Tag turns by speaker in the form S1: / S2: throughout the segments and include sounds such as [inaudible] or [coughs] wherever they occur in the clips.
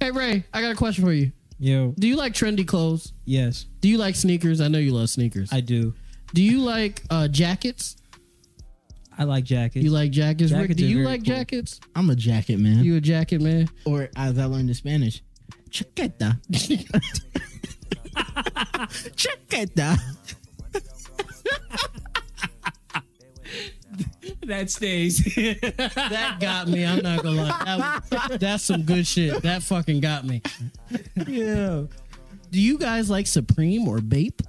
S1: Hey Ray, I got a question for you.
S2: Yo,
S1: Do you like trendy clothes?
S2: yes,
S1: Do you like sneakers? I know you love sneakers.
S2: I do.
S1: do you like uh, jackets?
S2: I like jackets.
S1: You like jackets? Rick,
S2: Jackets
S1: do
S2: are
S1: you
S2: very
S1: like
S2: cool.
S1: jackets?
S3: I'm a jacket man,
S1: You a jacket man?
S3: or as I learned in Spanish, chaqueta, chaqueta.
S2: [laughs] that stays.
S1: That got me. I'm not gonna lie. That was- that's some good shit. That fucking got me.
S2: Yo,
S1: Do you guys like Supreme or Bape?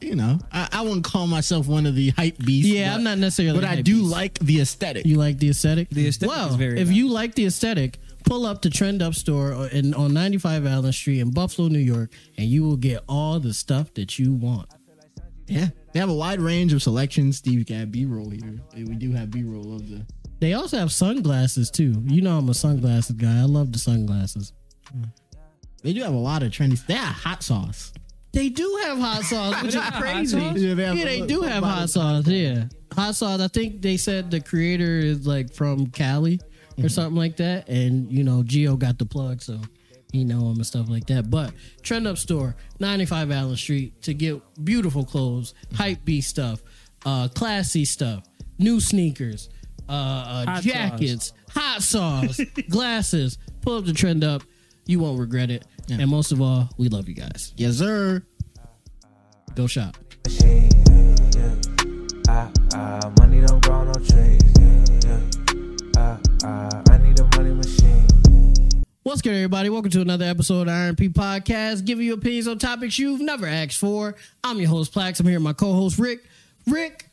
S3: You know, I, I wouldn't call myself one of the hype beasts.
S1: Yeah,
S3: but,
S1: I'm not necessarily.
S3: But I
S1: hype
S3: do
S1: beast.
S3: like the aesthetic.
S1: You like the aesthetic?
S2: The aesthetic
S1: Well,
S2: is very
S1: if
S2: nice.
S1: you like the aesthetic, pull up to Trend Up Store or- in, on 95 Allen Street in Buffalo, New York, and you will get all the stuff that you want.
S3: [laughs] yeah, they have a wide range of selections. Steve, you can have B-roll here. We do have B-roll of the.
S1: They also have sunglasses too. You know I'm a sunglasses guy. I love the sunglasses.
S3: They do have a lot of trendy. They have hot sauce.
S1: They do have hot sauce, which is
S3: [laughs]
S1: crazy.
S2: sauce?
S1: Yeah,
S3: Yeah,
S1: they,
S3: they have-
S1: do have hot sauce. Yeah, hot sauce. I think they said the creator is like from Cali or something like that, and you know Geo got the plug, so he know him and stuff like that. But Trend Up Store, ninety five Allen Street, to get beautiful clothes, hype B stuff, uh, classy stuff, new sneakers, uh, uh
S2: Hot
S1: jackets, hot sauce, glasses. Pull up the Trend Up. You won't regret it. And most of all, we love you guys.
S3: Yes, sir.
S1: Go shop.
S4: Shit, yeah, yeah. Ah, ah, money don't grow on no trees. Yeah, yeah. Ah, ah, I need a money machine.
S1: What's good, everybody? Welcome to another episode of Iron P Podcast, giving you opinions on topics you've never asked for. I'm your host, Plax. I'm here with my co-host, Rick. Rick,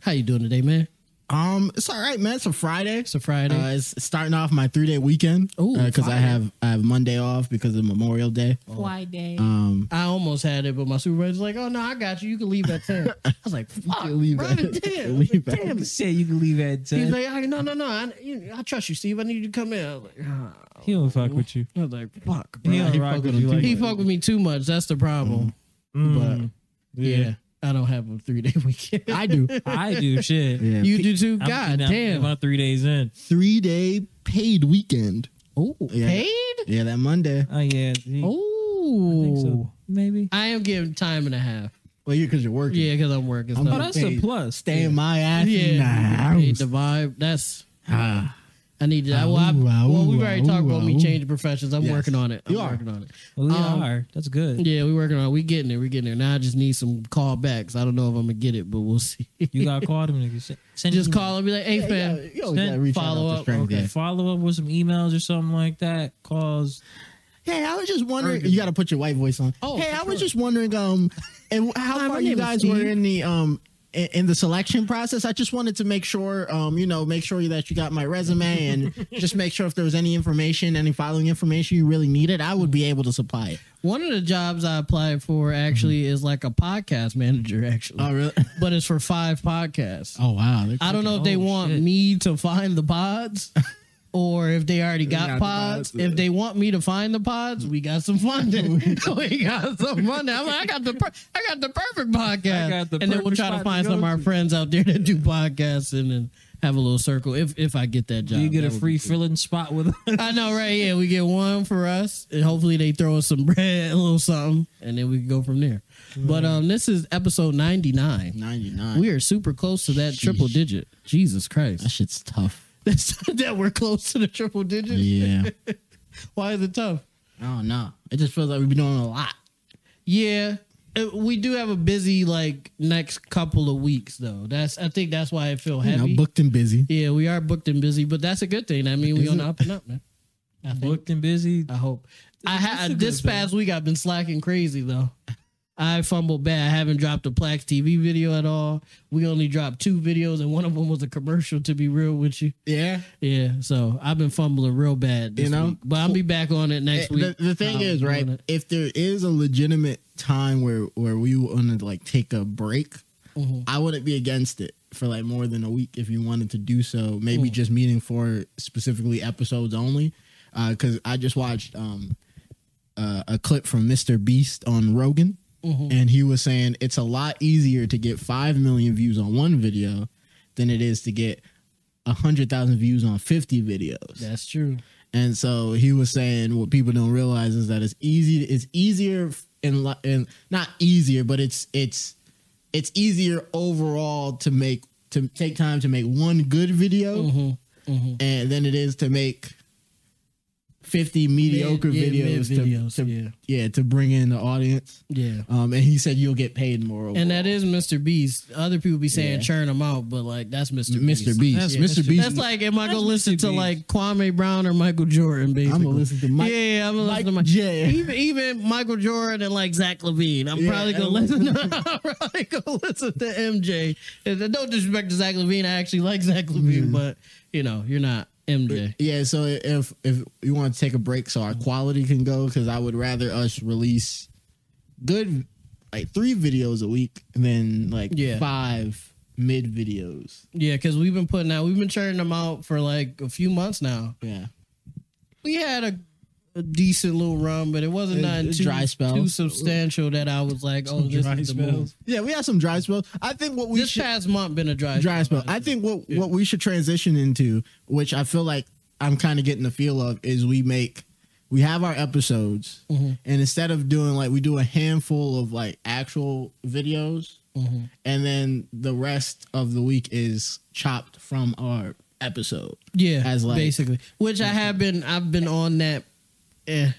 S1: how you doing today, man?
S3: Um, it's all right, man. It's a Friday.
S1: It's a Friday.
S3: Uh, it's starting off my three day weekend
S1: Ooh,
S3: because I
S1: fire.
S3: have I have Monday off because of Memorial Day.
S5: Why day?
S3: Um,
S1: I almost had it, but my supervisor's like, "Oh no, I got you. You can leave at
S3: [laughs]
S1: 10. I was like, "Fuck,
S3: leave
S1: bro,
S3: at-
S1: damn."
S3: leave at-
S2: damn, say you can leave at
S1: He's
S2: 10.
S1: like, "I- "No, no, no. I, you- I trust you, Steve. I need you to come in." I was like, "Ah."
S2: He don't fuck with you.
S1: I was like "Fuck."
S2: He
S1: Bro.
S2: don't
S3: he
S2: rock
S3: fuck
S2: with
S3: with
S2: you
S3: him
S2: like
S1: He
S2: that.
S1: fucked with me too much. That's the problem.
S2: Mm,
S1: Yeah. I don't have a three day [laughs] weekend.
S3: I do.
S2: I do shit.
S3: [laughs] Yeah.
S1: you do too.
S2: I'm-
S1: God
S2: now,
S1: damn.
S2: About three days in.
S3: three day paid weekend.
S1: Oh,
S3: Yeah.
S1: paid.
S3: Yeah, that Monday.
S2: Oh yeah. he- I think
S1: Oh,
S2: so. Maybe.
S1: I, am giving time and a half.
S3: Well, you because you're working.
S1: Yeah, because I'm working.
S3: I'm
S1: so-
S2: Oh,
S3: not-
S2: that's a
S3: Hey,
S2: plus.
S3: Stay in my ass. in the
S1: yeah,
S3: house.
S1: paid the vibe. That's
S3: Ah.
S1: I need to. I, well, I,
S3: Ow, ow,
S1: well, we've already
S3: ow,
S1: talked about me
S3: ow.
S1: changing professions. I'm
S3: Yes.
S1: working on it. I'm
S3: You are.
S1: working on it.
S2: Well, we
S1: Um,
S2: are. That's good.
S1: Yeah, we're working on it. We getting there. We getting there. Now I just need some callbacks. I don't know if I'm gonna get it, but we'll see. [laughs]
S2: You got to call them niggas. Send
S1: just
S2: emails.
S1: call and be like, "Hey, fam,
S3: Yeah, you always gotta reach out
S1: follow
S3: off the
S1: up,
S3: strength,
S1: okay.
S3: yeah.
S2: Follow up with some emails or something like that. Calls.
S3: Hey, I was just wondering.
S1: Urgent.
S3: You got to put your white voice on.
S1: Oh,
S3: hey,
S1: for
S3: I was
S1: sure.
S3: just wondering. Um, and how
S1: Hi, my
S3: far
S1: name
S3: you
S1: is
S3: guys were
S1: Steve.
S3: in the um in, in the selection process? I just wanted to make sure. Um, you know, make sure that you got my resume and
S1: [laughs]
S3: just make sure if there was any information, any following information you really needed, I would be able to supply it.
S1: One of the jobs I applied for actually is like a podcast manager, actually,
S3: Mm-hmm. Oh, really?
S1: but it's for five podcasts.
S3: Oh wow.
S1: I don't know if they
S2: Oh,
S1: want
S2: shit.
S1: me to find the pods or if they already got,
S3: got the
S1: pods.
S3: pods,
S1: If they want me to find the pods, we got some funding. [laughs] we got some funding. I'm like, I got the per- I got the perfect podcast.
S2: I got the
S1: and then we'll
S2: perfect
S1: try to
S2: spot
S1: find
S2: to
S1: some of
S2: go
S1: our
S2: to.
S1: friends out there that do podcasts and then have a little circle if if I get that job.
S2: Do you get
S1: that
S2: a
S1: would be
S2: free
S1: cool.
S2: filling spot with
S1: [laughs]
S2: us? [laughs]
S1: I know, right? Yeah, we get one for us, and hopefully they throw us some bread, a little something, and then we can go from there. But
S2: Mm.
S1: um, this is episode ninety nine.
S3: Ninety nine.
S1: We are super close to that triple
S3: Sheesh.
S1: digit. Jesus Christ!
S3: That shit's tough.
S1: [laughs] That's, that we're close to the triple digits.
S3: Yeah.
S1: Why is it tough?
S3: I don't know. It just feels like we've been doing a lot.
S1: Yeah, Uh, we do have a busy like next couple of weeks though. That's I think that's why I feel
S3: You know,
S1: heavy.
S3: booked and busy.
S1: yeah, we are booked and busy, but that's a good thing. I mean, we
S3: Is
S1: on
S3: it?
S1: the up and up, man. I think.
S2: Booked and busy. Oh,
S1: I hope. I
S2: That's a
S1: had
S2: good
S1: this
S2: thing.
S1: past week. I've been slacking crazy though. I fumbled bad. I haven't dropped a Plax TV video at all. We only dropped two videos, and one of them was a commercial. To be real with you,
S3: Yeah.
S1: Yeah, so I've been fumbling real bad, this
S3: You know?
S1: week, but I'll be back on it next
S3: Eh,
S1: week.
S3: The, the thing
S1: Um,
S3: is,
S1: doing
S3: right?
S1: it.
S3: If there is a legitimate time where where we want to like take a break,
S1: Mhm.
S3: I wouldn't be against it for like more than a week if you wanted to do so. Maybe
S1: Mm.
S3: just meeting for specifically episodes only, because I just watched um uh, a clip from Mr. Beast on Rogan,
S1: Mm-hmm.
S3: and he was saying it's a lot easier to get five million views on one video than it is to get. 100,000 views on 50 videos.
S1: That's true.
S3: And so he was saying what people don't realize is that it's easy. It's easier in li- and not easier, but it's it's it's easier overall to make to take time to make one good video,
S1: Mm-hmm,
S3: and than it is to make fifty mediocre
S1: yeah,
S3: videos.
S1: mid-videos,
S3: to, to-
S1: yeah.
S3: to bring in the audience.
S1: Yeah.
S3: Um, and he said you'll get paid more.
S1: And that is Mr. Beast. Other people be saying
S3: Yeah.
S1: churn him out, but like that's Mr. Beast.
S3: Mr. Beast.
S2: That's
S3: Mr.
S2: Mr.
S3: Beast.
S1: That's like am I gonna
S2: That's
S1: listen
S2: Mr.
S1: to
S2: Beast.
S1: like Kwame Brown or Michael Jordan? Basically,
S3: I'm gonna listen to Mike.
S1: Yeah, yeah, I'm gonna listen to
S3: Mike
S1: Mike.
S3: J.
S1: Even, even Michael Jordan and like Zach Levine, I'm
S3: Yeah,
S1: probably gonna
S3: I'm- [laughs]
S1: listen. To, [laughs] I'm probably gonna listen to MJ. And no disrespect to Zach Levine, I actually like Zach Levine, but you know you're not MJ.
S3: Yeah, so if if you want to take a break, so our quality can go, because I would rather us release good like three videos a week than like
S1: Yeah.
S3: five mid videos.
S1: Yeah, because we've been putting out, we've been churning them out for like a few months now.
S3: Yeah,
S1: We had a, a decent little run, but it wasn't
S3: A-
S1: nothing
S3: a
S1: too,
S3: dry spell.
S1: too substantial that I was like, oh, this is the move.
S3: yeah, we had some dry spells. I think what we
S1: this
S3: should
S1: past month been a dry,
S3: dry spell. I think what what we should transition into, which I feel like I'm kind of getting the feel of, is we make we have our episodes, and instead of doing like we do a handful of like actual videos, and then the rest of the week is chopped from our episode.
S1: Yeah,
S3: as like-
S1: basically, which I have been. I've been on that eh,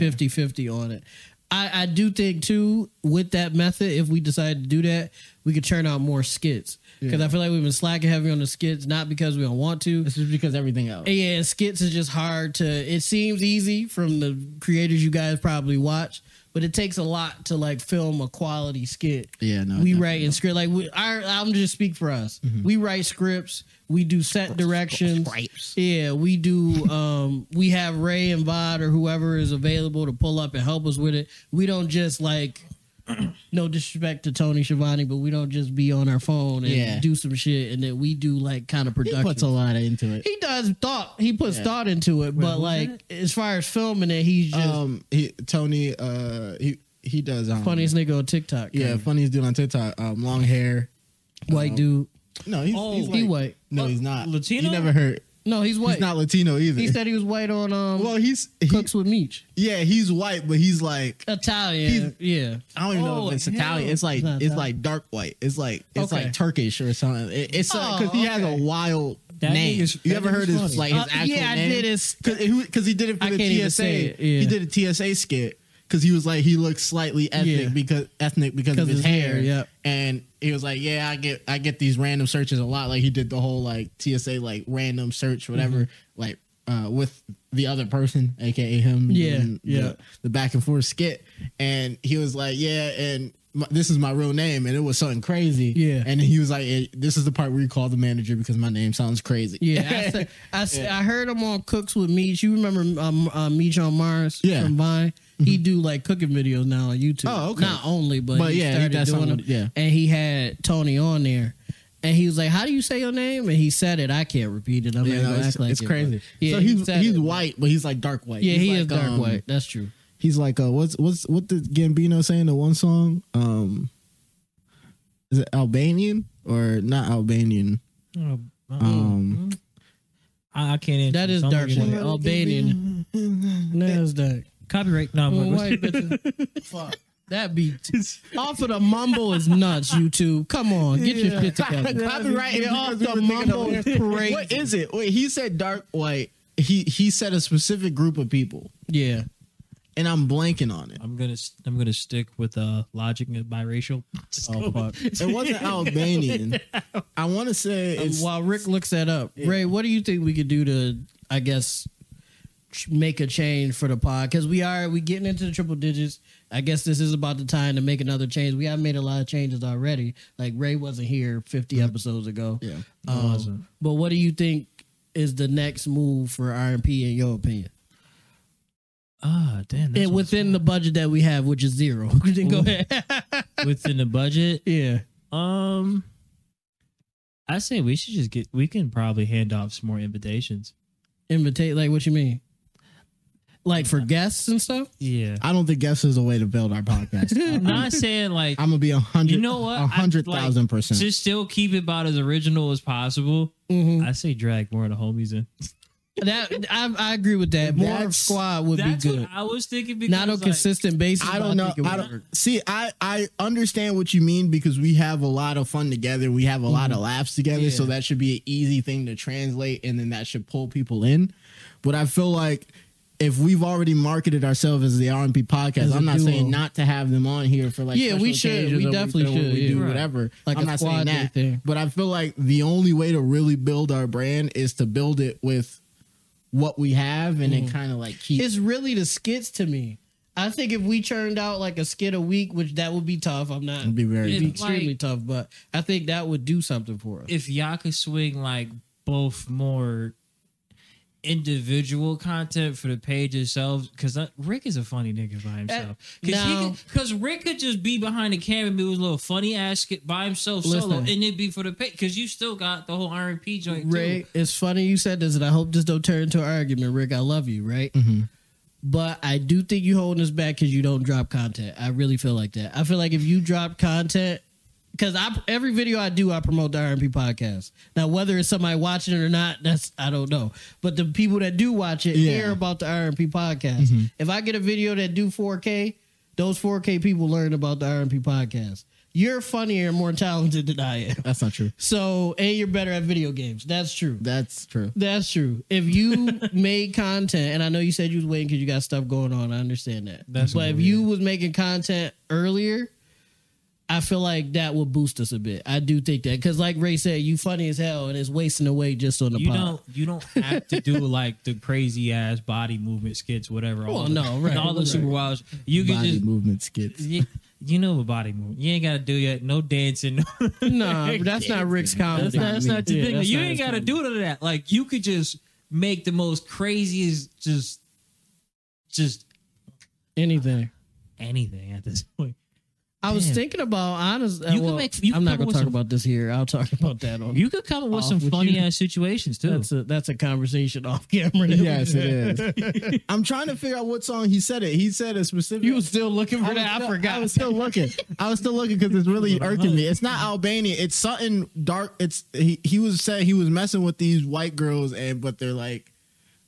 S1: 50-50 on it. I, I do think too with that method, if we decide to do that, we could churn out more skits because I feel like we've been slacking heavy on the skits, not because we don't want to.
S3: This is because everything else.
S1: Yeah, skits is just hard to. It seems easy from the creators you guys probably watch, but it takes a lot to like film a quality skit.
S3: Yeah, no,
S1: we
S3: definitely. Mm-hmm.
S1: write in script like we, our. I'm just speak for us. We write scripts. We do set directions.
S3: Scripts.
S1: Yeah, we do. Um, we have Ray and Vod or whoever is available to pull up and help us with it. We don't just like. [clears throat] No disrespect to Tony Schiavone, but we don't just be on our phone and
S3: Yeah.
S1: do some shit, and then we do like kind of
S3: He
S1: production.
S3: puts a lot into it.
S1: He does thought. He puts
S3: Yeah.
S1: thought into it, but
S2: who's
S1: like
S2: that?
S1: as far as filming it, he's just
S3: Um, he, Tony, uh, he he does um,
S1: funniest nigga on TikTok.
S3: Yeah,
S1: kinda.
S3: funniest dude on TikTok. Um, long hair.
S1: white dude.
S3: No, he's,
S2: Oh,
S3: he's
S1: he
S3: like-
S1: white.
S3: No, he's not
S2: Latino?
S3: You never heard.
S1: No, he's white.
S3: He's not Latino either.
S1: he said he was white on um
S3: Well, he's he,
S1: Cooks with Meach.
S3: yeah, he's white, but he's like
S1: Italian. yeah.
S3: I don't even know
S2: Oh,
S3: if it's
S2: hell.
S3: Italian. It's like
S1: It's not
S3: it's
S1: Italian.
S3: like dark white. It's like it's
S1: Okay.
S3: like Turkish or something. It- it's because
S1: Oh,
S3: he has a
S1: okay.
S3: wild
S2: That
S3: name.
S2: nigga's-
S3: you
S2: that
S3: ever
S2: nigga's
S3: heard his
S2: funny.
S3: like his
S1: Uh,
S3: actual
S1: yeah, I
S3: name?
S1: did his-
S3: because he did it for
S1: I
S3: the
S1: can't even
S3: TSA.
S1: say it, yeah.
S3: He did a TSA skit because he was like he looked slightly ethnic
S1: Yeah.
S3: because ethnic because of his, hair.
S1: yep.
S3: And he was like, "Yeah, I get I get these random searches a lot." Like he did the whole like TSA like random search whatever
S1: Mm-hmm.
S3: like uh with the other person, aka him.
S1: Yeah,
S3: doing the-
S1: yeah.
S3: the back and forth skit, and he was like, "Yeah, and my, this is my real name," and it was something crazy.
S1: Yeah.
S3: and he was like, eh, "This is the part where you call the manager because my name sounds crazy."
S1: Yeah,
S3: [laughs]
S1: I, said, I, said- I heard him on Cooks with Meach. You remember um, uh, Meach on Mars
S3: Yeah. Mm-hmm.
S1: from Vine? He do like cooking videos now on YouTube.
S3: Oh, okay.
S1: Not only, but,
S3: But
S1: he
S3: yeah, he
S1: started
S3: does
S1: doing
S3: something
S1: them.
S3: with- yeah.
S1: and he had Tony on there, and he was like, "How do you say your name?" And he said it. I can't repeat it. I'm
S3: You
S1: not
S3: know,
S1: gonna
S3: it's,
S1: act like
S3: it's
S1: it, but-
S3: crazy.
S1: Yeah,
S3: so
S1: he
S3: he's
S1: said
S3: he's
S1: it.
S3: white, but he's like dark white.
S1: Yeah,
S3: he's
S1: he
S3: like,
S1: is dark
S3: um,
S1: white. That's true.
S3: He's like, uh, what's what's what did Gambino say in the one song? Um, is it Albanian or not Albanian?
S2: Oh, I don't
S1: Mm-hmm.
S2: know.
S3: Um,
S2: I, I can't answer.
S1: That is
S2: so I'm
S1: dark
S2: gonna-
S1: white. Albanian. Nasdaq.
S2: Copyright. No,
S1: Well,
S2: I'm
S1: white bitches. [laughs] Fuck. That
S3: [laughs]
S1: beat off of the mumble is nuts. YouTube, come on, get your shit together.
S3: Copyright
S1: Yeah,
S3: is
S1: all
S3: because
S1: the
S3: we were thinking
S1: mumble
S3: of-
S1: is crazy.
S3: What is it? Wait, he said dark white. He he said a specific group of people,
S1: Yeah,
S3: and I'm blanking on it.
S2: I'm gonna I'm gonna stick with uh logic and biracial. [laughs]
S1: oh fuck.
S3: It
S1: [laughs]
S3: wasn't Albanian. I want to say
S1: Um,
S3: it's
S1: while Rick looks that up, Ray, what do you think we could do to, I guess, ch- make a change for the pod? Because we are we getting into the triple digits. I guess this is about the time to make another change. We have made a lot of changes already. Like Ray wasn't here 50 episodes ago.
S3: Mm-hmm. yeah.
S1: Um, But what do you think is the next move for RMP in your opinion?
S2: Ah, damn. that's
S1: and
S2: what's-
S1: within the budget that we have, which is zero. [laughs] then go ahead.
S3: [laughs]
S2: within the budget.
S1: yeah.
S2: Um, I say we should just get. We can probably hand off some more invitations.
S1: Invitate like what you mean? Like for guests and stuff? [laughs]
S2: Yeah,
S3: I don't think guess is a way to build our podcast.
S2: I'm not saying like
S3: I'm gonna be a hundred.
S2: You know what?
S3: A
S2: I-
S3: hundred
S2: like,
S3: thousand percent.
S2: to still keep it about as original as possible.
S1: Mm-hmm.
S2: I say drag more of the homies in.
S1: That I, I agree with that. More
S3: That's-
S1: squad would be
S2: That's
S1: good.
S2: what I was thinking because
S1: Not on
S2: like,
S1: consistent basis.
S3: I
S1: but
S3: don't know.
S1: think it
S3: I
S1: would
S3: don't
S1: work.
S3: see. I I understand what you mean because we have a lot of fun together. We have a lot of laughs together, so
S1: Mm-hmm. Yeah.
S3: that should be an easy thing to translate, and then that should pull people in. But I feel like if we've already marketed ourselves as the R&B podcast,
S1: As a
S3: I'm not
S1: duo.
S3: saying not to have them on here for like
S1: Yeah, we
S3: special
S1: should.
S3: occasions
S1: We
S3: or
S1: definitely
S3: do- or
S1: should,
S3: we
S1: yeah.
S3: do
S2: Right.
S3: whatever.
S1: Like
S3: I'm
S1: a
S3: not
S1: squad
S3: saying that,
S1: thing.
S3: but I feel like the only way to really build our brand is to build it with what we have, and it kind of like keep
S1: Mm-hmm. It's really the skits to me. I think if we churned out like a skit a week, which that would be tough. I'm not.
S3: It'd be very
S2: It's
S1: it'd be extremely
S2: like-
S1: tough, but I think that would do something for us.
S2: If y'all could swing like both more individual content for the page itself, because Rick is a funny nigga by himself.
S1: Eh, no.
S2: Because Rick could just be behind the camera and be his little funny ass skit by himself solo,
S1: Listen.
S2: and it'd be for the page. Because you still got the whole R&P joint too.
S1: Rick, it's funny you said this, and I hope this don't turn into an argument. Rick, I love you, right? But I do think you holding us back because you don't drop content. I really feel like that. I feel like if you drop content, because I every video I do, I promote the R&B podcast. Now, whether it's somebody watching it or not, that's I don't know. But the people that do watch it
S3: Yeah.
S1: hear about the R&B podcast. If I get a video that do 4K, those 4K people learn about the R&B podcast. You're funnier and more talented than I am.
S3: That's not true.
S1: So, and you're better at video games. That's true.
S3: That's true.
S1: That's true. If
S2: [laughs]
S1: you made content, and I know you said you was waiting because you got stuff going on, I understand that.
S2: That's
S1: but if you was making content earlier, I feel like that would boost us a bit. I do think that because, like Ray said, you funny as hell, and it's wasting away just on the
S2: You
S1: pod.
S2: don't. You don't have to do like the crazy ass body movement skits, whatever.
S1: Well,
S2: the-
S1: no, right,
S2: All the
S1: right.
S2: super wilds. You can
S3: Body
S2: just
S3: movement skits.
S2: you, you know what body movement. You ain't gotta do that. No dancing. [laughs] No,
S1: Nah, but that's not Rick's comedy.
S2: that's not, that's not your
S1: Yeah,
S2: thing.
S1: that's
S2: you
S1: not
S2: ain't
S1: his
S2: gotta
S1: comedy.
S2: do none of that. Like you could just make the most craziest, just, just
S1: anything.
S2: anything at this point.
S1: I was
S2: Damn.
S1: thinking about honest. uh,
S2: You can
S1: well,
S2: make- you
S1: I'm
S2: can
S1: not
S2: come
S1: gonna
S2: with
S1: talk
S2: some-
S1: about this here. I'll talk [laughs] about that on.
S2: You could come up with
S1: Off
S2: some
S1: with
S2: funny
S1: you.
S2: ass situations too.
S1: that's a that's a conversation [laughs] off camera. that we
S3: Yes, it
S1: [laughs]
S3: is. I'm trying to figure out what song he said it. He said a specific.
S1: You were still looking for that. I
S3: still,
S1: forgot.
S3: I was still looking. I was still looking because it's really irking me. It's not Albania. It's something dark. It's he. He was said he was messing with these white girls, and but they're like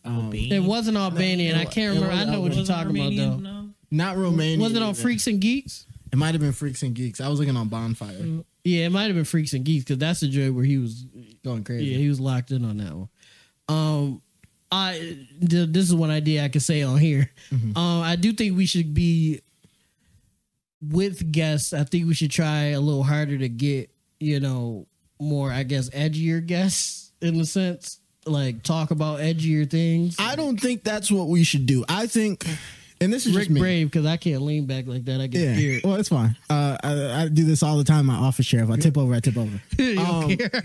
S3: um,
S1: it wasn't Albanian. I can't
S3: It
S1: remember. I know what you're
S2: Wasn't
S1: talking about
S2: Armenian,
S1: though.
S2: no?
S3: not Romanian.
S1: Was it on
S3: either.
S1: Freaks and Geeks?
S3: It might have been Freaks and Geeks. I was looking on Bonfire,
S1: Yeah, it might have been Freaks and Geeks because that's the joint where he was.
S3: going
S1: Yeah,
S3: crazy.
S1: he was locked in on that one. Um, I th- this is one idea I could say on here.
S3: Mm-hmm.
S1: Um, I do think we should be with guests. I think we should try a little harder to get you know more. I guess edgier guests in the sense like talk about edgier things.
S3: I don't think that's what we should do. I think, and this is
S1: Rick
S3: just me.
S1: Brave because I can't lean back like that. I get
S3: Yeah.
S1: scared.
S3: Well, it's fine. Uh, I, I do this all the time. in My office sheriff. I tip over. I tip over.
S1: [laughs] You don't
S3: Um,
S1: care.
S3: [laughs]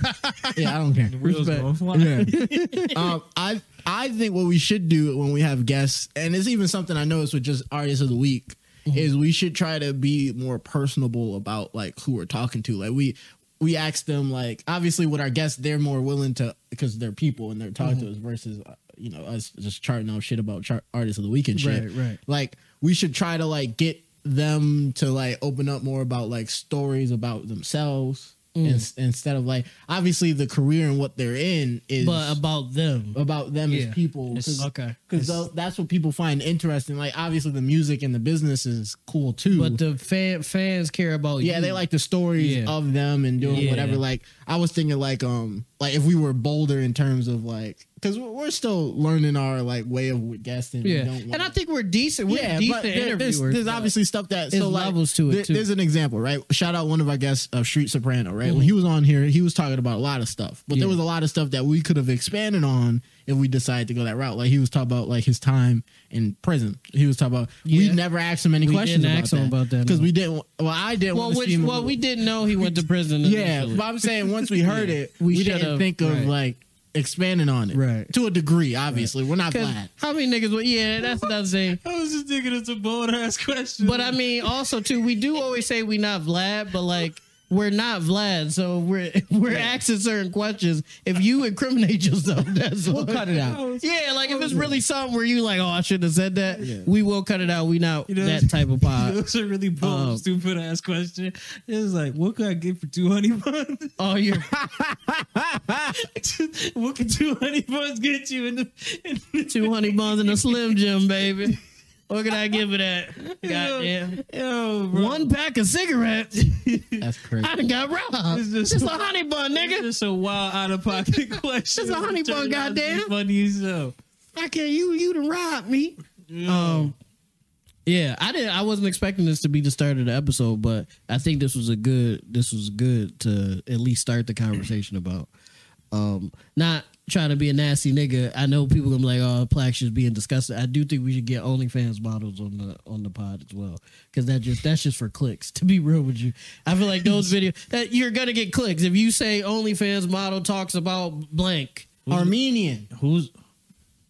S3: Yeah, I don't care.
S2: Wheels
S1: Respect.
S2: gonna fly.
S3: Yeah.
S2: [laughs]
S3: um, I I think what we should do when we have guests, and it's even something I noticed with just artists of the week,
S1: Mm-hmm.
S3: is we should try to be more personable about like who we're talking to. Like we we ask them like obviously with our guests, they're more willing to because they're people and they're talking
S1: Mm-hmm.
S3: to us versus uh, you know us just charting off shit about chart artists of the week and shit.
S1: Right, right.
S3: Like we should try to like get them to like open up more about like stories about themselves.
S1: Mm.
S3: ins- Instead of like, obviously the career and what they're in is
S1: but about them.
S3: about them
S1: Yeah.
S3: as people
S2: It's-
S1: Okay.
S3: because that's what people find interesting. Like obviously the music and the business is cool too.
S1: But the fan, fans care about you.
S3: yeah, they like the stories
S1: Yeah.
S3: of them and doing
S2: Yeah.
S3: whatever. Like I was thinking, like um, like if we were bolder in terms of like, because we're still learning our like way of guessing.
S1: Yeah.
S3: We don't
S1: And
S3: wanna-
S1: I think we're decent. We're
S3: yeah,
S1: decent
S3: but there-
S1: interviewers.
S3: there's, there's
S1: but-
S3: obviously stuff that
S1: There's
S3: so like,
S1: levels to it,
S3: there-
S1: too.
S3: There's an example, right? Shout out one of our guests of Street Soprano, right? When he was on here, he was talking about a lot of stuff,
S1: Mm-hmm.
S3: but
S1: Yeah.
S3: there was a lot of stuff that we could have expanded on if we decided to go that route. Like he was talking about like his time in prison. He was talking about
S1: Yeah.
S3: we never asked him any
S1: We
S3: questions
S1: didn't
S3: about,
S1: ask
S3: that,
S1: him about that,
S3: because
S1: no.
S3: we didn't. wa- Well, I didn't.
S1: Well,
S3: want to
S1: which,
S3: see him
S1: well, we didn't know he went to prison.
S3: [laughs] yeah,
S1: initially.
S3: but I'm saying once
S1: [laughs]
S3: we heard it,
S1: We
S3: we, didn't
S1: should've-
S3: think of
S1: right.
S3: like expanding on it,
S1: Right.
S3: To a degree, obviously, we're not
S1: 'Cause
S3: glad.
S1: How many niggas? Would, yeah, that's what I'm saying.
S2: I was just thinking it's a bold ass question.
S1: But I mean, also too, we do always say we not Vlad, but like we're not Vlad, so we're [laughs] we're asking certain questions. If you incriminate yourself, [laughs] that's
S3: We'll cut it out.
S1: Yeah, like if it's really something where you like, oh, I shouldn't have said that.
S3: Yeah.
S1: We will cut it out. We not
S2: You know,
S1: that type of
S2: [laughs] It
S1: pod.
S2: was a really bold,
S1: Um,
S2: stupid ass question. It was like, what could I get for two honey buns? [laughs]
S1: oh,
S3: [laughs]
S1: you're
S2: what could two honey buns get you in the? In the [laughs]
S1: two honey buns and a slim jim, baby. What can I give it
S3: [laughs]
S1: at? Goddamn.
S2: Yo, bro.
S1: One pack of cigarettes.
S3: [laughs] That's crazy.
S1: I done got robbed.
S2: It's
S1: It's
S2: just-
S1: just,
S3: [laughs]
S1: a honey bun,
S2: It's
S1: nigga.
S2: just a wild out of pocket [laughs] question.
S1: It's a honey bun,
S2: Turned out to be
S1: goddamn.
S2: Funny as hell.
S1: I can't. You you done robbed me. Um. Yeah, I didn't. I wasn't expecting this to be the start of the episode, but I think this was a good. This was good to at least start the conversation about. Um, not trying to be a nasty nigga. I know people gonna be like, "Oh, plaque should be in disgusting." I do think we should get OnlyFans models on the on the pod as well, because that just that's just for clicks. To be real with you, I feel like those videos that you're gonna get clicks if you say OnlyFans model talks about blank.
S3: Armenian.
S2: Who's
S1: That-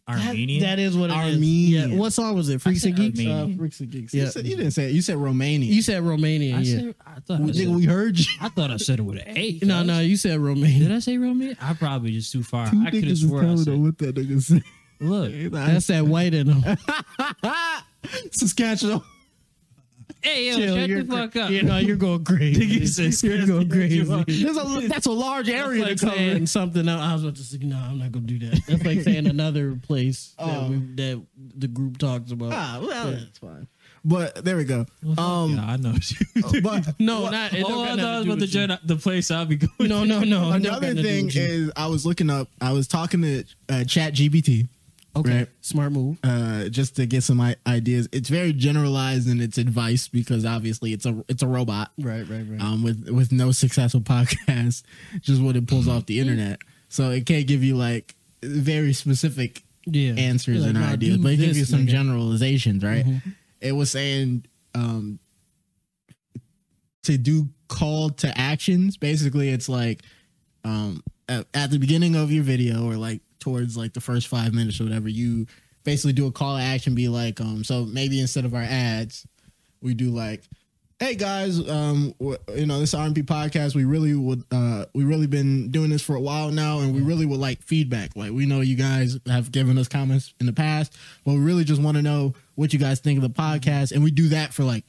S2: Armenian?
S1: that is what it is.
S3: Armenian.
S1: Yeah. What song was it? Freaks and Geeks.
S2: Armenian.
S3: Uh, Freaks and Geeks.
S1: Yeah.
S3: You, said, you didn't say it. You said Romanian.
S1: You said Romania.
S2: I,
S1: yeah.
S2: said, I thought I
S3: we,
S2: said,
S3: nigga, we heard you.
S2: I thought I said it with an A.
S1: no, no, you said
S2: Did
S1: Romania.
S2: I say Romeo? I probably just too far.
S3: Two
S2: I could
S3: niggas
S2: have
S3: is
S2: swore I
S3: telling them
S2: said.
S3: what that nigga said. [laughs]
S2: Look,
S1: That's that white in them.
S3: Saskatchewan.
S2: hey yo,
S1: Chill,
S2: shut
S1: you're
S2: the fuck up.
S1: You know, you're going crazy.
S2: [laughs] Nigga says
S1: you're going crazy.
S3: There's a, that's a large
S1: That's
S3: area
S1: like
S3: to cover.
S1: saying something. else. I was about to say, no, I'm not gonna do that. That's like saying another place
S3: Oh.
S1: that, we, that the group talks about.
S3: [laughs] Ah, well, that's fine. But there we go.
S2: Um,
S3: Um,
S2: I know. [laughs]
S1: [laughs]
S3: but
S1: oh, no, not. It
S2: oh, I
S1: don't got
S2: thought I was about
S1: nothing to
S2: to
S1: do
S2: join up the place I'll be [laughs]
S1: with
S2: going.
S1: you. No, no, no. it don't got
S3: another
S1: nothing to do
S3: thing
S1: with you.
S3: is, I was looking up. I was talking to uh, Chat GBT.
S1: okay.
S3: right.
S1: Smart move.
S3: uh, just to get some I- ideas. It's very generalized in its advice because obviously it's a it's a robot,
S1: Right, right, right.
S3: um, with with no successful [laughs] podcast, just what it pulls off the internet. So it can't give you like very specific
S1: yeah.
S3: answers
S1: Like,
S3: and
S1: nah,
S3: ideas,
S1: do
S3: but it
S1: this,
S3: gives you some
S1: nigga. Mm-hmm.
S3: generalizations, right? It was saying um, to do call to actions. Basically, it's like um, at, at the beginning of your video or like towards like the first five minutes or whatever, you basically do a call to action, be like, um, so maybe instead of our ads, we do like hey guys um w- you know this r&b podcast we really would uh we really been doing this for a while now and we really would like feedback like we know you guys have given us comments in the past but we really just want to know what you guys think of the podcast and we do that for like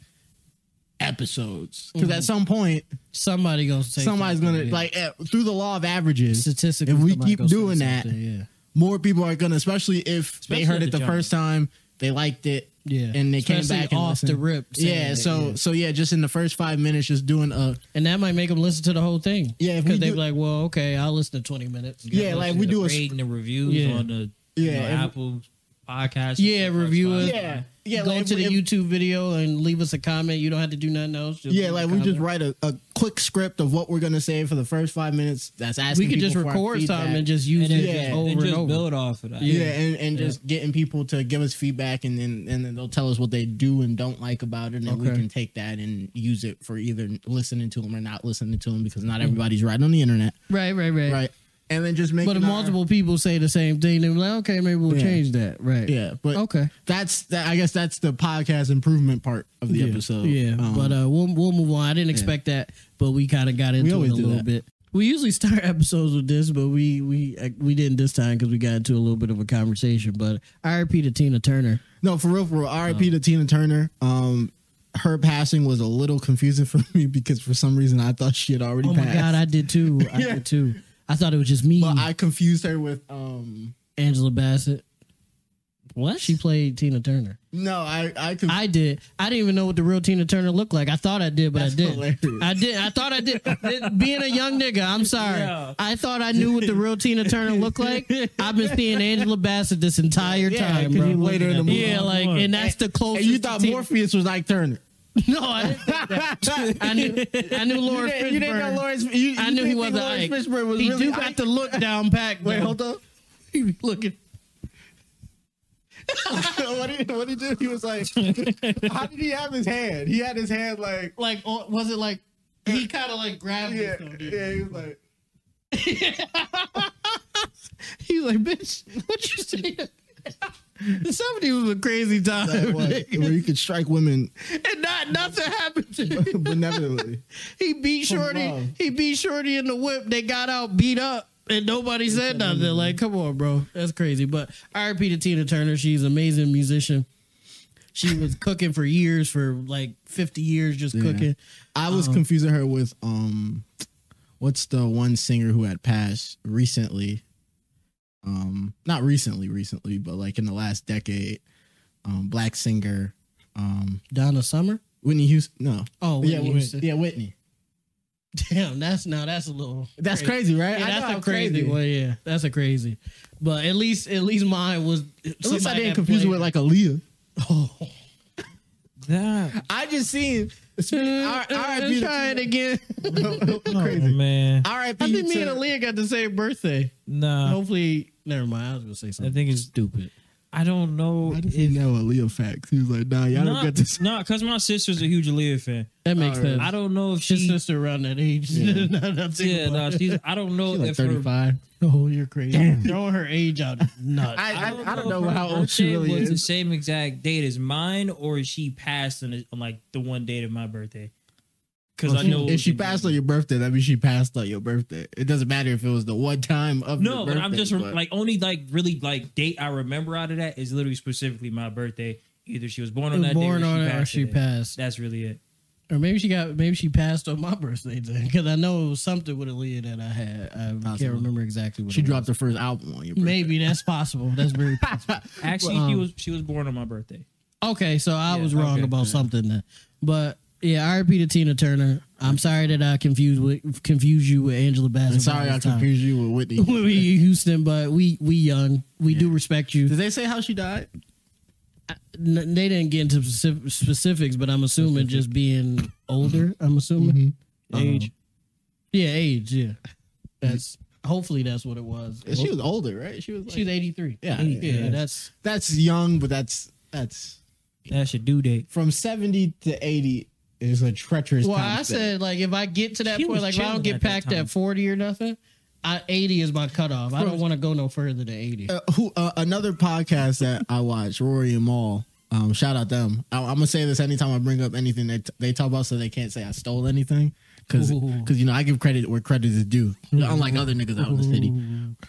S3: episodes because at some point
S1: Somebody gonna say
S3: somebody's
S1: something,
S3: gonna
S1: Mm-hmm. yeah.
S3: like eh, through the law of averages
S1: statistically.
S3: if we
S1: somebody
S3: keep
S1: gonna say
S3: doing that,
S1: something, yeah.
S3: more people are gonna especially if
S2: Especially
S3: they heard
S2: at
S3: it
S2: the
S3: the first time they liked it
S1: Yeah.
S3: and they
S1: Especially
S3: came back and
S1: off the
S3: listened.
S1: rip. saying
S3: yeah
S1: that,
S3: so so yeah just in the first five minutes just doing a
S1: And that might make them listen to the whole thing.
S3: Yeah, if we
S1: because they
S3: do-
S1: be like, well, okay, I'll listen to 20 minutes.
S3: Yeah, like, we do a-
S2: rating the reviews
S1: Yeah.
S2: on the you
S3: Yeah,
S2: know,
S3: every-
S2: Apple podcast.
S1: Yeah,
S2: or
S1: review
S2: Spotify.
S1: it.
S3: yeah yeah
S1: Go
S3: like,
S1: to the
S3: if-
S1: YouTube video and leave us a comment. You don't have to do nothing else. Just
S3: yeah
S1: leave a
S3: like we just
S1: comment.
S3: write a, a quick script of what we're gonna say for the first five minutes that's asking
S1: We could just
S3: people for our
S1: record something
S3: feedback.
S1: and just use
S2: And then
S1: it
S3: Yeah.
S1: just
S2: just,
S1: over
S2: and
S1: and,
S2: just
S1: over.
S2: build off of that.
S3: yeah, and, and just getting people to give us feedback and then and then they'll tell us what they do and don't like about it and then we
S1: Okay.
S3: can take that and use it for either listening to them or not listening to them because not
S1: Mm.
S3: everybody's right on the internet
S1: Right, right, right.
S3: right and then just make
S1: But if multiple people say the same thing, they're like, okay, maybe we'll
S3: Yeah.
S1: change that. Right.
S3: yeah but
S1: Okay.
S3: that's that i guess that's the podcast improvement part of the
S1: yeah.
S3: episode
S1: Yeah,
S3: Um,
S1: but uh, we'll we'll move on. I didn't expect that, but we kind of got into it
S3: always
S1: a
S3: do
S1: little
S3: that.
S1: bit. We usually start [laughs] episodes with this, but we we uh, we didn't this time because we got into a little bit of a conversation. But R.I.P. to Tina Turner.
S3: No, for real, for real. RIP
S1: uh,
S3: to Tina Turner. Um, her passing was a little confusing [laughs] for me because for some reason I thought she had already
S1: Oh my
S3: passed.
S1: God, I did too.
S3: [laughs]
S1: I
S3: Yeah.
S1: did too. I thought it was just me,
S3: but I confused her with um.
S1: Angela Bassett.
S2: What?
S1: She played Tina Turner.
S3: No, I I confused.
S1: I did. I didn't even know what the real Tina Turner looked like. I thought I did, but
S3: That's
S1: I didn't.
S3: hilarious.
S1: I did. I thought I did. It- Being a young nigga, I'm sorry.
S2: Yeah.
S1: I thought I knew what the real Tina Turner looked like. I've been seeing Angela Bassett this entire
S3: Yeah,
S1: time,
S3: 'cause
S1: bro.
S3: you later in the movie.
S1: yeah, like, and that's the
S3: And
S1: closest.
S3: you thought
S1: to Tina-
S3: Morpheus was like Turner.
S1: No, I didn't. think that. [laughs] I knew. I knew Lawrence.
S3: [laughs] you didn't know
S1: Fishburne.
S3: Lawrence. You, you
S1: I knew
S3: didn't
S1: he
S3: think
S1: wasn't
S3: Lawrence
S1: Ike.
S3: Fishburne was
S1: he
S3: really
S1: do
S3: Ike?
S1: got the look down pack.
S3: Wait,
S1: though.
S3: hold up.
S1: [laughs] He be looking.
S3: [laughs] what did what he do? He was like, [laughs] how did he have his hand? He had his hand like
S1: like or was it like he kind of like grabbed
S3: [laughs] yeah
S1: it? though, dude.
S3: yeah. He was [laughs] like.
S1: He was like, bitch, what you say? Somebody was a crazy time,
S3: That was-
S1: nigga.
S3: where you could strike women
S1: [laughs]
S3: [laughs]
S1: and not not nothing happened to him.
S3: but nevertheless,
S1: He beat
S3: From
S1: Shorty.
S3: love.
S1: He beat Shorty in the whip. They got out beat up, and nobody said nothing. Like, come on, bro, that's crazy. But R.I.P. to Tina Turner. She's an amazing musician. She
S3: [laughs]
S1: was cooking for years, for like fifty years, just cooking.
S3: I was confusing her with um, what's the one singer who had passed recently? Um, not recently, recently, but like in the last decade, um, black singer, um,
S1: Donna Summer.
S3: Whitney Houston. No,
S1: Oh,
S3: yeah,
S1: Whitney
S3: Whit-
S1: Houston.
S3: yeah, Whitney.
S1: [laughs] Damn, that's now that's a little.
S3: That's
S1: [laughs]
S3: crazy, right?
S1: Yeah,
S3: I know
S1: that's a
S3: I'm
S1: crazy, one. Yeah, that's a crazy. But at least, at least mine was.
S3: At least I didn't confuse it with like Aaliyah.
S1: Oh,
S2: Nah,
S3: I just seen.
S2: Mm,
S1: I,
S3: R.I.P.
S1: try
S3: [laughs]
S1: it again.
S2: [laughs] oh,
S3: Crazy.
S2: man.
S1: [laughs]
S3: R.I.P.
S1: I think me [laughs]
S3: to-
S1: and Aaliyah got the same birthday.
S2: Nah,
S1: Hopefully, never mind. I was gonna say
S2: I
S1: something.
S2: think it's
S1: stupid.
S2: I don't know.
S3: I just didn't know Aaliyah facts. He was like, "Nah, y'all don't get this."
S2: No, because my sister's a huge Aaliyah fan.
S1: That makes
S3: Alright.
S1: sense.
S2: I don't know if
S1: His
S2: she's.
S1: sister around that age. [laughs]
S3: Yeah.
S1: Now that I'm thinking
S2: Yeah,
S1: about
S2: no,
S1: it.
S2: she's. I
S1: [laughs]
S2: don't know
S3: She's like
S2: if her.
S3: thirty-five.
S1: Oh, you're crazy. [laughs]
S3: [laughs]
S1: Throwing her age out. is Nuts.
S3: I-
S2: if her birthday was The
S3: is.
S2: same exact date as mine, or is she passed on, the- on like the one date of my birthday? Because I know it
S3: if
S2: was
S3: she
S2: the-
S3: passed on your birthday, that means she passed on your birthday. It doesn't matter if it was the one time of
S2: No,
S3: your
S2: but I'm
S3: birthday,
S2: just rem like only like really like date I remember out of that is literally specifically my birthday. Either she was born on
S1: was
S2: that
S1: born
S2: day, or she
S1: on it,
S2: passed
S1: or she
S2: today.
S1: passed,
S2: That's really it.
S1: or maybe she got, maybe she passed on my [laughs] birthday then, because I know it was something with Aaliyah that I had. I
S3: Possible.
S1: can't remember exactly what
S3: she
S1: it was.
S3: dropped her first album on your birthday.
S1: Maybe that's possible. That's very possible.
S2: Actually,
S1: Well,
S2: she
S1: um,
S2: was she was born on my birthday.
S1: Okay, so I
S2: Yeah,
S1: was wrong
S2: okay.
S1: about something then. But yeah, I repeated Tina Turner. I'm sorry that I confused with, confused you with Angela Bassett.
S3: I'm sorry I
S1: Valentine. [laughs]
S3: confused you with
S2: [laughs]
S3: Whitney.
S1: we Houston, but we we young. We do respect you.
S3: Did they say how she died?
S1: N- they didn't get into specif- specifics, but I'm assuming just being older. I'm assuming
S3: Mm-hmm.
S2: Age.
S1: Yeah, age. Yeah, that's hopefully that's what it was.
S3: She was older, right? She was. Like,
S1: she's 83.
S3: Yeah,
S1: yeah,
S3: yeah.
S1: that's
S3: that's young, but that's that's
S2: That's your due date.
S3: from seventy to eighty is a treacherous.
S1: Well,
S3: time
S1: I
S3: span.
S1: said like if I get to that
S2: She was
S1: point, like if I don't
S2: chilling
S1: get
S2: at that
S1: packed
S2: time.
S1: at forty or nothing, I, eighty is my cutoff. I don't want to go no further than eighty.
S3: uh, who uh, another podcast that I watch, Rory and Maul. Um, shout out them. I, I'm gonna say this anytime I bring up anything that they talk about, so they can't say I stole anything, because
S1: Ooh.
S3: you know I give credit where credit is due, unlike other niggas out in the city.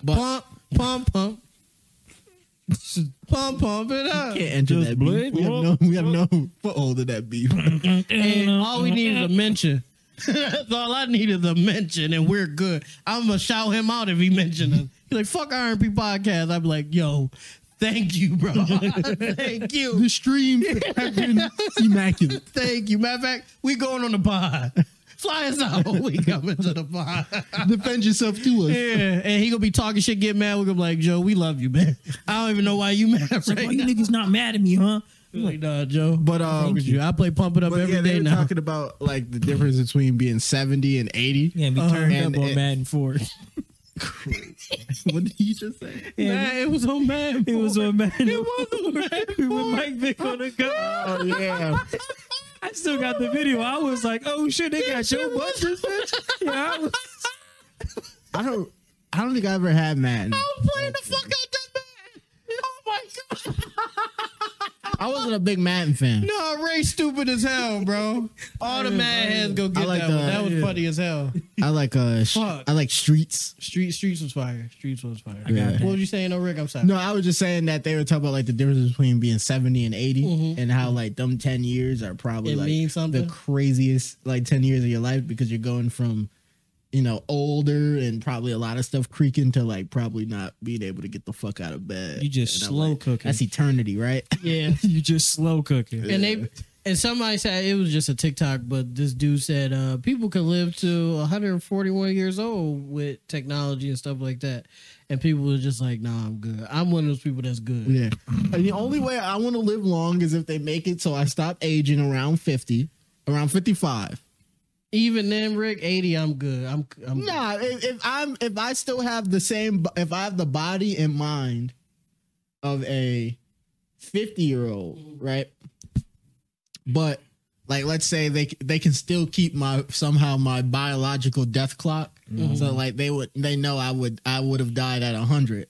S3: But
S1: Pump, pump, pump, pump, pump it up.
S3: can't enter
S2: Just
S3: that beef.
S2: blade
S3: We have no, we have no foothold in that beef.
S1: And
S2: uh,
S1: all we need
S2: [laughs]
S1: is a mention. [laughs] That's all I need is a mention, and we're good. I'm gonna shout him out if he mentioned us. He's like, "Fuck R&B podcast." I'm like, "Yo, thank
S2: [laughs]
S1: you, bro. thank you,
S3: the stream has been [laughs] immaculate.
S1: thank you." Matter of fact, we going on the pod. [laughs] Fly us out. [laughs] We coming to the pod. [laughs]
S3: Defend yourself to us.
S1: Yeah, [laughs] and he gonna be talking shit, get mad. We're gonna be like, Joe, we love you, man. [laughs] I don't even know why you mad right
S2: Why you
S1: now.
S2: niggas not mad at me, huh?
S1: I'm Like, nah, Joe.
S3: But um,
S1: Fuck you. I play Pump It Up
S3: but
S1: every day
S3: yeah, they were
S1: now.
S3: talking about like the difference between being 70 and 80.
S2: Yeah, we turned
S3: uh-huh. and
S2: up on
S3: it-
S2: Madden Four.
S3: [laughs]
S2: [laughs]
S3: what did you just
S1: [laughs]
S3: say?
S1: [laughs] Nah, it was on man.
S2: It was on Madden.
S1: It was [laughs] on
S2: [laughs] with
S1: man.
S2: Mike Vick on the cover.
S3: Oh yeah.
S2: I still got the
S1: [laughs]
S2: video. I was like, oh shit, they got your butt. Yeah, I was-
S3: I don't. I don't think I ever
S1: [laughs]
S3: had Madden.
S1: I'm playing the fuck out that man. Oh my god.
S3: I wasn't a big Madden fan.
S1: No, Ray stupid as hell, [laughs] bro. All the mad heads go get
S3: like
S1: that
S3: the-
S1: one. That was
S3: yeah.
S1: funny as hell.
S3: I like uh, sh-
S1: Fuck.
S3: I like Streets.
S1: Street Streets was fire. Streets was fire.
S3: Yeah.
S1: What was you saying, no Rick? I'm sorry.
S3: No, I was just saying that they were talking about like the difference between being seventy and 80
S2: Mm-hmm.
S3: and how like them ten years are probably
S1: It
S3: like
S1: means something.
S3: the craziest like ten years of your life because you're going from you know older and probably a lot of stuff creaking to like probably not being able to get the fuck out of bed.
S2: You just
S3: And I'm
S2: slow
S3: like,
S2: cooking.
S3: That's eternity, right? [laughs]
S1: Yeah.
S2: [laughs] you just slow cooking. [laughs]
S1: and they and somebody said it was just a TikTok, but this dude said uh, people can live to 141 years old with technology and stuff like that, and people were just like, "Nah, I'm good. I'm one of those people that's good."
S3: Yeah. And the only way I want to live long is if they make it so I stop aging around 50, around 55.
S1: Even then, Rick, 80, I'm good. I'm I'm good.
S3: Nah, if, if I'm if I still have the same bo- if I have the body and mind of a 50-year-old,
S1: Mm-hmm.
S3: right? But like let's say they c- they can still keep my somehow my biological death clock.
S1: Mm-hmm.
S3: So like they would they know I would I would have died at 100.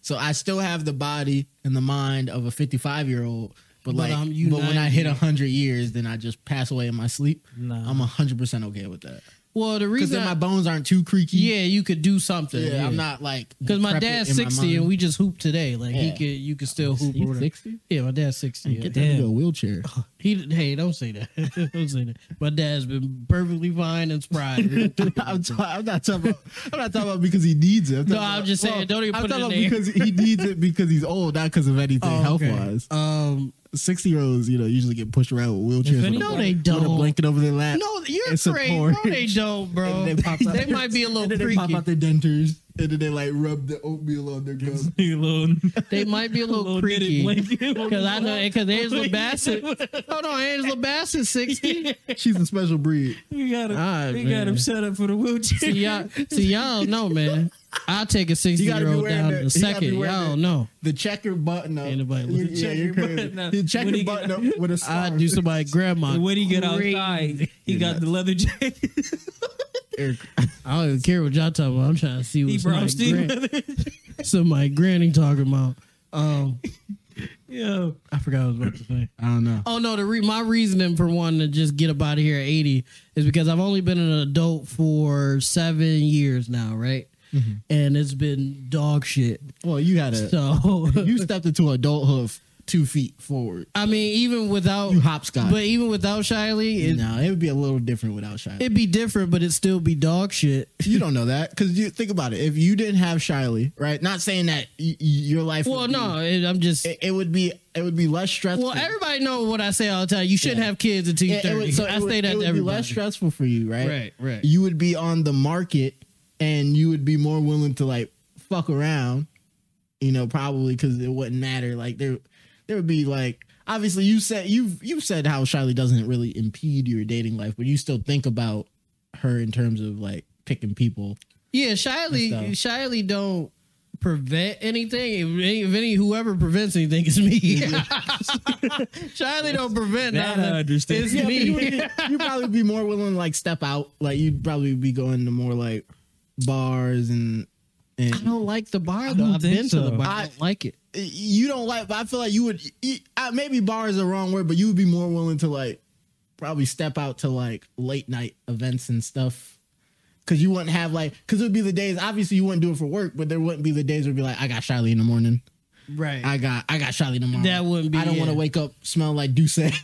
S3: So I still have the body and the mind of a 55-year-old, But,
S1: But um,
S3: like,
S1: I'm
S3: but when I hit
S1: united.
S3: hundred years, then I just pass away in my sleep.
S2: Nah.
S3: I'm hundred percent okay with that
S1: Well, the
S3: because
S1: reason
S3: then my
S1: I-
S3: bones aren't too creaky.
S1: yeah, you could do something.
S3: Yeah, I'm not like
S1: because my
S3: decrepit
S1: dad's
S3: in my
S1: sixty and
S3: mind.
S1: we just hoop today. Like he
S3: Yeah.
S1: could, you could still [laughs] hoop.
S3: He's
S1: or whatever.
S3: 60?
S1: Yeah, my dad's sixty. yeah.
S3: get that nigga
S2: Damn.
S1: [laughs]
S3: a wheelchair. [laughs]
S1: He hey, don't say that. [laughs] don't say that. My dad's been perfectly fine and
S3: [laughs]
S1: spry.
S3: I'm, t- I'm not talking. About, I'm not talking about because he needs it.
S1: No,
S3: talking
S1: I'm just saying, don't even
S3: I'm
S1: put it
S3: talking
S1: in
S3: about because he needs it because he's old, not because of anything
S1: Oh,
S3: health
S1: okay.
S3: wise.
S1: um,
S3: Sixty year olds, you know, usually get pushed around with wheelchairs.
S2: any-
S3: with a
S1: No,
S3: blan-
S1: they
S3: With a
S1: don't.
S3: blanket over their lap.
S1: no, you're
S3: It's a
S1: crazy. No,
S3: porridge. [laughs]
S1: they don't, bro.
S3: And
S1: They,
S3: then pop out their-
S1: might be a little
S3: and then they
S1: creaky.
S3: pop out their dentures, and then they like rub the oatmeal on
S1: [laughs]
S3: their gums.
S1: They might be a little,
S2: Little knitted
S1: [laughs] creaky.
S2: blanket. [laughs]
S1: Because I know because
S3: [laughs]
S1: Angela Bassett. Hold on, Angela Bassett sixty.
S3: She's a special breed.
S2: we got him.
S1: Ah,
S2: we got
S1: man.
S2: him set up for the wheelchair.
S1: See y'all, see y'all don't know, man. I take a sixty
S3: You gotta
S1: year
S3: be
S1: old
S3: wearing
S1: down
S3: the-
S1: in
S3: you
S1: a
S3: gotta be
S1: second.
S3: wearing
S1: Y'all
S3: the-
S1: don't know.
S3: The checker button up.
S1: Anybody
S3: You-
S1: with
S2: the
S3: yeah,
S2: checker
S3: you're crazy.
S2: button up.
S3: The
S2: When
S3: checker
S2: he get
S3: button
S2: out-
S3: up [laughs] with a
S1: I
S3: scarf.
S1: do somebody
S2: [laughs]
S1: grandma.
S2: when he get
S1: crazy.
S2: outside, he got the leather jacket. [laughs]
S3: Eric,
S1: I don't even care what y'all talking about. I'm trying to see
S2: he
S1: what
S2: brought
S1: somebody,
S2: Steve
S1: gran- [laughs]
S2: leather.
S1: somebody granny talking about. Um,
S2: Yo,
S1: I forgot what I was about to say.
S3: I don't know.
S1: Oh no, the re- my reasoning for wanting to just get up out of here at 80 is because I've only been an adult for seven years now, right?
S3: Mm-hmm.
S1: And it's been dog shit.
S3: Well, you had a
S1: So [laughs]
S3: you stepped into adulthood f- two feet forward.
S1: I mean, even without
S3: You hopscotch.
S1: but even without Shiley, it,
S3: no, it would be a little different without Shiley.
S1: it'd be different, but it'd still be dog shit.
S3: you don't know that because you think about it. If you didn't have Shiley, right? Not saying that y- y- your life.
S1: Well,
S3: would be-
S1: no, it, I'm just.
S3: it, it would be it would be less stressful.
S1: well, everybody know what I say all the time. You shouldn't
S3: Yeah.
S1: have kids until you're
S3: Yeah, it
S1: 30.
S3: would, so
S1: I
S3: it would,
S1: say
S3: it
S1: that
S3: would
S1: to
S3: be less
S1: everybody.
S3: stressful for you, right?
S1: Right, right.
S3: You would be on the market, and you would be more willing to like fuck around. You know, probably because it wouldn't matter. Like there, there would be like obviously you said you've you've said how Shiley doesn't really impede your dating life, but you still think about her in terms of like picking people.
S1: Yeah, Shiley,
S3: and
S1: Shiley don't prevent anything. If any, if any whoever prevents anything, it's me. [laughs] Shiley don't prevent
S2: that
S1: nothing.
S2: I understand.
S1: It's
S2: Yeah, but
S1: me.
S3: you would you'd probably be more willing to like step out. Like you'd probably be going to more like bars and and
S1: I don't like the bar
S2: don't
S1: though. I've
S2: think
S1: been to
S2: so.
S1: the bar. I,
S3: I-
S1: don't like it.
S3: you don't like. But I feel like you would. You, uh, maybe bar is the wrong word, but you would be more willing to like probably step out to like late night events and stuff. Cause you wouldn't have like, cause it would be the days. Obviously, you wouldn't do it for work, but there wouldn't be the days where it'd be like, I got Shiley in the morning.
S1: Right.
S3: I got I got Shiley tomorrow.
S1: That wouldn't be
S3: I don't want to
S1: it.
S3: wake up smell like [laughs] Duce.
S1: and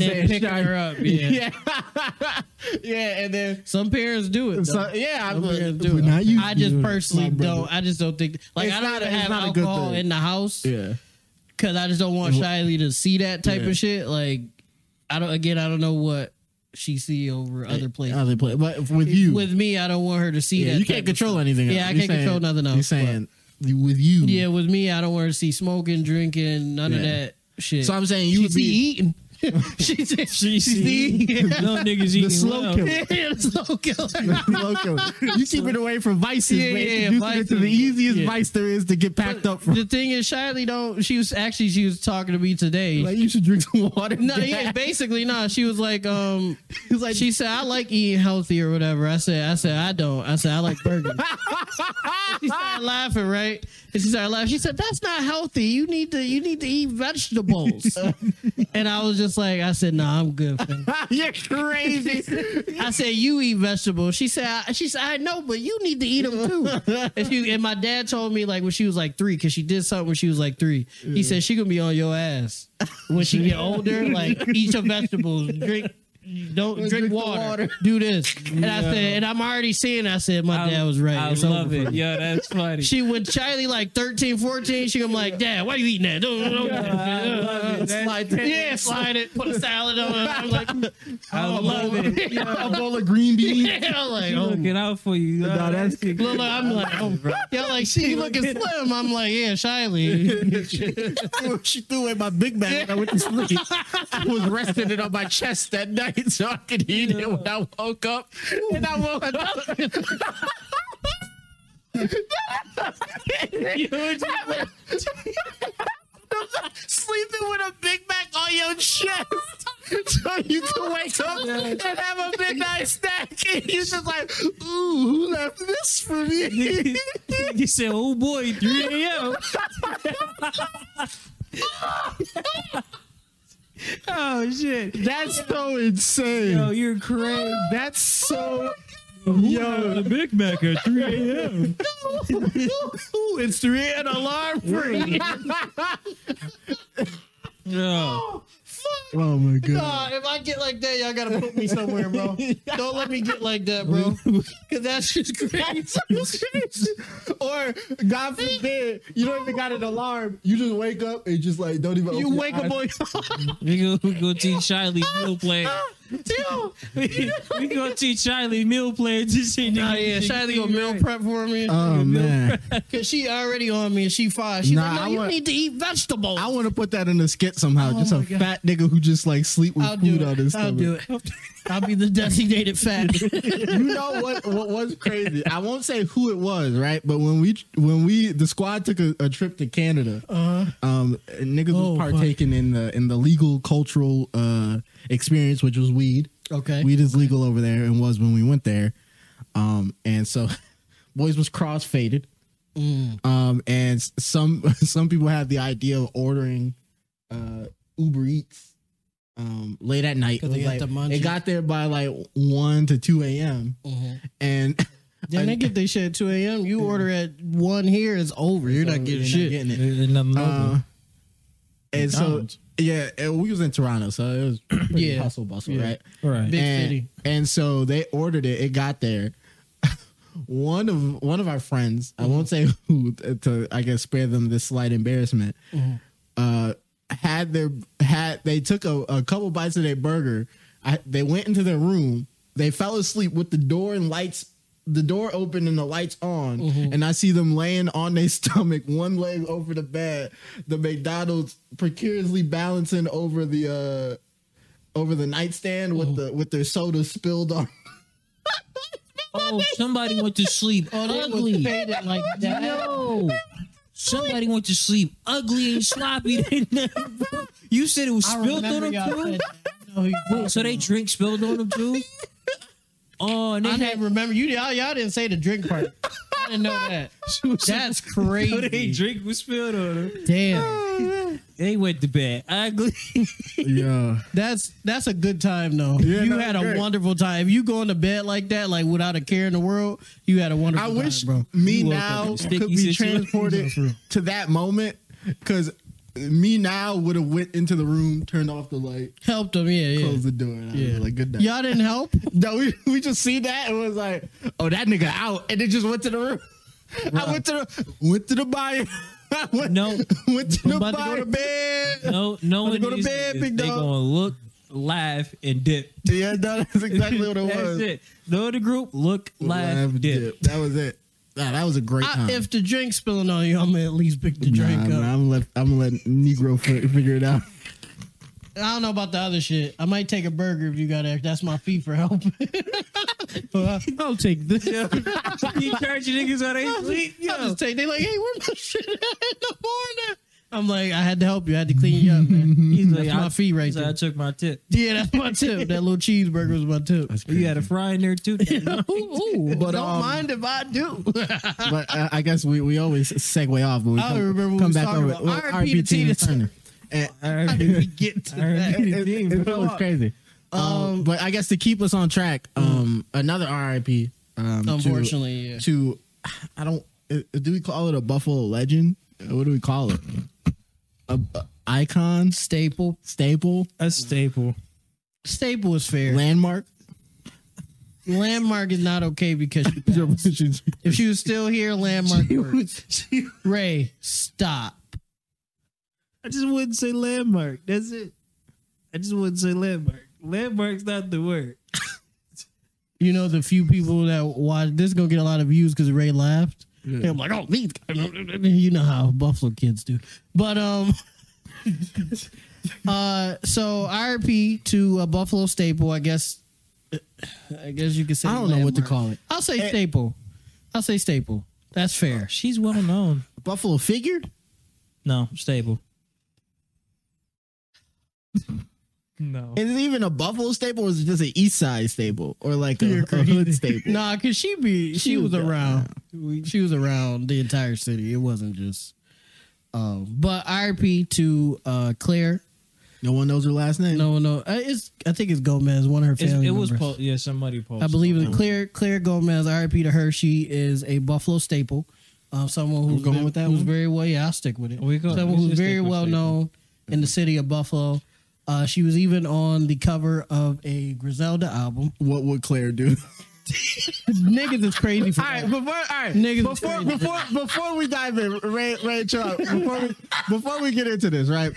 S1: then picking her up. Yeah.
S3: [laughs] yeah, yeah, and then
S1: Some parents do it. Though.
S3: so, yeah, I
S1: Some
S3: would.
S1: parents do it.
S3: but not you.
S1: I just
S3: My
S1: personally
S3: brother.
S1: don't. I just don't think. Like
S3: It's
S1: I don't
S3: not a-
S1: even
S3: it's
S1: have
S3: not a good
S1: alcohol
S3: thing.
S1: in the house
S3: Yeah,
S1: because I just don't want Shiley to see that type
S3: Yeah.
S1: of shit. Like I don't. Again, I don't know what she see over other places.
S3: other place, but with you,
S1: with me, I don't want her to see
S3: Yeah,
S1: that.
S3: you
S1: type
S3: can't
S1: of
S3: control
S1: stuff.
S3: anything.
S1: Yeah,
S3: else.
S1: I
S3: You're
S1: can't control nothing
S3: You're
S1: else,
S3: saying with you.
S1: Yeah, with me, I don't want her to see smoking, drinking, none of
S3: Yeah.
S1: that shit.
S3: So I'm saying you
S1: she
S3: would
S1: see
S3: be
S1: eating. [laughs]
S3: [laughs]
S1: she see, she
S2: She's
S1: see
S2: eating.
S1: eating.
S2: [laughs]
S1: [laughs]
S2: No niggas eating
S3: slow
S2: well.
S3: killer.
S1: Yeah, slow killer.
S3: loco. [laughs] You keep it away from vices,
S1: Yeah,
S3: man.
S1: yeah,
S3: Introducing it to the
S1: vices.
S3: easiest
S1: Yeah.
S3: vice there is to get packed up from.
S1: The thing is, Shiley don't. She was actually she was talking to me today.
S3: Like you should drink some water.
S1: no, yeah, basically, no. She was like, um,
S3: [laughs] He's like,
S1: she said, I like eating healthy or whatever. I said, I said, I don't. I said, I like
S3: [laughs]
S1: burgers. she started laughing, right? And she started laughing. She said, That's not healthy. You need to you need to eat
S3: [laughs]
S1: vegetables. and I was just like, I said, nah, I'm good. fam."
S3: [laughs]
S1: [laughs]
S3: you're crazy.
S1: I said, You eat vegetables. She said, I, she said, I know, but you need to eat them too. If you and my dad told me like when she was like three, because she did something when she was like three. He said she gonna be on your ass when she get older. Like eat your vegetables, drink. Don't drink,
S3: drink the
S1: water.
S3: water.
S1: Do this, and I said, and I'm already seeing. I said, my dad was right.
S2: I
S1: It's
S2: love
S1: over for
S2: it.
S1: me.
S2: Yeah, that's funny.
S1: She when Charlie like 13, 14, she gonna be like, Dad, why you eating that? [laughs] Don't- don't-
S2: I love it. That's-
S3: [laughs] Slide that-
S1: yeah, slide it, put a salad on it. I'm like,
S2: I love it.
S3: a bowl of green beans.
S1: yeah, I'm like,
S2: She
S1: oh
S2: looking out for you.
S3: Nah, that's
S1: Look, look, I'm like, oh, yeah, like she looking slim. I'm like, yeah,
S3: [laughs]
S1: Shiley.
S3: she threw away my Big Mac when I went to sleep. [laughs] I was resting it on my chest that night so I could eat it when I woke up. And I woke up. [laughs] Sleeping with a Big Mac on your chest so you can wake up and have a midnight snack. And you're just like, ooh, who left this for [laughs] me?
S1: [laughs]
S2: you said, "Oh boy, 3 a.m."
S5: oh shit!
S3: That's so insane.
S5: Yo, you're crazy.
S3: That's so.
S5: Yo,
S3: [laughs] Yo,
S5: the Big Mac at
S1: [laughs]
S5: 3 a.m.
S3: it's three and alarm free.
S5: No,
S3: oh my
S1: Nah, if I get like that, y'all gotta put me somewhere,
S3: [laughs]
S1: bro. Don't let me get like that,
S3: Oh,
S1: bro. Cause that's just crazy.
S3: [laughs] or God forbid, you don't even got an alarm. You just wake up and just like don't even.
S1: You
S3: open your
S1: wake up
S3: eyes.
S1: on
S5: we go we go teach Shiley meal plan.
S1: [laughs]
S3: [laughs]
S1: Yo,
S5: we we go teach Shiley meal plan to say
S1: Nah, yeah, Shiley gonna meal prep for me.
S3: Oh man,
S1: Cause she already on me and she fine. She's
S3: Nah,
S1: like, no,
S3: I
S1: you
S3: want-
S1: need to eat vegetables.
S3: I want to put that in a skit somehow. just a
S1: Oh my God.
S3: fat nigga who just like sleep with
S1: I'll do
S3: food on his
S1: it. I'll
S3: stomach.
S1: do it. I'll be
S3: [laughs]
S1: the designated fat. [laughs]
S3: you know what what was crazy? I won't say who it was, right? But when we when we the squad took a, a trip to Canada, um, niggas
S1: Uh-huh. Oh,
S3: was
S1: fuck.
S3: partaking in the in the legal cultural uh experience, which was weed.
S1: Okay.
S3: Weed is legal over there and was when we went there. Um, and so [laughs] boys was cross faded.
S1: Mm.
S3: Um, and s- some [laughs] some people had the idea of ordering uh Uber Eats um late at night.
S1: 'Cause they
S3: It was
S1: got
S3: like-
S1: the munchies.
S3: it
S1: Mm.
S3: got there by like one to two AM and
S1: [laughs]
S3: [laughs]
S1: Then they get their shit at 2 a.m. You order at 1 here, it's over. You're not getting shit.
S3: getting it.
S5: In the
S3: Uh, and so
S5: McDonald's.
S3: yeah, and we was in Toronto, so it was pretty
S1: Yeah.
S3: hustle bustle,
S1: Yeah.
S3: right?
S5: right.
S1: Big
S3: and,
S1: city.
S3: And so they ordered it. It got there. [laughs] one of one of our friends, I won't say who, to I guess spare them this slight embarrassment. Uh, had their had they took a, a couple bites of their burger. I, they went into their room. They fell asleep with the door and lights. The door open and the lights on,
S1: Mm-hmm.
S3: and I see them laying on their [laughs] stomach, one leg over the bed. The McDonald's precariously balancing over the uh, over the nightstand with the with their soda spilled on. [laughs]
S5: Oh, somebody went to sleep.
S1: Oh, they was
S5: ugly.
S1: faded like that.
S5: Yo. Somebody went to sleep ugly and sloppy. They never- you said it was
S1: I
S5: spilled on
S1: remember
S5: them
S1: y'all
S5: too.
S1: said- I know who you
S3: Oh,
S1: talking
S5: So they
S1: about.
S5: drink spilled on them too. Oh, and they
S1: I
S5: had,
S1: didn't remember you. Y'all, y'all didn't say the drink part. I didn't know that.
S3: [laughs]
S1: That's crazy.
S5: drink was spilled on them.
S1: Damn,
S5: They went to bed ugly.
S3: Yeah,
S1: that's that's a good time though.
S3: Yeah,
S1: you
S3: no,
S1: had a
S3: great.
S1: wonderful time. If you going to bed like that, like without a care in the world, you had a wonderful
S3: I
S1: time,
S3: wish
S1: bro.
S3: me
S5: You woke up in
S3: now
S5: a sticky
S3: could be
S5: situation. [laughs]
S3: transported to that moment because me now would have went into the room, turned off the light,
S1: Helped them, yeah, yeah.
S3: closed the door, and I
S1: Yeah.
S3: was like, "Good night."
S1: Y'all didn't
S3: [laughs]
S1: help.
S3: No, we, we just see that and was like, "Oh, that nigga out," and it just went to the room. I went to the went to the buyer. [laughs] I went,
S5: No.
S3: went to the
S5: I'm about to go
S3: buyer
S5: to
S3: bed.
S5: No, no
S3: Let's
S5: one
S3: go to
S5: needs
S3: bed,
S5: this.
S3: big
S5: They
S3: dog.
S5: gonna look, laugh, and dip.
S3: Yeah, no, that's exactly what
S5: [laughs]
S3: it
S5: That's
S3: was.
S5: it. The other group look, laugh,
S3: Laugh,
S5: dip.
S3: dip. That was it. Nah, that was a great
S1: I,
S3: time.
S1: if the drink's spilling on you, I'm gonna at least pick the drink
S3: Nah,
S1: up.
S3: man, I'm let I'm gonna let Negro fi- figure
S1: [laughs]
S3: it out.
S1: I don't know about the other shit. I might take a burger if you got it. That's my fee for help. Well,
S5: [laughs]
S1: I'll take this.
S5: you charge your niggas while they sleep.
S1: I'll
S5: Yo.
S1: just take. They like, hey, where my [laughs] shit at in the morning? I'm like, I had to help you. I had to clean you up,
S5: [laughs]
S1: man.
S5: He's
S1: That's my fee right
S5: he's like, I
S1: there.
S5: took my tip.
S1: [laughs] Yeah, that's my tip. That little cheeseburger was my tip. [laughs]
S5: You had a fry in there [laughs] too.
S1: Ooh, ooh,
S3: But,
S1: don't
S3: um,
S1: mind if I do.
S3: but uh, I guess we, we always segue off. But we
S1: I
S3: come,
S1: remember we
S3: come
S1: was
S3: back
S1: talking
S3: over.
S1: about
S3: well,
S1: RIP
S3: RIP
S1: to
S3: Tina
S1: Tina
S3: Turner. And,
S1: [laughs]
S5: I
S1: we get to that.
S5: RIP.
S3: it,
S5: Tina,
S3: it- it
S5: bro.
S3: was crazy. Um, but I guess to keep us on track, um, another RIP. Um, to-
S1: Mm. Unfortunately, yeah.
S3: to, I don't. uh, Do we call it a Buffalo legend? Uh, What do we call it? A, a icon,
S1: Staple.
S3: staple,
S5: a staple.
S1: Staple is fair.
S3: landmark.
S1: Landmark is not okay because she passed. if she was still here, landmark. works. Ray, stop.
S5: I just wouldn't say landmark. That's it. I just wouldn't say landmark. Landmark's not the word.
S1: you know the few people that watch this is gonna get a lot of views because Ray laughed. And I'm like, oh, these guys, you know how Buffalo kids do. But um, [laughs] uh, so RP to a Buffalo staple, I guess. uh, I guess you could say.
S3: I don't know what to
S1: landmark.
S3: call it. Eh.
S1: I'll say staple. I'll say staple. That's fair.
S5: She's well known.
S3: Buffalo figure.
S5: No, stable. [laughs] No.
S3: Is it even a Buffalo staple, or is it just an East Side staple, or like a,
S1: You're
S3: a
S1: crazy.
S3: hood staple?
S1: Nah, cause she be she,
S3: She
S1: was
S3: was
S1: around. She was around the entire city. It wasn't just Um, but RP to uh, Claire.
S3: No one knows her last name.
S1: No, no, uh, it's I think it's Gomez, one of her
S2: It's,
S1: family
S2: it was
S1: members.
S2: po- yeah somebody posted.
S1: I believe
S2: it.
S1: it's Claire Claire Gomez. RP to her. She is a Buffalo staple. Um, someone who's
S3: going
S1: ve-
S3: with that
S1: who's
S3: one?
S1: very well. Yeah, I'll stick with it.
S2: We go- we
S1: someone who's
S2: should
S1: very
S2: stick with
S1: well
S2: staple.
S1: known in the city of Buffalo. Uh, she was even on the cover of a Griselda
S3: [laughs]
S1: album.
S3: What would Claire do?
S1: Niggas is crazy for
S3: All right,
S1: that.
S3: before all right,
S1: Niggas
S3: before
S1: is crazy.
S3: before before we dive in, Ray, Ray, chill out. Before we before we get into this, right?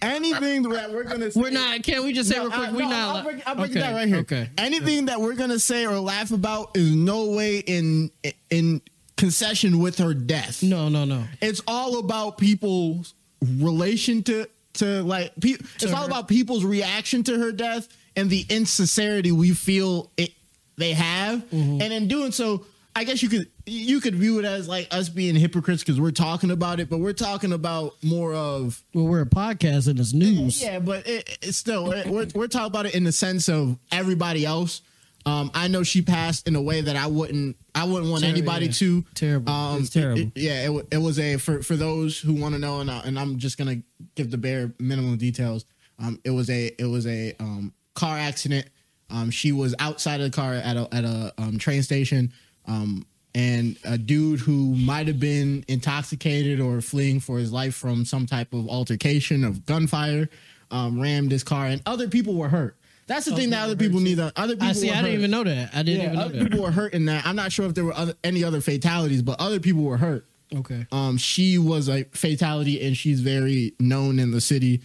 S3: Anything that we're gonna say,
S1: We're not. Can we just say real
S3: I-
S1: quick? we're
S3: no,
S1: not.
S3: I'll
S1: li-
S3: break, I'll break
S1: okay.
S3: that right here.
S1: Okay.
S3: Anything that we're gonna say or laugh about is no way in in concession with her death.
S1: No, no, no.
S3: it's all about people's relation to to like pe- it's all
S1: her.
S3: about people's reaction to her death and the insincerity we feel it they have and in doing so i guess you could you could view it as like us being hypocrites because we're talking about it but we're talking about more of
S1: Well, we're a podcast and it's news.
S3: yeah but it, it's still it- we're, we're talking about it in the sense of everybody else um, I know she passed in a way that I wouldn't. I wouldn't want
S1: Terrible,
S3: anybody
S1: yeah.
S3: to
S1: Terrible.
S3: um,
S2: It's terrible.
S3: it- it- yeah, it, wa- it was a for for those who want to know, and, I, and I'm just gonna give the bare minimum details. Um, it was a it was a um, car accident. Um, she was outside of the car at a at a um, train station, um, and a dude who might have been intoxicated or fleeing for his life from some type of altercation of gunfire um, rammed his car, and other people were hurt. That's the thing that other people need. to- Other people
S1: I see.
S3: were
S1: I didn't
S3: hurt.
S1: even know that. I didn't
S3: Yeah,
S1: even know
S3: other
S1: that.
S3: people were hurt in that. I'm not sure if there were other, any other fatalities, but other people were hurt.
S1: Okay.
S3: Um, she was a fatality, and she's very known in the city.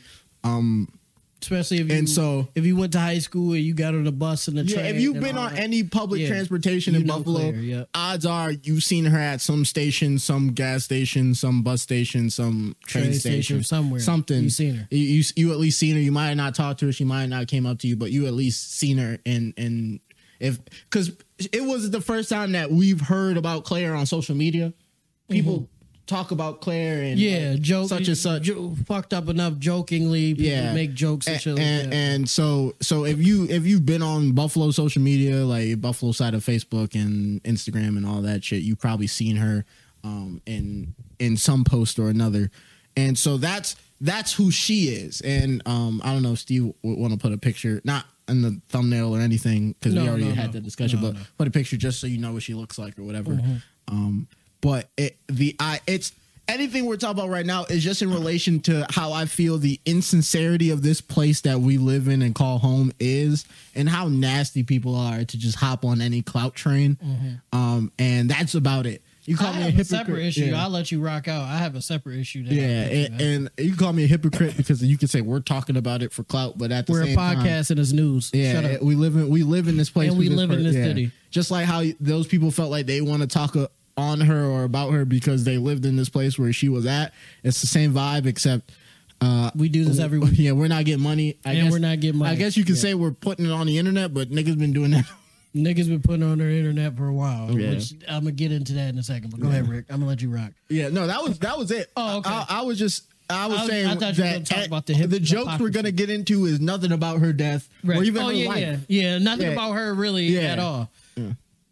S1: Especially if you
S3: And so-
S1: if you went to high school and you got on the bus and the
S3: Yeah,
S1: train.
S3: if you've
S1: and
S3: been
S1: all
S3: on
S1: that.
S3: any public
S1: Yeah.
S3: transportation
S1: You
S3: in
S1: know
S3: Buffalo,
S1: Claire, yeah.
S3: odds are you've seen her at some station, some gas station, some bus station, some train,
S1: Train station,
S3: station,
S1: somewhere.
S3: something.
S1: You've seen her.
S3: You, you you at least seen her. You might have not talked to her. She might have not came up to you, but you at least seen her. And and if because it was the first time that we've heard about Claire on social media, people talk about Claire and
S1: yeah,
S3: like,
S1: joke
S3: such and such.
S1: jo- fucked up enough jokingly. People
S3: Yeah.
S1: make jokes and,
S3: and,
S1: shit. Like
S3: and,
S1: that.
S3: and so so if you if you've been on Buffalo social media like Buffalo side of Facebook and Instagram and all that shit, you've probably seen her um, in in some post or another, and so that's that's who she is. And um, I don't know if Steve would want to put a picture not in the thumbnail or anything because
S1: No,
S3: we already
S1: no,
S3: had
S1: no.
S3: that discussion,
S1: No, Mm-hmm.
S3: but put a picture just so you know what she looks like or whatever. Um, but it, the I it's anything we're talking about right now is just in relation to how I feel the insincerity of this place that we live in and call home is, and how nasty people are to just hop on any clout train. Um, and that's about it. You
S1: Mm-hmm. I
S3: call me a
S1: have a,
S3: hypocrite.
S1: separate issue.
S3: Yeah.
S1: I'll let you rock out. I have a separate issue. That I
S3: yeah,
S1: have with you,
S3: and,
S1: man.
S3: and you call me a hypocrite because you can say we're talking about it for clout, but at the
S1: we're a
S3: same time-
S1: podcast and it's news.
S3: yeah,
S1: Shut up.
S3: we live in we live in this place,
S1: And we
S3: with
S1: live in
S3: per-
S1: this city.
S3: Just like how those people felt like they want to talk uh, on her or about her because they lived in this place where she was at. It's the same vibe, except uh,
S1: we do this
S3: [laughs]
S1: every week.
S3: yeah, we're not getting money. I
S1: And
S3: guess,
S1: we're not getting money.
S3: I guess you could
S1: Yeah.
S3: say we're putting it on the internet, but niggas been doing that. [laughs]
S1: Niggas been putting on their internet for a while.
S3: Yeah.
S1: Which I'm gonna get into that in a second. But go ahead, Rick. I'm gonna let you rock.
S3: yeah, no, that was that was it.
S1: Oh, okay.
S3: I, I was just. I was
S1: I was-
S3: saying
S1: I thought you were gonna
S3: that
S1: talk
S3: eh,
S1: about the hip-
S3: the jokes we're
S1: hypocrisy.
S3: gonna get into is nothing about her death or even
S1: oh
S3: her
S1: yeah,
S3: life.
S1: yeah, yeah. Nothing
S3: Yeah.
S1: about her really
S3: Yeah.
S1: at all.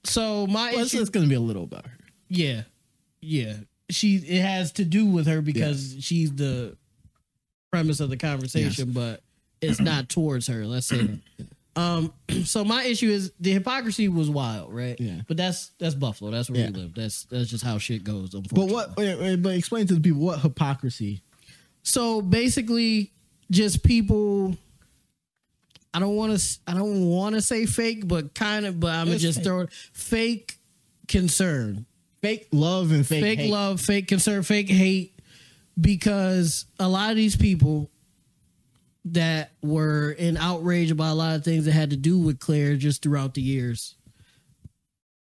S1: So my
S3: Well, it's,
S1: issue,
S3: it's gonna be a little about her.
S1: yeah, yeah. She it has to do with her because she's the premise of the conversation, but it's not towards her. Let's say. that.
S3: [clears throat]
S1: Um, [clears throat] so my issue is the hypocrisy was wild, right?
S3: Yeah.
S1: But that's that's Buffalo. That's where we
S3: Yeah.
S1: live. That's that's just how shit goes.
S3: But
S1: Unfortunately.
S3: what? wait, wait, But explain to the people what hypocrisy
S1: So basically, just people. I don't want to. I don't want to say fake, but kind of. But I'm gonna
S3: It's
S1: just
S3: fake.
S1: throw it. Fake concern,
S3: fake love and fake,
S1: fake,
S3: hate.
S1: love, fake concern, fake hate, because a lot of these people that were in outrage about a lot of things that had to do with Claire just throughout the years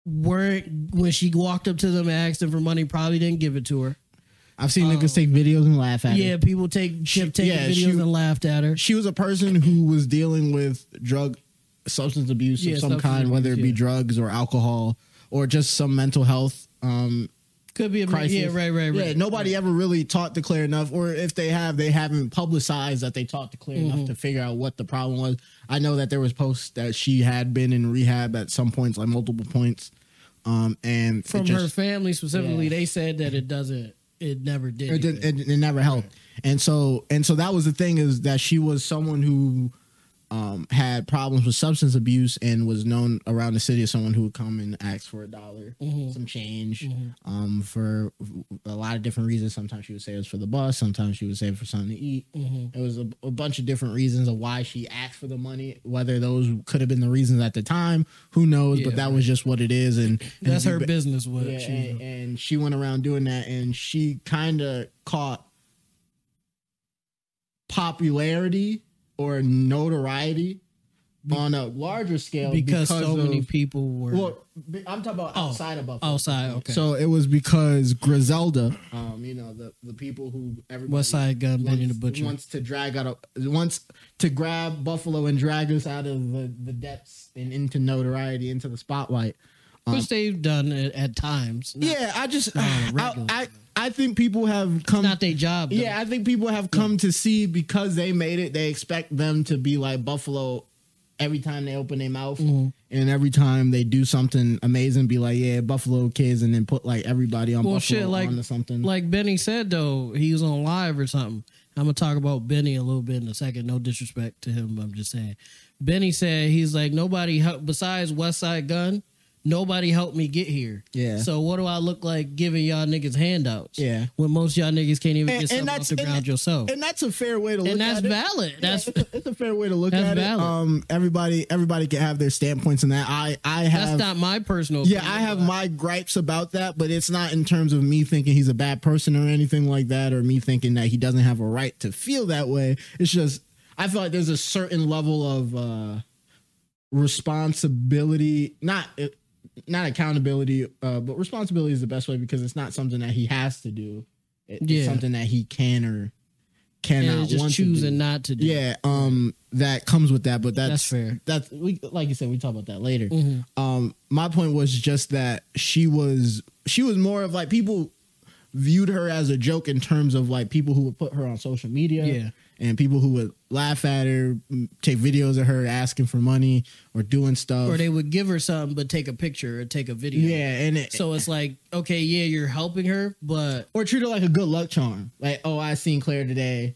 S1: weren't when she walked up to them and asked them for money, probably didn't give it to her.
S3: I've seen niggas take videos and laugh at
S1: Um, Yeah,
S3: it.
S1: people take
S3: She-
S1: kept taking
S3: yeah,
S1: videos
S3: she-
S1: and laughed at her.
S3: She was a person who was dealing with drug substance abuse
S1: Yeah,
S3: of some
S1: substance
S3: kind, whether it be
S1: abuse, yeah.
S3: drugs or alcohol or just some mental health um
S1: Could be a
S3: crisis.
S1: Yeah, right, right, right.
S3: Yeah, nobody ever really taught to Claire enough, or if they have, they haven't publicized that they taught to Claire
S1: Mm-hmm.
S3: enough to figure out what the problem was. I know that there was posts that she had been in rehab at some points, like multiple points, um, and it
S1: From
S3: just-
S1: her family specifically,
S3: Yeah.
S1: they said that it doesn't. it never did.
S3: It, didn't,
S1: anything.
S3: it, it never helped. And so and so that was the thing is that she was someone who um, had problems with substance abuse and was known around the city as someone who would come and ask for a dollar,
S1: Mm-hmm.
S3: some change, um, for a lot of different reasons. Sometimes she would say it was for the bus. Sometimes she would say it for something to eat.
S1: Mm-hmm.
S3: It was a, a bunch of different reasons of why she asked for the money. Whether those could have been the reasons at the time, who knows?
S1: Yeah,
S3: but that was just what it is. And, and
S1: That's
S3: if
S1: her
S3: you-
S1: business. What
S3: yeah,
S1: she-
S3: and, and she went around doing that, and she kind of caught popularity or notoriety on a larger scale
S1: because, so
S3: of-
S1: many people were
S3: Well, be- I'm talking about
S1: Oh,
S3: outside of Buffalo.
S1: outside. Okay, so
S3: So it was because Griselda, um, you know, the, the people who everybody
S1: West Side Gun, Benny the
S3: wants,
S1: Butcher.
S3: wants to drag out of wants to grab Buffalo and drag us out of the, the depths and into notoriety, into the spotlight.
S1: which they've done at, at times. Not,
S3: Yeah, I just
S1: [sighs] on a
S3: I,
S1: regular.
S3: I I think people have come.
S1: not their job. though.
S3: yeah, I think people have come to see because they made it. They expect them to be like Buffalo every time they open their mouth
S1: Mm-hmm.
S3: and every time they do something amazing. Be like, yeah, Buffalo kids, and then put like everybody on
S1: well,
S3: Buffalo
S1: shit, like
S3: onto something.
S1: like Benny said though, he was on live or something. I'm gonna talk about Benny a little bit in a second. No disrespect to him, I'm just saying. Benny said he's like nobody help besides West Side Gun. Nobody helped me get here.
S3: Yeah.
S1: So what do I look like giving y'all niggas handouts?
S3: Yeah.
S1: When most y'all niggas can't even get
S3: And- and
S1: stuff off
S3: that's-
S1: the
S3: and
S1: ground
S3: that-
S1: yourself.
S3: and that's a fair way to look
S1: and that's
S3: at it.
S1: valid. That's
S3: Yeah, it's, a, it's a fair way to look
S1: That's
S3: at
S1: valid.
S3: it. Um, everybody, everybody can have their standpoints in that. I, I have
S1: that's not my personal.
S3: Yeah,
S1: opinion,
S3: I have
S1: but
S3: my gripes about that, but it's not in terms of me thinking he's a bad person or anything like that, or me thinking that he doesn't have a right to feel that way. It's just I feel like there's a certain level of uh, responsibility, not eh, not accountability, uh, but responsibility is the best way because it's not something that he has to do. It- It's
S1: Yeah.
S3: something that he can or cannot
S1: and it's
S3: want
S1: just
S3: to do.
S1: choosing not to do.
S3: Yeah, um, that comes with that, but that's,
S1: That's fair.
S3: That's we like you said, we talk about that later.
S1: Mhm.
S3: Um, my point was just that she was she was more of like people viewed her as a joke in terms of like people who would put her on social media,
S1: Yeah.
S3: and people who would laugh at her, m- take videos of her asking for money or doing stuff,
S1: Or they would give her something, but take a picture or take a video.
S3: yeah, and it,
S1: So it's like, okay, yeah, you're helping her, but
S3: or treat her like a good luck charm. Like, oh, I seen Claire today,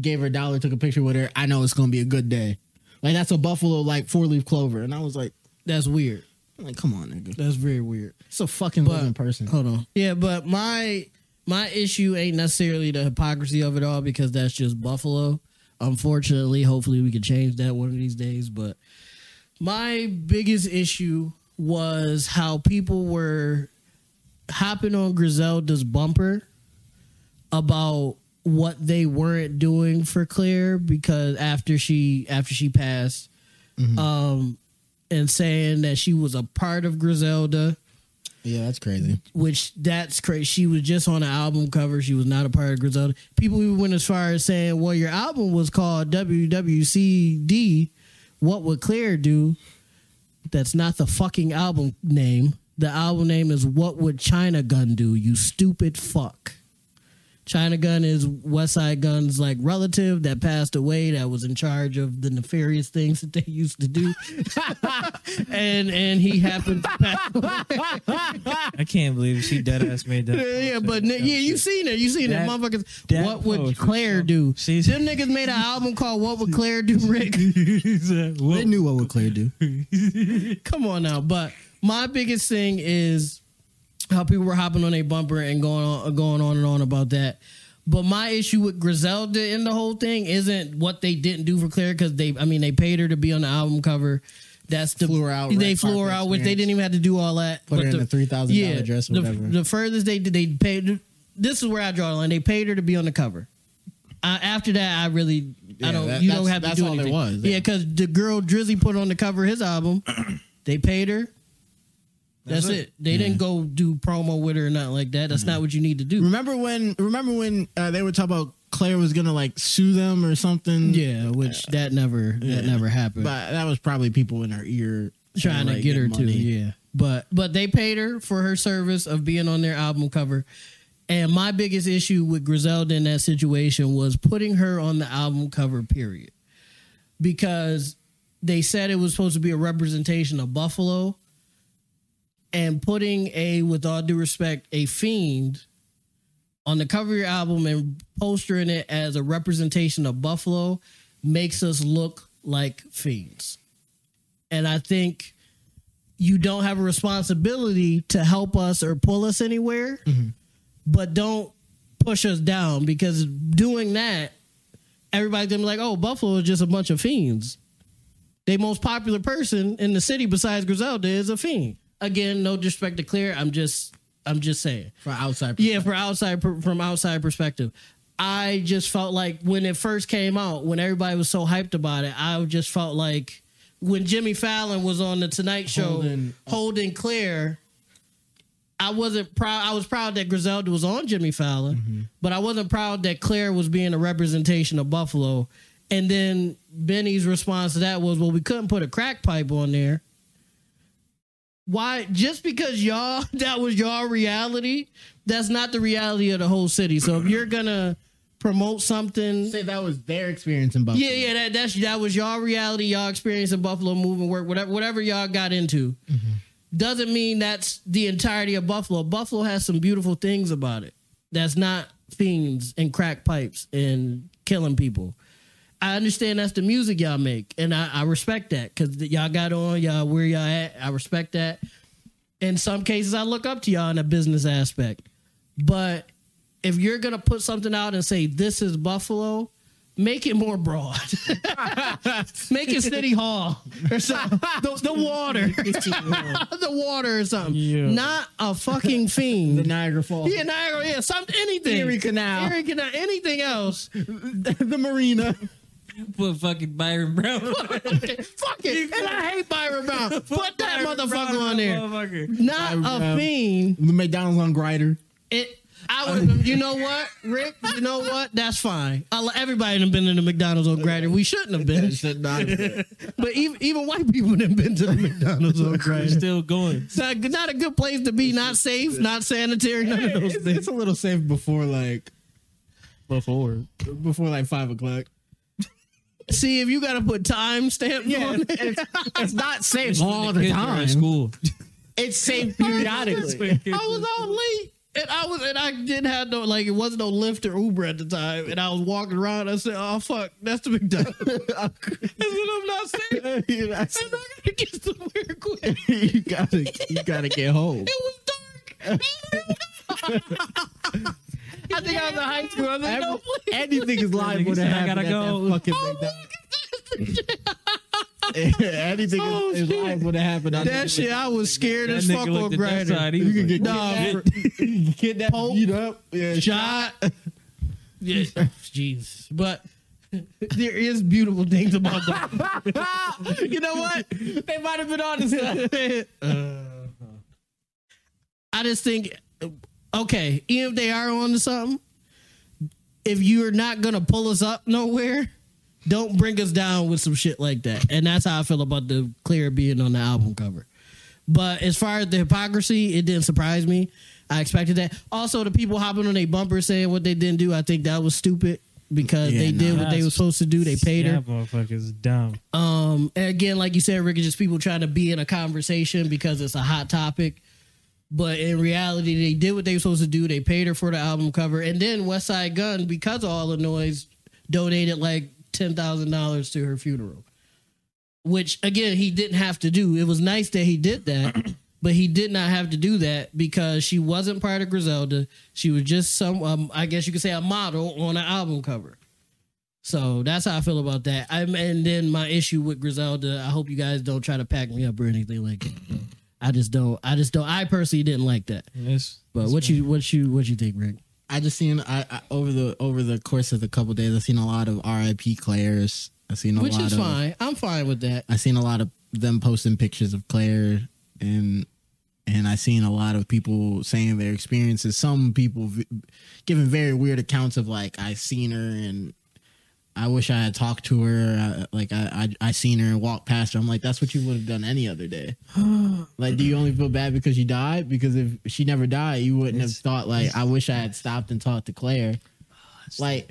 S3: gave her a dollar, took a picture with her. I know it's gonna be a good day. Like that's a buffalo like four leaf clover, and I was like,
S1: that's weird.
S3: I'm like come on, nigga,
S1: That's very weird.
S3: it's a fucking
S1: But-
S3: living person.
S1: Hold on. Yeah, but my my issue ain't necessarily the hypocrisy of it all because that's just Buffalo. Unfortunately, hopefully we can change that one of these days, but my biggest issue was how people were hopping on Griselda's bumper about what they weren't doing for Claire because after she after she passed um and saying that she was a part of Griselda
S3: Yeah, that's crazy.
S1: which that's crazy. She was just on an album cover. She was not a part of Griselda. People even went as far as saying, "Well, your album was called WWCD. What would Claire do?" That's not the fucking album name. The album name is "What Would China Gun Do?" You stupid fuck. China Gun is West Side Gun's like relative that passed away that was in charge of the nefarious things [laughs] that they used to do, and and he happened to pass
S2: I can't believe she dead ass made that.
S1: [laughs] yeah, yeah, but ni- yeah, you seen it. You seen
S2: That-
S1: it, motherfuckers.
S2: that
S1: what would
S2: poetry,
S1: Claire do?
S2: She's-
S1: Them
S5: [laughs]
S1: niggas made an album called "What Would Claire Do?" [laughs] Rick,
S3: They knew what would Claire do.
S1: come on now. But my biggest thing is how people were hopping on a bumper and going on, going on and on about that. But my issue with Griselda in the whole thing isn't what they didn't do for Claire because they, I mean, they paid her to be on the album cover. That's the
S3: Flew her out,
S1: They
S3: red
S1: flew her
S3: carpet
S1: out, which they
S3: experience.
S1: didn't even have to do all that.
S3: Put her in
S1: the-
S3: a three thousand dollar
S1: yeah,
S3: dress, or
S1: the-
S3: whatever.
S1: The, furthest they did, they paid. This is where I draw the line. They paid her to be on the cover. I, after that, I really, I
S3: Yeah,
S1: don't.
S3: that-
S1: you don't
S3: that's-
S1: have to
S3: that's
S1: do
S3: all there
S1: anything.
S3: was,
S1: yeah,
S3: yeah.
S1: because the girl Drizzy put on the cover of his
S3: [clears throat]
S1: album. they paid her. That's, it. They didn't go do promo with her or nothing like that. That's not what you need to do.
S3: Mm-hmm. remember when? Remember when uh, they were talking about Claire was gonna like sue them or something?
S1: Yeah, which that never that never happened.
S3: but that was probably people in her ear
S1: trying to
S3: like,
S1: get her to.
S3: money.
S1: Yeah, but but they paid her for her service of being on their album cover. And my biggest issue with Griselda in that situation was putting her on the album cover. Period, because they said it was supposed to be a representation of Buffalo, and putting a, with all due respect, a fiend on the cover of your album and postering it as a representation of Buffalo makes us look like fiends. And I think you don't have a responsibility to help us or pull us anywhere, but don't push us down because doing that, everybody's gonna be like, oh, Buffalo is just a bunch of fiends. They most popular person in the city besides Griselda is a fiend. Again, no disrespect to Clear. I'm just I'm just saying.
S3: for outside.
S1: Yeah, for outside from outside perspective. I just felt like when it first came out, when everybody was so hyped about it, I just felt like when Jimmy Fallon was on the Tonight Show holding,
S3: Holding-
S1: clear, I wasn't proud. I was proud that Griselda was on Jimmy Fallon,
S3: Mm-hmm.
S1: but I wasn't proud that Claire was being a representation of Buffalo. And then Benny's response to that was, "Well, we couldn't put a crack pipe on there." why just because y'all [laughs] that was y'all reality that's not the reality of the whole city so if you're gonna promote something
S3: Say that was their experience in Buffalo.
S1: yeah yeah that that's that was y'all reality y'all experience in buffalo moving work whatever whatever y'all got into doesn't mean that's the entirety of buffalo buffalo has some beautiful things about it that's not fiends and crack pipes and killing people I understand that's the music y'all make, and I, I respect that because y'all got on y'all where y'all at. I respect that. In some cases, I look up to y'all in a business aspect, but if you're gonna put something out and say this is Buffalo, make it more broad. [laughs] make it City Hall [laughs] or something. The, the water,
S3: [laughs]
S1: the water or something.
S2: Yeah.
S1: Not a
S3: [laughs]
S1: fucking
S3: The
S1: fiend.
S3: Niagara Falls,
S1: Yeah, Niagara. Yeah, something. Anything.
S3: Erie Canal.
S1: Erie Canal. Anything else?
S3: [laughs]
S1: [laughs]
S3: the marina.
S5: Put fucking Byron [laughs] Brown.
S1: Fuck it. And I hate Byron
S3: [laughs]
S1: Brown. Put that
S5: Byron Brown
S1: motherfucker
S5: is
S1: on
S5: a
S1: there.
S5: motherfucker.
S1: Not a
S3: Brown.
S1: fiend.
S3: The McDonald's on [laughs] Grider.
S1: It. I would. You know what, Rick? You know what? That's fine. I, everybody done been in the McDonald's on Grider. We shouldn't have been. But even, even white people done been [laughs] to the McDonald's on Grider.
S5: Still going.
S1: It's not, not a good place to be. Not safe. Not sanitary. None of those
S3: it's,
S1: things.
S3: it's a little safe before like
S5: Before.
S3: before like five o'clock.
S1: [laughs] See, if you got to put time stamps on it.
S3: it's, it's not safe
S1: [laughs]
S5: When kids were In [laughs] school.
S3: It's safe periodically.
S1: I was out late. And I was, and I didn't have no like it wasn't no Lyft or Uber at the time, and I was walking around. I said, "Oh fuck, that's the McDonald's." that's what I'm not saying.
S3: [laughs] you know,
S1: I'm not gonna get somewhere quick.
S3: you gotta you gotta get home.
S1: It was dark. I think I was in high school. I was like, [laughs] no,
S3: Every-
S1: please.
S3: anything is
S5: Nigga
S3: liable to
S5: said, "I
S3: happen.
S5: gotta
S3: at
S5: go."
S3: That fucking
S1: Oh,
S3: McDonald's.
S1: look, that's the
S3: [laughs]
S1: shit.
S3: anything
S1: Oh,
S3: is, is
S1: shit.
S3: liable to happen. on
S1: That
S3: the-
S1: shit, I was scared
S5: That
S1: as
S5: nigga
S1: fuck on
S5: looked at that
S1: Grinder.
S5: side. He
S3: You
S5: was like,
S3: can get
S1: Nah,
S3: [laughs] kidnapped, kidnapped,
S1: Pope.
S3: beat up. Yeah,
S1: shot. [laughs] Yeah, jeez. But [laughs] there is beautiful things [laughs] about the. you know what? They might have been on [laughs] this. I just think, okay, even if they are on to something, if you're not gonna pull us up nowhere, don't bring us down with some shit like that. And that's how I feel about the clear being on the album cover. But as far as the hypocrisy, it didn't surprise me. I expected that. Also, the people hopping on their bumper saying what they didn't do, I think that was stupid because
S3: Yeah,
S1: they did
S5: nah.
S1: what they were supposed to do. They paid her.
S5: That motherfucker's dumb.
S1: Um, and again, like you said, Rick, it's just people trying to be in a conversation because it's a hot topic. But in reality, they did what they were supposed to do. They paid her for the album cover, and then West Side Gun, because of all the noise, donated like ten thousand dollars to her funeral. Which again, he didn't have to do. It was nice that he did that, [clears throat] but he did not have to do that because she wasn't part of Griselda. She was just some, um, I guess you could say, a model on an album cover. So that's how I feel about that. I'm, and then my issue with Griselda. I hope you guys don't try to pack me up or anything like that. I just don't. I just don't. I personally didn't like that.
S5: It's,
S1: But what you what you what you think, Rick?
S3: I just seen I, I over the over the course of the couple days, I've seen a lot of R.I.P. Claire's. I've seen a
S1: Which
S3: lot
S1: is
S3: of
S1: fine. I'm fine with that.
S3: I seen a lot of them posting pictures of Claire and and I seen a lot of people saying their experiences. Some people v- giving very weird accounts of like I seen her and I wish I had talked to her. I, like I, I I seen her and walked past her. I'm like that's what you would have done any other day. like do you only feel bad because she died? Because if she never died, you wouldn't have thought like I wish I had stopped and talked
S1: [sighs]
S3: to Claire. Like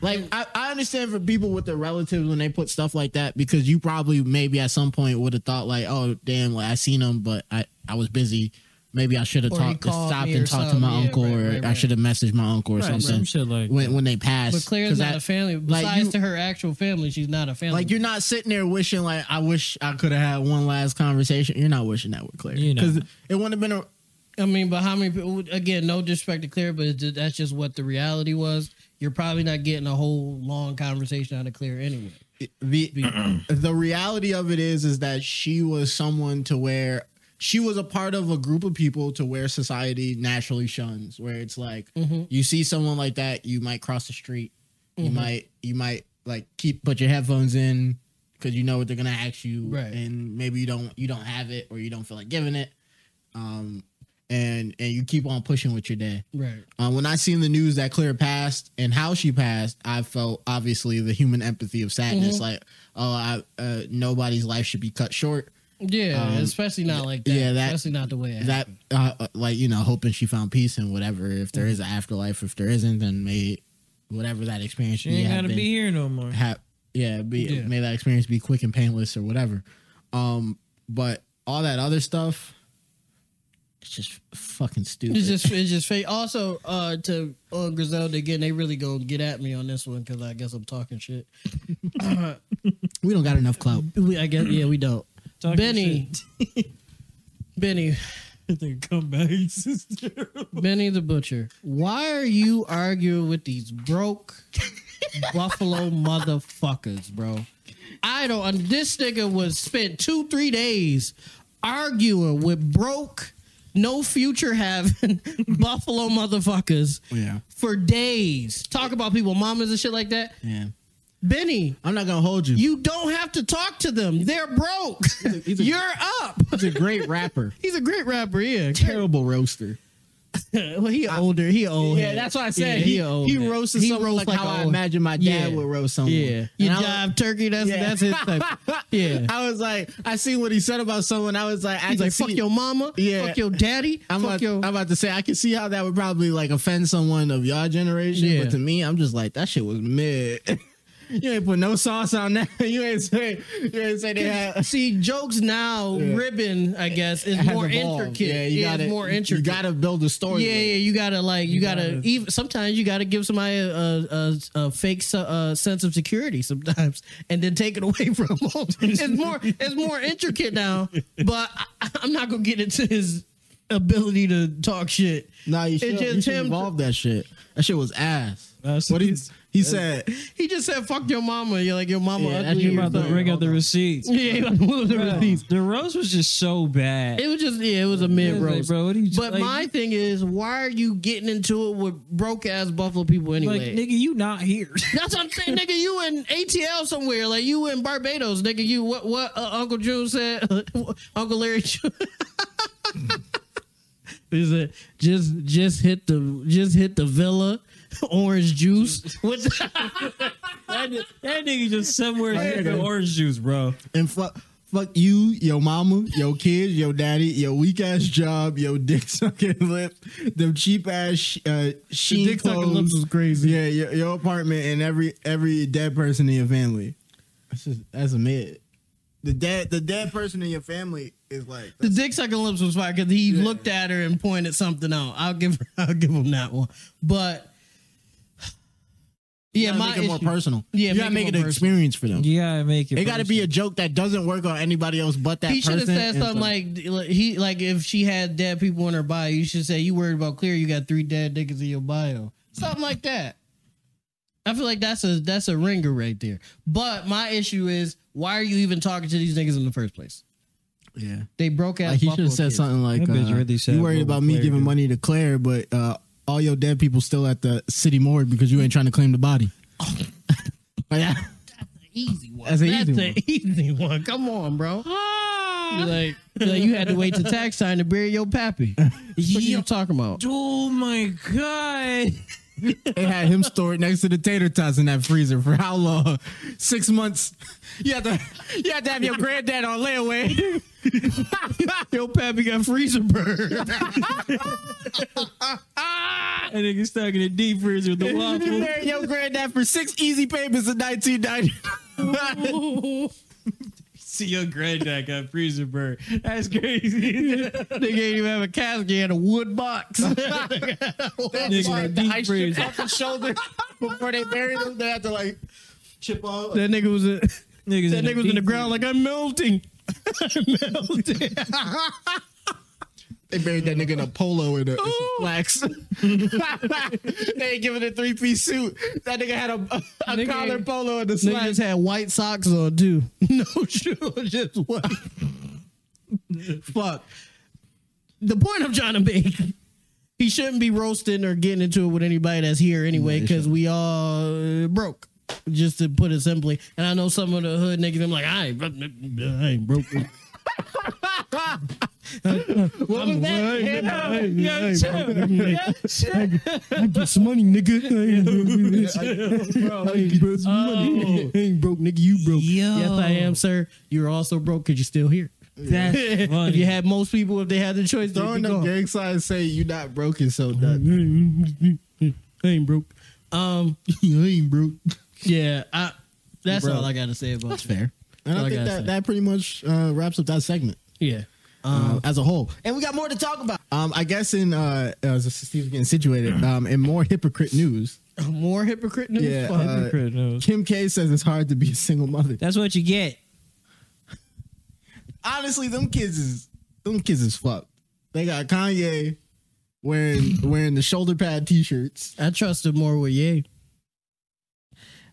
S3: like I, I understand for people with their relatives when they put stuff like that because you probably maybe at some point would have thought like, oh damn, like I seen him, but I I was busy. maybe I should have
S1: Or he
S3: talked,
S1: called
S3: stopped
S1: me
S3: and
S1: or
S3: talked to my
S1: something. Yeah,
S3: uncle,
S1: right,
S3: or
S1: right,
S3: I
S1: right.
S3: should have messaged my uncle or
S5: Right, some
S3: something.
S5: shit like
S3: When when they passed,
S1: But Claire's
S3: 'Cause
S1: not
S3: I-
S1: a family.
S3: like,
S1: Besides
S3: you-
S1: to her actual family, she's not a family.
S3: Like you're not sitting there wishing like I wish I could have had one last conversation. You're not wishing that with Claire
S5: You know.
S3: because it wouldn't have been a
S1: I mean, but how many people? would- Again, no disrespect to Claire, but it- that's just what the reality was. You're probably not getting a whole long conversation out of Claire anyway.
S5: [clears throat]
S3: the the reality of it is is that she was someone to where she was a part of a group of people to where society naturally shuns where it's like
S1: Mm-hmm.
S3: you see someone like that you might cross the street you might you might like keep put your headphones in because you know what they're gonna ask you
S1: Right.
S3: and maybe you don't you don't have it or you don't feel like giving it um and and you keep on pushing with your day
S1: Right.
S3: uh, when I seen the news that Claire passed and how she passed, I felt obviously the human empathy of sadness. Like, oh, I, uh, nobody's life should be cut short.
S1: Yeah,
S3: Um,
S1: especially not like that.
S3: yeah,
S1: Yeah,
S3: that-
S1: especially not the way it
S3: That, uh, uh, like, you know, hoping she found peace and whatever. If there is an afterlife, if there isn't, then may whatever that experience she
S5: you ain't
S3: had
S5: gotta
S3: been-
S5: be here no [laughs] more.
S3: ha- yeah, be,
S1: Yeah.
S3: may that experience be quick and painless or whatever. Um, but all that other stuff, it's just fucking stupid.
S1: It's just it's just fake. Also, uh, to on Griselda again, they really gonna get at me on this one because I guess I'm talking shit.
S3: we don't got enough clout.
S1: We, I guess yeah, we don't.
S5: Talking
S1: Benny, [laughs] Benny,
S5: shit. They come back, [laughs] sister.
S1: Benny the butcher. Why are you arguing with these broke Buffalo motherfuckers, bro? I don't. un- This nigga was spent two three days arguing with broke, no future having [laughs] Buffalo motherfuckers.
S3: Yeah.
S1: for days. Talk about people, mamas and shit like that.
S3: Yeah.
S1: Benny,
S3: I'm not going to hold you.
S1: you don't have to talk to them. They're broke.
S3: he's
S1: [laughs]
S3: a-
S1: You're up.
S3: He's a great
S1: [laughs]
S3: rapper.
S1: He's a great rapper, yeah.
S3: [laughs] Terrible roaster.
S1: well, he older. He old. head. Yeah, he,
S3: he,
S1: old.
S3: he
S1: head.
S3: roasted
S1: He
S3: someone
S1: roast
S3: like, how
S1: a
S3: I
S1: old-
S3: imagine my dad
S1: Yeah.
S3: would roast someone.
S1: Yeah, you
S3: And I was-
S1: jive turkey. That's
S3: Yeah.
S1: that's his
S3: [laughs]
S1: type. Yeah,
S3: I was like, I see what he said about someone. I was like, I
S1: he's
S3: can
S1: like
S3: see,
S1: fuck your mama.
S3: Yeah.
S1: fuck your daddy.
S3: I'm
S1: fuck
S3: about,
S1: your.
S3: I'm about to say I can see how that would probably like offend someone of your generation,
S1: Yeah.
S3: but to me, I'm just like that shit was mid. [laughs] you ain't put no sauce on that. [laughs] You ain't say you ain't say they had.
S1: See, jokes now
S3: Yeah.
S1: ribbon. I guess is
S3: have
S1: more
S3: evolved.
S1: intricate.
S3: Yeah, you
S1: it's
S3: gotta
S1: more intricate.
S3: You gotta build a story.
S1: Yeah,
S3: with it.
S1: yeah, you gotta like you, gotta,
S5: gotta-
S1: even sometimes you gotta give somebody a, a, a, a fake se- uh, sense of security sometimes, and then take it [laughs] away from them. it's more it's more intricate
S3: [laughs]
S1: now, but I, I'm not gonna get into his ability to talk shit.
S3: Nah, you should,
S1: just
S3: you should
S1: him-
S3: evolve that shit. That shit was ass.
S5: That's-
S3: what he he said.
S1: He just said "fuck your mama." You're like your mama
S3: Yeah, that's
S1: ugly.
S3: your
S1: or
S5: about to
S1: something.
S5: ring out the receipts.
S1: Yeah, like, [laughs] what was the receipts?
S5: The roast was just so bad.
S1: It was just yeah, it was a mid
S5: Yeah, like,
S1: roast.
S5: bro, what are you-
S1: but
S5: like-
S1: my thing is, why are you getting into it with broke ass Buffalo people anyway?
S5: like, nigga, you not here. [laughs]
S1: That's what I'm saying, nigga. You in ATL somewhere, like you in Barbados, nigga. You what? What uh, Uncle June said, [laughs] Uncle Larry. June- [laughs] He said, just just hit the just hit the villa, [laughs] orange juice. What the-
S5: that, ni- that nigga just somewhere
S3: Right.
S5: drinking orange juice, bro.
S3: And fuck, fuck you, your mama, your kids, your daddy, your weak ass job, your dick sucking [laughs] lips, them cheap ass uh, sheen
S2: dick sucking
S3: clothes.
S2: lips was crazy.
S3: Yeah, your, your apartment and every every dead person in your family. That's just that's a mid. The dead the dead person in your family is like
S1: the dick sucking lips was fire because he looked at her and pointed something out. I'll give her, [laughs] I'll give him that one, but. Yeah,
S3: you gotta
S1: my
S3: make it more
S1: issue-
S3: personal.
S1: Yeah,
S3: you gotta
S1: make
S3: make,
S1: it more
S3: it an
S1: personal.
S3: experience for them.
S5: You gotta make it.
S3: It got to be a joke that doesn't work on anybody else but that
S1: he should
S3: person.
S1: have said
S3: and
S1: something like like, he like if she had dead people in her bio, you should say you worried about clear. You got three dead niggas in your bio, something like that. I feel like that's a that's a ringer right there. But my issue is why are you even talking to these niggas in the first place?
S3: yeah.
S1: They broke out.
S3: Like he should have said something like,
S5: That bitch
S3: uh,
S5: really said
S3: "You worried
S5: what
S3: about me
S5: Claire
S3: giving
S5: did.
S3: money to Claire, but uh, all your dead people still at the city morgue because you ain't trying to claim the body." [laughs] Like, [laughs] that-
S1: Easy one. Ah.
S3: That's
S1: That's
S3: an
S1: an
S3: easy
S1: [laughs]
S3: one.
S1: easy one. Come on, [laughs] bro. You're like, you're like, you had to wait to tax time to bury your pappy. What you talking about?
S5: Oh my god!
S3: they had him stored next to the tater tots in that freezer for how long? Six months. You had to, you had to have your granddad on layaway. [laughs]
S1: Your pappy got freezer burn.
S5: [laughs]
S3: [laughs]
S5: That nigga stuck in the deep freezer with the
S3: You
S5: waffle.
S3: married [laughs] your granddad for six easy payments in 1990.
S5: See your granddad got freezer burn. That's [laughs] crazy.
S1: Nigga ain't even have a casket. He had a wood
S3: [laughs]
S1: box.
S5: Nigga,
S3: Like,
S5: deep
S3: the ice chips
S5: freeze.
S3: off his shoulder before they buried him. They had to like chip off.
S1: That nigga was a,
S5: Niggas
S1: that nigga was in the
S5: deep
S1: ground like I'm melting. I'm melting.
S3: They buried that nigga in a polo and a
S1: [laughs] Flex.
S3: they ain't giving it a three piece suit. That nigga had a, a
S1: Nigga-
S3: collar polo and a slacks.
S1: Niggas had white socks on too. [laughs] No shoes, just white. Fuck. The point I'm trying to make. He shouldn't be roasting or getting into it with anybody that's here anyway, because we all uh, broke. Just to put it simply, and I know some of the hood niggas. I'm like, I ain't, I ain't [laughs] broke.
S3: What was that?
S1: I
S5: freeze. Yo, chill.
S1: get some money, nigga.
S3: [laughs]
S5: Bro,
S3: oh.
S1: I ain't broke, nigga. You broke.
S5: Yo.
S1: Yes, I am, sir. You're also broke because you're still here. [laughs]
S5: That's
S1: If you
S5: funny.
S1: had most people, if they had the choice, they'd
S3: Throwing
S1: be
S3: up
S1: gone.
S3: gang signs say you not broken, so done.
S1: I ain't broke. Um, [laughs]
S3: you ain't broke.
S1: yeah, I. That's
S3: Broke.
S1: all I gotta say about
S3: That's
S1: it.
S3: fair. And
S1: All I
S3: I think
S1: gotta
S3: that,
S1: say.
S3: that pretty much uh, wraps up that segment. [laughs]
S1: Yeah,
S3: um, as a whole. And we got more to talk about. Um, I guess in uh, as Steve's getting situated, um, in more hypocrite news,
S1: more hypocrite news.
S3: Yeah,
S1: Fuck.
S3: uh,
S5: Hypocrite knows.
S3: Kim K says it's hard to be a single mother.
S5: That's what you get.
S3: Honestly, them kids is them kids is fucked. They got Kanye wearing wearing the shoulder pad T-shirts.
S1: I trusted more with Ye.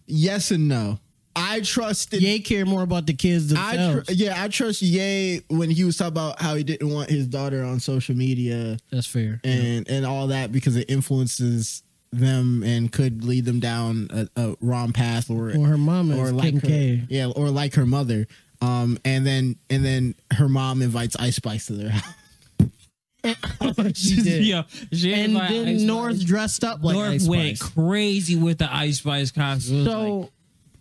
S3: Yes and no. I trusted.
S1: Ye care more about the kids
S3: I tr-
S1: themselves.
S3: yeah, I trust Ye when he was talking about how he didn't want his daughter on social media.
S1: that's fair.
S3: and and all that because it influences them and could lead them down a, a wrong path or
S1: Or her mama
S3: or
S1: is
S3: like
S1: Kim
S3: her,
S1: K.
S3: yeah or like her mother um and then and then her mom invites Ice Spice to their house
S1: She
S5: [laughs]
S1: did.
S5: Yo, she
S1: And
S5: invite
S1: then
S5: Ice
S1: North
S5: Spice.
S1: dressed up like
S5: North
S1: Ice
S5: went
S1: Spice.
S5: crazy with the Ice Spice costume.
S1: So
S5: So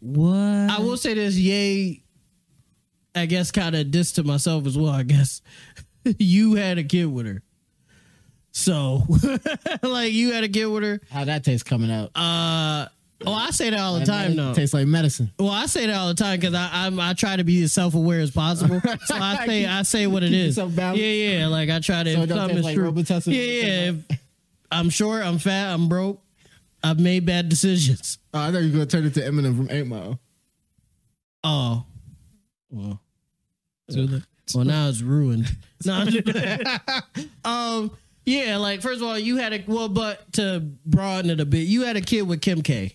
S5: what?
S1: I will say this, Ye. I guess kind of diss to myself as well. I guess [laughs] you had a kid with her, so [laughs] like you had a kid with her.
S3: how that tastes coming out
S1: Uh, oh, I say that all the time
S3: That
S1: though.
S3: tastes like medicine
S1: Well, I say that all the time because I I'm, I try to be as self aware as
S3: [laughs]
S1: possible. So I say I say what it
S3: Keep
S1: is.
S3: yourself balanced.
S1: Yeah, yeah. Like I try to.
S3: So it
S1: if
S3: don't
S1: something
S3: taste
S1: is
S3: like
S1: true.
S3: Robitussin or
S1: Yeah, yeah. if- I'm short. I'm fat. I'm broke. I've made bad decisions. [laughs]
S3: oh, I thought you were gonna turn it to Eminem from Eight Mile
S1: Oh, well. Well, now it's
S3: [laughs]
S1: ruined. No, I'm just- um. Yeah, like first of all, you had a well, but to broaden it a bit, you had a kid with Kim K.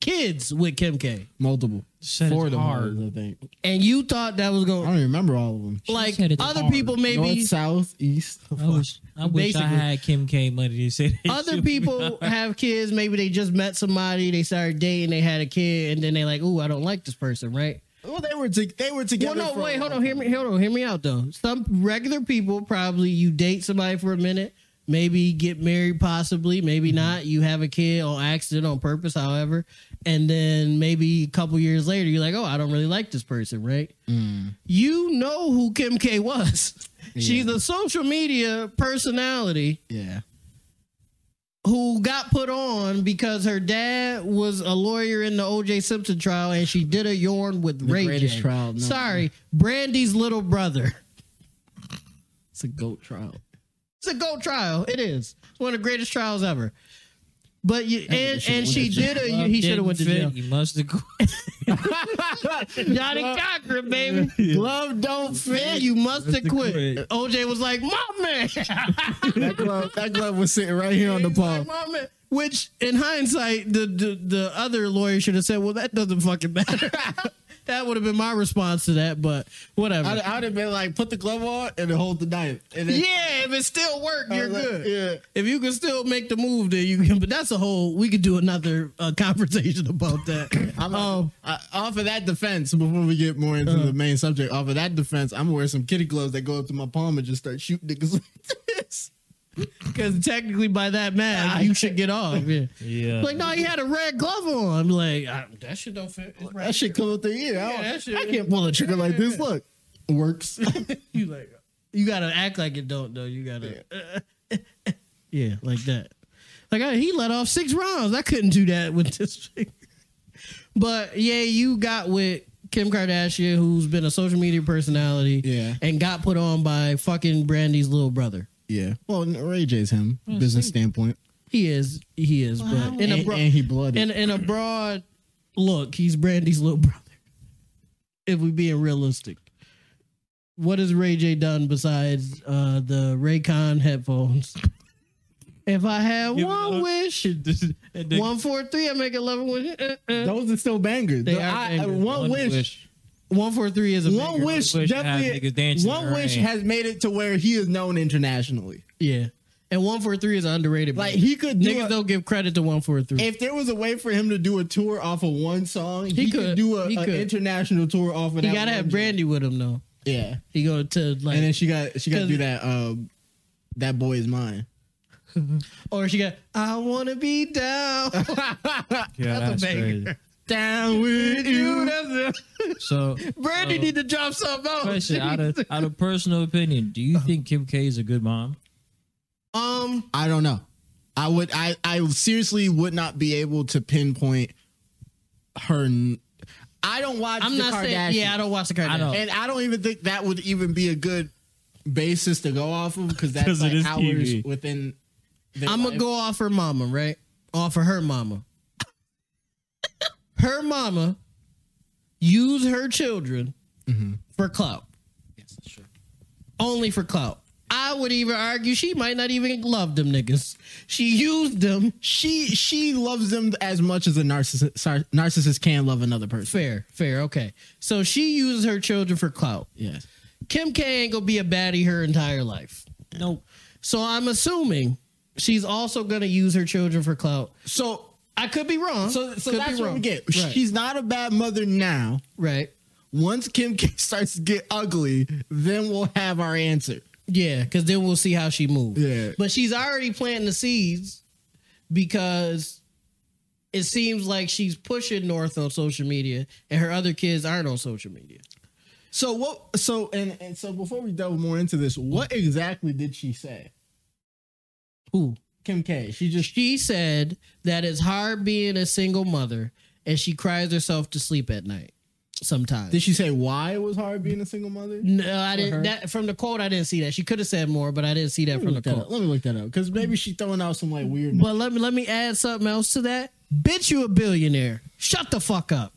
S1: Kids with Kim K,
S3: multiple
S5: Said
S3: four
S5: it's
S3: of them
S5: hard.
S3: hoes, I think
S1: and you thought that was
S3: I
S1: going
S3: don't even remember all of them
S1: like
S5: said it's
S1: other
S5: hard.
S1: people maybe Oh.
S3: north south east
S5: I wish, I, wish I
S1: Basically.
S5: had Kim K money to say that.
S1: other
S5: shit. [laughs]
S1: people have kids. Maybe they just met somebody, they started dating, they had a kid, and then they like, "Ooh, I don't like this person," right?
S3: well they were to, they were together
S1: Well, no,
S3: for a
S1: wait, hold
S3: long
S1: on, hear me, hold on, hear me out though. Some regular people probably you date somebody for a minute, maybe get married, possibly, maybe not. You have a kid on accident, on purpose, however, and then maybe a couple years later, you're like, "Oh, I don't really like this person," right? You know who Kim K was. She's a social media personality
S3: yeah
S1: who got put on because her dad was a lawyer in the O.J. Simpson trial, and she did a yarn with Ray
S3: greatest
S1: J.
S3: trial known.
S1: Sorry, Brandy's little brother.
S3: it's a goat trial
S1: It's a gold trial. It is. It's one of the greatest trials ever. But you, and
S3: should've
S1: and
S3: went
S1: she
S3: to
S1: did a
S5: Glove
S1: he should have
S5: didn't
S1: went to
S5: fit.
S1: jail.
S5: He must have. [laughs]
S1: Johnny Cochran,
S3: [laughs]
S1: baby.
S3: glove don't
S1: Man, you must have quit.
S5: quit.
S1: OJ was like, "My man."
S3: that glove, that glove was sitting right here on the
S1: He's
S3: palm.
S1: like, "My man." Which, in hindsight, the, the the other lawyer should have said, "Well, that doesn't fucking
S3: [laughs]
S1: matter." that would have been my response to that, but whatever.
S3: I'd, I'd have been like, put the glove on and then hold the knife. And then,
S1: yeah, if it still worked,
S3: I
S1: you're
S3: was like,
S1: good.
S3: Uh, Yeah.
S1: If you can still make the move, then you can. But that's a whole. We could do another uh, [laughs] conversation about that.
S3: [coughs] I'm
S1: Um,
S3: I, off of that defense, before we get more into the main subject, off of that defense, I'm gonna wear some kitty gloves that go up to my palm and just start shooting niggas like this.
S1: Because technically, by that math, you should get off. Yeah.
S5: Yeah.
S1: Like, no, he had a red glove on. I'm like, I, that shit don't fit. It's
S3: [laughs] That
S1: right.
S3: shit come up the ear.
S1: Yeah,
S3: I, don't-
S1: that shit-
S3: I can't pull a trigger like this. Look, [laughs] works.
S1: You like, you gotta act like it don't though. You gotta, yeah, [laughs] like that. Like I, he let off six rounds. I couldn't do that with this. Finger. But yeah, you got with Kim Kardashian, who's been a social media personality,
S3: Yeah.
S1: and got put on by fucking Brandy's little brother.
S3: Yeah. Well, n- Ray J's him, business standpoint.
S1: He is, he is, but in a
S3: and,
S1: bro-
S3: and he blooded.
S1: in, in a broad look, he's Brandy's little brother. If we being realistic, what has Ray J done besides uh, the Raycon headphones? If I had
S5: Give it
S1: one
S5: up.
S1: wish,
S5: And the-
S1: one four three, I make eleven wish. Uh, uh.
S3: Those are still bangers.
S1: They
S3: The-
S1: are
S3: I- I-
S1: bangers.
S3: one,
S5: One
S3: wish,
S5: wish.
S1: One four three is a
S3: one
S1: banger.
S3: wish,
S5: Wish had niggas
S3: definitely.
S5: dancing
S3: One
S5: around.
S3: wish has made it to where he is known internationally.
S1: yeah, and one four three is an underrated.
S3: Like
S1: banger.
S3: he could do
S1: niggas
S3: a-
S1: don't give credit to one four three.
S3: if there was a way for him to do a tour off of one song, he, could,
S1: could.
S3: do a,
S1: He
S3: an
S1: could.
S3: international tour off of that.
S1: He gotta
S3: one
S1: have
S3: joint.
S1: Brandy with him though.
S3: Yeah,
S1: He go to like,
S3: and then she got she got to
S1: 'Cause-
S3: do that. Um, that boy is mine.
S1: or she got I wanna be
S3: [laughs]
S1: down.
S5: Yeah,
S1: That's a banger.
S5: crazy.
S3: Down with
S1: Dude,
S3: you.
S1: that's
S3: [laughs]
S5: So,
S1: Brandy need to drop something Oh. out.
S5: question out of, out of personal opinion, do you think Kim K is a good mom?
S1: um,
S3: I don't know. I would. I I seriously would not be able to pinpoint her. n- I don't watch.
S1: I'm
S3: the
S1: not saying.
S3: Kardashians.
S1: Yeah, I don't watch the Kardashians.
S5: I don't.
S3: And I don't even think that would even be a good basis to go off of because
S5: [laughs]
S3: that's
S5: 'Cause it
S3: like
S5: is
S3: hours
S5: TV.
S3: within. their
S1: I'm gonna
S3: life.
S1: go off her mama, right? Off of her mama. her mama use her children for clout. Only for clout. I would even argue she might not even love them niggas. She used them.
S3: She she loves them as much as a narcissist sar- narcissist can love another person.
S1: Fair, fair, okay. So she uses her children for clout.
S3: Yes.
S1: Kim K ain't gonna be a baddie her entire life.
S5: Nope.
S1: So I'm assuming she's also gonna use her children for clout.
S3: So
S1: I could be wrong.
S3: so so
S1: Could
S3: that's
S1: be
S3: what we
S1: wrong.
S3: get.
S1: Right.
S3: She's not a bad mother now.
S1: right.
S3: Once Kim K [laughs] starts to get ugly, then we'll have our answer.
S1: Yeah, because then we'll see how she moves.
S3: Yeah.
S1: But she's already planting the seeds because it seems like she's pushing North on social media and her other kids aren't on social media.
S3: So what? So and, and so before we delve more into this, what exactly did she say?
S1: Who?
S3: Kim K. She just
S1: She said that it's hard being a single mother and she cries herself to sleep at night sometimes.
S3: did she say why it was hard being a single mother?
S1: No, I
S3: her?
S1: didn't. That, from the quote, I didn't see that. She could have said more, but I didn't see that
S3: Let
S1: from
S3: me
S1: the
S3: look that up.
S1: quote.
S3: Let me look that up because maybe she's throwing out some like weird.
S1: But let me let me add something else to that. Bitch, you a billionaire. Shut the fuck up.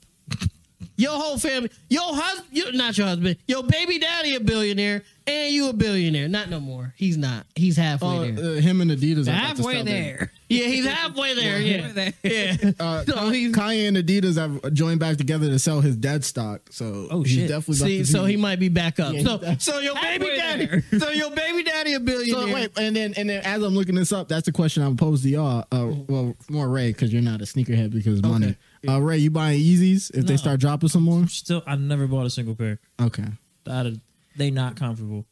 S1: Your whole family, your husband, not your husband, your baby daddy a billionaire, and you a billionaire. Not no more. He's not. He's halfway
S3: Uh,
S1: there.
S3: uh, him and Adidas. are about to
S2: Halfway
S3: stop that.
S2: there.
S1: yeah, he's halfway there. Yeah, yeah. [laughs]
S3: Uh,
S1: So he's-
S3: Kanye and Adidas have joined back together to sell his dead stock. So
S5: Oh,
S3: he's
S5: shit.
S3: definitely about
S1: See,
S3: to
S1: so
S3: be-
S1: he might be back up.
S3: Yeah,
S1: so,
S3: he's-
S1: so your baby
S5: Halfway
S1: daddy,
S5: there.
S1: so your baby daddy a
S3: [laughs] So
S1: billionaire.
S3: wait, and then and then as I'm looking this up, that's the question I would pose to y'all. Uh, well, more Ray because you're not a sneakerhead because money. Uh, Ray, you buying Yeezys if they
S5: No.
S3: start dropping some more?
S5: Still, I never bought a single pair.
S3: Okay,
S5: I did- they not comfortable.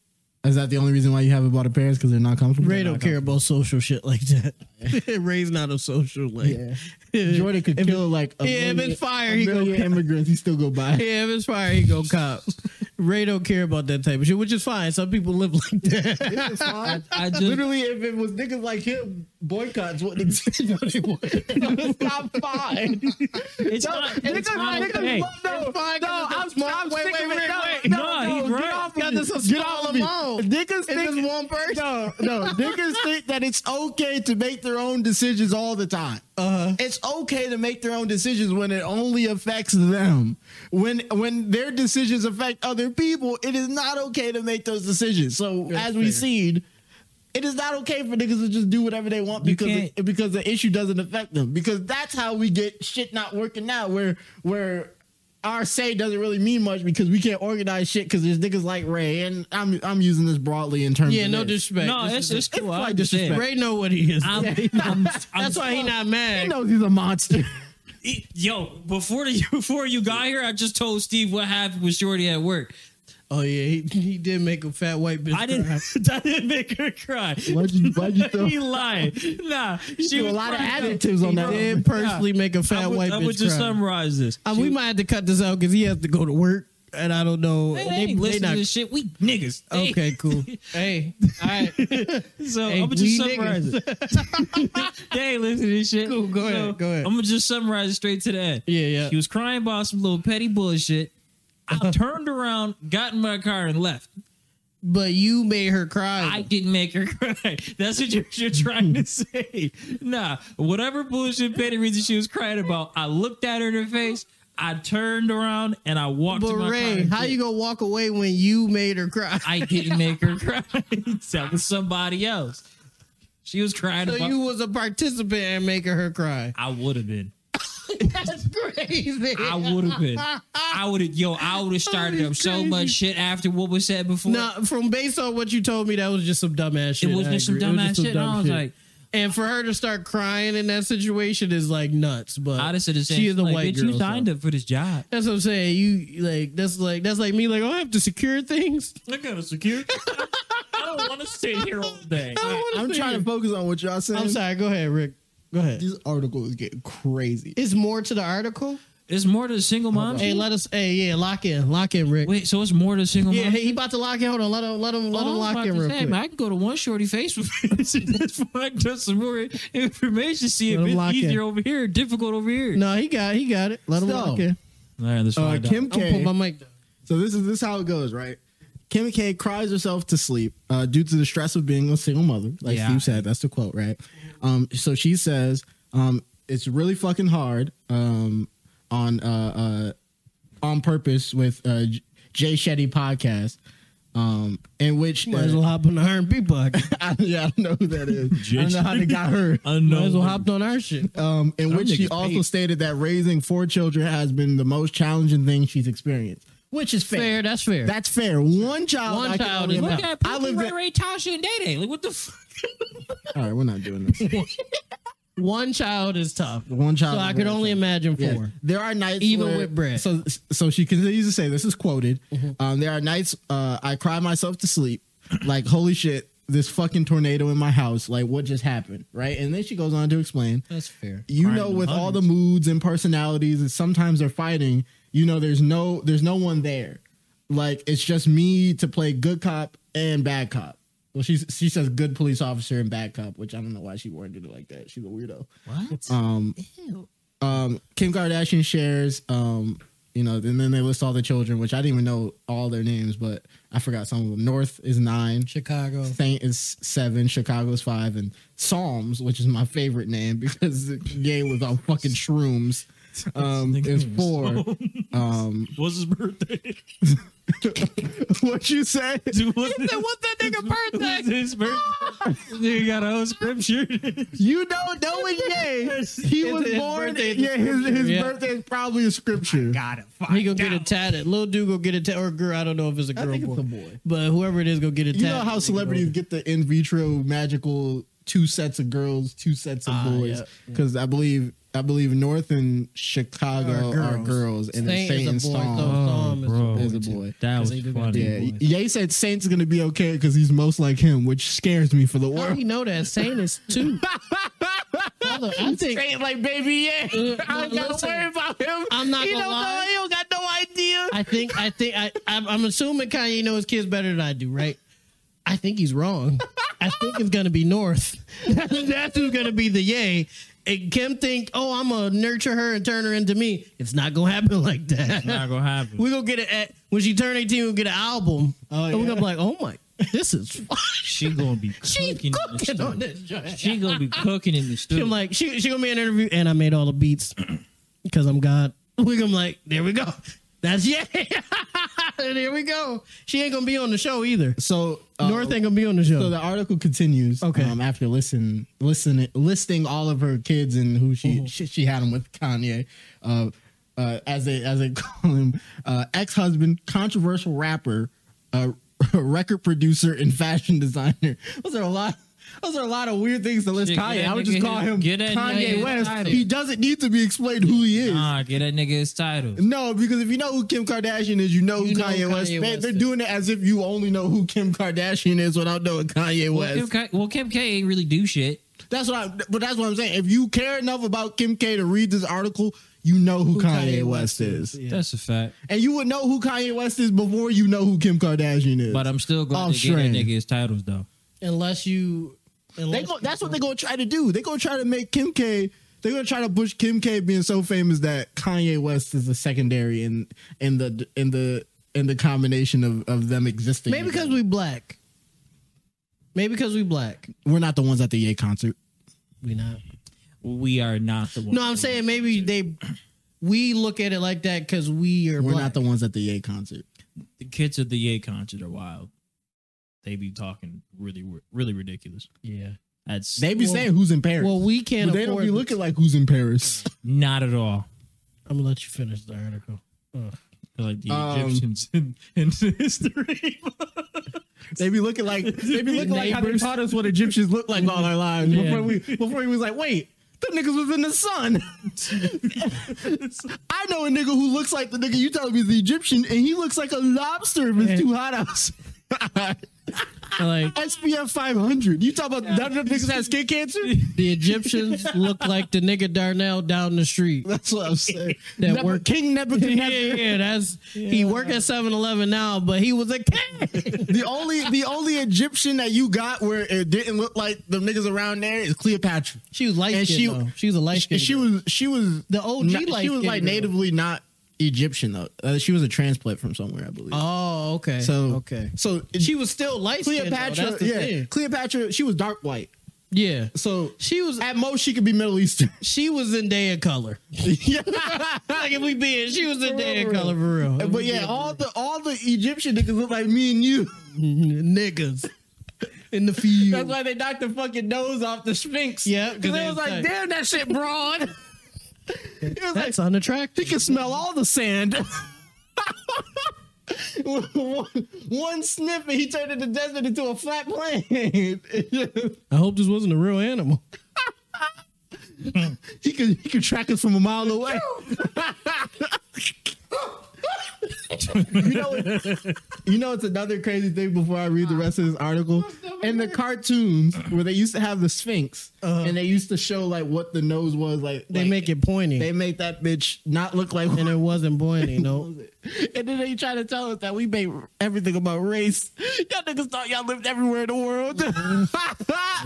S3: is that the only reason why you haven't bought a pair? Is because they're not comfortable.
S1: Ray don't care about social shit like that. [laughs] Ray's not a social like.
S3: Yeah. Jordan could kill like a
S1: Yeah, [laughs] if
S3: million-
S1: it's fire,
S3: a
S1: he go
S3: million
S1: cop.
S3: immigrants. He still go buy. it.
S1: Yeah, if it's fire, [laughs] he go cop. Ray don't care about that type of shit, which is fine. Some people live like that.
S3: It's fine. [laughs]
S5: I just
S3: Literally, if it was niggas like him, boycotts [laughs] what they what they want. It's not fine.
S5: it's not, it's not okay.
S3: no,
S1: fine, 'cause it's
S3: I'm,
S1: just- I'm
S3: wait, wait,
S1: sticking
S3: wait,
S1: with
S3: no,
S1: Ray.
S3: no,
S5: Nah,
S3: no,
S5: he's
S3: get
S5: right.
S3: off of
S1: Got
S3: me.
S1: this a
S3: Get
S1: small
S3: off of me.
S1: amount.
S3: Niggas
S1: It's
S3: think,
S1: just one person.
S3: no, no, [laughs] niggas think that it's okay to make their own decisions all the time. Uh-huh. It's okay to make their own decisions when it only affects them. When when their decisions affect other people, it is not okay to make those decisions. So as we
S1: fair.
S3: seen. It is not okay for niggas to just do whatever they want
S5: You
S3: because
S5: can't-
S3: it- because the issue doesn't affect them. Because that's how we get shit not working now, where where our say doesn't really mean much because we can't organize shit because there's niggas like Ray and I'm I'm using this broadly in terms.
S1: yeah,
S3: of
S1: no
S3: this.
S1: disrespect.
S5: No,
S1: This
S5: it's
S1: is-
S5: it's cool. I
S3: quite
S5: understand.
S3: disrespectful.
S1: Ray know what he is.
S5: I'm,
S3: [laughs]
S5: I'm, I'm,
S1: That's why he not
S3: He
S1: mad.
S3: knows he's a monster.
S5: He- Yo, before the, [laughs] before you got here, I just told Steve what happened with Shorty at work.
S1: Oh yeah, he, he did make a fat white bitch.
S5: I didn't [laughs]
S1: cry.
S5: I didn't make her cry.
S3: why'd you why'd you
S5: [laughs]
S3: throw
S5: He lied. Nah, she
S3: a
S5: was
S3: lot of
S5: crying.
S3: adjectives on that?
S1: Did
S3: one.
S1: personally make a fat
S5: I
S1: white
S5: would, I
S1: bitch
S5: would just
S1: cry.
S5: summarize this.
S1: Uh, we might have to cut this out because he has to go to work, and I don't know.
S5: They,
S1: They-
S5: ain't
S1: they
S5: listening
S1: not-
S5: to this shit. We niggas. They-
S1: Okay, cool. hey, all right.
S5: [laughs] So
S1: Hey,
S5: I'm gonna
S1: we
S5: just summarize it.
S1: [laughs]
S5: they ain't listening to this shit.
S1: Cool, go ahead, go ahead.
S5: I'm gonna just summarize it straight to the end.
S1: Yeah, Uh-huh. yeah.
S5: She was crying about some little petty bullshit. I turned around, got in my car, and left.
S1: But you made her cry.
S5: I didn't make her cry. [laughs] That's what you're, you're trying
S1: [laughs]
S5: to say. Nah, whatever bullshit petty reason she was crying about, I looked at her in her face. I turned around and I walked
S1: but
S5: to my car.
S1: Ray,
S5: and
S1: how
S5: did-
S1: you gonna walk away when you made her cry?
S5: I didn't make her cry. [laughs] that was somebody else. She was crying
S1: so
S5: about.
S1: you was a participant in making her cry.
S5: I would have been.
S1: That's [laughs] crazy.
S5: I would have been. I would have. Yo,
S1: [laughs]
S5: I would have started up so much shit after what was said before.
S1: No, from based on what you told me, that was just some dumbass
S5: it
S1: shit.
S5: was
S1: I
S5: just some
S1: agree. It
S5: dumbass
S1: just
S5: shit. and
S1: dumb
S5: I was
S1: shit.
S5: like,
S1: and for her to start crying in that situation is like nuts. But
S5: I just said the same.
S1: She is a
S5: like,
S1: white
S5: bitch,
S1: girl.
S5: You
S1: so-
S5: signed up for this job.
S1: That's what I'm saying. You like that's like that's like me. Like oh, I have to secure things.
S5: I gotta secure. I don't want to sit here all
S1: [laughs]
S5: day.
S1: [laughs] I don't wanna
S3: I'm
S1: sit
S3: trying
S1: here.
S3: to focus on what y'all saying.
S1: I'm sorry. Go ahead, Rick. Go ahead.
S3: This article is getting crazy.
S1: It's more to the article.
S5: It's more to the single mom.
S1: Hey,
S5: shit?
S1: let us. Hey, yeah, lock in, lock in, Rick.
S5: Wait, so it's more to the single
S1: yeah,
S5: mom.
S1: he about to lock in. Hold on, let him, let him, let him
S5: Oh, I
S1: lock
S5: was
S1: in
S5: about to
S1: real
S5: say,
S1: quick.
S5: man, I can go to one shorty Facebook [laughs] page and just find just some more information. See if
S1: Let him
S5: it's
S1: lock in.
S5: easier over here, difficult over here.
S1: No, he got, he got it. Let him
S3: So,
S1: lock in.
S5: All right, let's
S3: Uh,
S5: find out.
S3: Kim
S1: I'm gonna
S3: K.
S1: put my mic. down.
S3: So this is this is how it goes, right? Kim K cries herself to sleep uh, due to the stress of being a single mother. Like
S5: Yeah.
S3: Steve said, that's the quote, right? Um, so she says, um, "It's really fucking hard um, on uh, uh, on purpose with uh, J- Jay Shetty podcast, um, in which
S1: Might as
S3: uh,
S1: well hop on the R&B bucket.
S3: [laughs] I, yeah, I don't know who that is. I don't know how they got her.
S1: Might as well
S5: Unknown.
S1: hop on our shit.
S3: um, in which she
S5: niggas
S3: also
S5: paid.
S3: stated that raising four children has been the most challenging thing she's experienced, which is fair.
S1: Fair, that's fair.
S3: That's fair. One child.
S1: One
S3: I can
S1: child
S3: only
S1: is
S3: imagine.
S5: Look at
S3: I
S5: Pookie,
S3: live
S5: Ray
S3: that-
S5: Ray, Tasha, and Day Day. Like, what the fuck?
S3: All right, we're not doing
S1: [laughs]
S3: this.
S1: One child is tough.
S3: One child.
S1: So I
S3: is
S1: could
S3: very
S1: only
S3: tough.
S1: imagine
S3: Yeah.
S1: four.
S3: There are nights
S1: Even
S3: where-
S1: with bread. Mm-hmm.
S3: So so she continues to say this is quoted. Um, there are nights uh, I cry myself to sleep, like holy shit, this fucking tornado in my house. Like what just happened, right? And then she goes on to explain.
S1: That's fair.
S3: You
S5: Crying
S3: know,
S5: in the
S3: with all the
S5: hundreds.
S3: moods and personalities, and sometimes they're fighting. You know, there's no there's no one there. Like it's just me to play good cop and bad cop. Well, she's she says good police officer and bad cop, which I don't know why she worded it like that. She's a weirdo.
S5: What?
S3: Um, um, Kim Kardashian shares, um, you know, and then they list all the children, which I didn't even know all their names, but I forgot some of them. North is nine,
S1: Chicago.
S3: Saint is seven, Chicago's five, and Psalms, which is my favorite name [laughs] because the game was on fucking shrooms, um, is four. Um,
S5: What's his [laughs] birthday?
S3: [laughs] what you say?
S5: What's that [laughs] nigga birthday? his birthday? [laughs] Oh, Nigga got a whole [laughs] scripture.
S3: You don't know it yet.
S1: [laughs]
S3: He
S1: His-
S3: was
S1: his
S3: born.
S1: birthday is a
S3: Yeah, his, his
S1: yeah.
S3: birthday is probably
S1: [laughs]
S3: a scripture.
S2: Got it.
S1: He gonna get it tatted. Little dude gonna get it tatted. Or girl, I don't know if it's a
S3: I
S1: girl
S3: think it's
S1: boy.
S3: a boy.
S1: But whoever it is gonna get it
S3: You
S1: tatted.
S3: know how celebrities get the in vitro magical two sets of girls, two sets of
S1: Ah,
S3: boys?
S1: yeah,
S3: Because I believe I believe North and Chicago
S1: Are
S3: are girls,
S1: girls.
S3: and then
S1: Saint
S3: Saint and
S1: is a boy. Oh,
S3: Storm
S1: So Storm is a
S5: bro.
S1: boy,
S3: is a
S1: too.
S3: boy.
S5: That was
S1: They do got
S5: funny.
S1: the-
S3: Yeah,
S1: boys.
S3: yeah. He said Saint's gonna be okay because he's most like him, which scares me for the
S1: How do
S3: world.
S1: Oh, you know that? Saint is
S3: [laughs]
S1: two. Brother, I think Uh,
S3: Saint like baby, yeah. I don't gotta
S1: listen.
S3: worry about him.
S1: I'm not
S3: he
S1: gonna
S3: don't
S1: lie.
S3: know. He don't got no idea.
S1: I think I think I I'm, I'm assuming Kanye knows kids better than I do, right? I think he's wrong. I think it's gonna be North. [laughs] That's who's gonna be the yay. And Kim think, oh, I'm gonna nurture her and turn her into me. It's not gonna happen [laughs] like that.
S5: Not gonna happen.
S1: We're gonna get it at when she turn 18. We'll get an album,
S3: Oh,
S1: and we're
S3: yeah.
S1: gonna be like, oh my, this
S3: [laughs]
S1: is [laughs]
S5: she gonna be
S1: she's
S5: cooking, in the
S1: cooking
S5: studio.
S1: on this. joint.
S5: She gonna be cooking in the studio.
S1: I'm like, she she gonna be in an interview, and I made all the beats [clears throat] because I'm God. [laughs] We gonna be like, there we go. [laughs] That's yeah. and here we go. She ain't gonna be on the show either.
S3: So uh,
S1: North ain't gonna be on the show.
S3: So the article continues.
S1: Okay.
S3: Um, after listen, listen, listing all of her kids and who she
S5: Mm-hmm.
S3: she, she had them with Kanye, uh, uh, as they as they [laughs] call him, uh, ex husband, controversial rapper, uh, [laughs] record producer, and fashion designer. Those are a lot. Those are a lot of weird things to list
S5: Shit, get
S3: Kanye.
S5: that
S3: I would
S5: nigga
S3: just call
S5: his-
S3: him
S5: get that nigga
S3: Kanye
S5: his
S3: West.
S5: title.
S3: He doesn't need to be explained who he is.
S1: [laughs]
S5: nah, get that nigga his title.
S3: No, because if you know who Kim Kardashian is, you know who
S1: You know
S3: Kanye,
S1: who Kanye
S3: West. They,
S1: West
S3: they're
S1: is.
S3: doing it as if you only know who Kim Kardashian is without knowing Kanye
S5: Well,
S3: West.
S5: Kim K, well, Kim K ain't really do shit.
S3: That's what I. But that's what I'm saying. If you care enough about Kim K to read this article, you know who, Kanye, West is,
S5: That's a fact.
S3: and you would know who Kanye West is before you know who Kim Kardashian is.
S5: But
S1: uh,
S5: I'm still going
S3: I'm
S5: to get
S3: sure.
S5: that nigga his titles though.
S1: unless you,
S3: they
S1: unless
S3: go, that's what they're gonna try to do. They're gonna try to make Kim K They're gonna try to push Kim K being so famous that Kanye West is a secondary in in the in the in the combination of, of them existing.
S1: Maybe because we black. Maybe because we black.
S3: we're not the ones at the Ye concert.
S1: We not.
S5: We are not the one.
S1: No, I'm saying maybe they. We look at it like that because we are
S3: We're
S1: black.
S3: not the ones at the Ye concert.
S5: the kids at the Yay concert are wild. They be talking really, really ridiculous.
S1: yeah.
S5: That's
S3: They be
S1: Well-
S3: saying who's in Paris.
S1: Well, we can't.
S3: but they don't
S1: afford
S3: be looking like who's in Paris.
S5: not at all
S1: I'm gonna let you finish the article. Ugh.
S5: like the
S3: Um,
S5: Egyptians [laughs] in, in history. [laughs]
S3: They be looking like
S1: [laughs]
S3: they be looking like how they
S1: Neighbors.
S3: taught us what Egyptians look like all our lives
S5: Yeah.
S3: before we before we was like, wait, the niggas was in
S1: [laughs]
S3: the sun. I know a nigga who looks like the nigga you telling me is the Egyptian, and he looks like a lobster if it's too hot outside.
S1: Like
S3: SPF 500. You talk about that niggas has
S1: [laughs]
S3: skin cancer?
S1: the [laughs] Egyptians look like the nigga Darnell down the street.
S3: That's what I'm saying.
S1: [laughs] That
S3: Nebu-
S1: work-
S3: King
S1: [laughs] Yeah,
S3: Nebuchadnezzar.
S1: yeah, that's he work at 7-Eleven now, but he was a king.
S3: The only the only Egyptian that you got where it didn't look like the niggas around there is Cleopatra.
S1: [laughs] She was light
S3: And
S1: skinned.
S3: she-
S1: though. she was a light
S3: And
S1: skinned.
S3: she was she was
S1: the OG
S3: not-
S1: light.
S3: Oh, she was like natively not Egyptian though. Uh, she was a transplant from somewhere, I believe.
S1: Oh, okay.
S3: so
S1: okay,
S3: so
S1: she was still light skinned.
S3: Cleopatra.
S1: That's the
S3: yeah,
S1: thing.
S3: Cleopatra. She was dark white.
S1: Yeah,
S3: So
S1: she was.
S3: at most she could be Middle [laughs] Eastern.
S1: She was in day of color. [laughs]
S3: yeah.
S1: like if we being, she was in day
S3: real,
S1: of color for real.
S3: But yeah, all the all the Egyptian niggas look like me and you.
S1: [laughs]
S3: [laughs]
S1: niggas in the field.
S3: That's why they knocked the fucking nose off the Sphinx.
S1: Yeah, 'cause
S3: because
S1: they
S3: [laughs] they was
S1: was
S3: like,
S1: tight.
S3: damn, that shit [laughs] broad. it was like
S1: That's unattractive.
S3: He can smell all the sand. [laughs] one, one sniff and he turned the desert into a flat plain.
S1: [laughs] I hope this wasn't a real animal.
S3: he could he could track us from a mile away. [laughs] you know, you know, it's another crazy thing. Before I read the rest of this article, in the cartoons where they used to have the Sphinx and they used to show like what the nose was like,
S1: Uh-huh. They
S3: like,
S1: make it pointy,
S3: they make that bitch not look like
S1: and it wasn't pointy. [laughs] No,
S3: [laughs] And then they try to tell us that we made everything about race. Y'all niggas thought y'all lived everywhere in the [laughs] world. y'all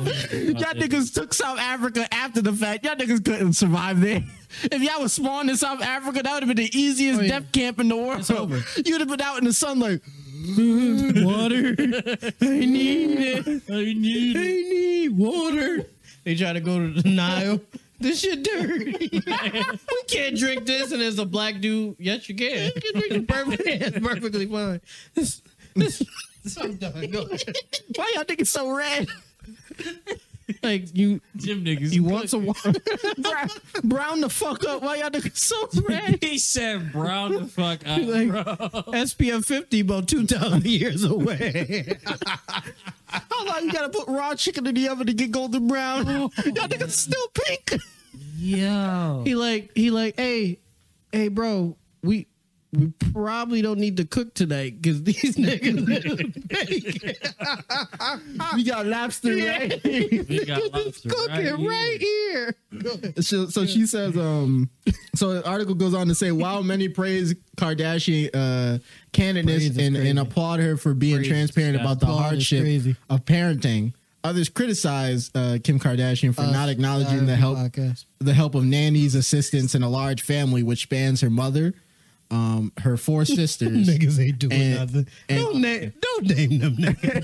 S3: niggas took South Africa after the fact. Y'all niggas couldn't survive there. If y'all was spawned in South Africa, that would have been the easiest
S1: Oh, yeah.
S3: death camp in the world.
S1: over.
S3: [laughs] You'd have been out in the sun like,
S1: water.
S3: I need it.
S5: I need
S1: They need water. They try to go to the Nile. This shit dirty. [laughs] we can't drink this, and as a black dude, yes, you can. You can drink it perfectly, [laughs] it's perfectly fine. This, this, I'm done. Go.
S3: Why y'all niggas so red? [laughs]
S1: Like you,
S5: Jim niggas. [laughs]
S1: you want [laughs] some water?
S3: brown, brown the fuck up. Why y'all niggas so [laughs] red?
S5: he said brown the fuck
S1: [laughs]
S5: out,
S1: Like-
S5: bro.
S1: SPF 50, about two thousand years away.
S3: How long you gotta put raw chicken in the oven to get golden brown? Y'all niggas still pink.
S5: Yo.
S1: he like, he like, hey, hey, bro, we. We probably don't need to cook tonight because these [laughs] niggas
S3: We got [laughs] lobster, right?
S1: [laughs]
S5: We got lobster right,
S1: cooking
S5: here.
S1: right here.
S3: so, so she says um so the article goes on to say while many praise kardashian uh
S1: Praise
S3: candidates
S1: is
S3: and,
S1: crazy.
S3: and applaud her for being transparent
S5: Scott.
S3: about the
S1: Applaud is
S3: hardship
S1: crazy.
S3: of parenting others criticize uh, kim kardashian for not acknowledging
S1: Uh,
S3: the help
S1: Podcast.
S3: the help of nannies assistants and a large family which spans her mother um
S1: [laughs]
S3: her four sisters
S1: Niggas ain't doing
S3: And-
S1: nothing.
S3: and-
S1: don't name, don't name them niggas.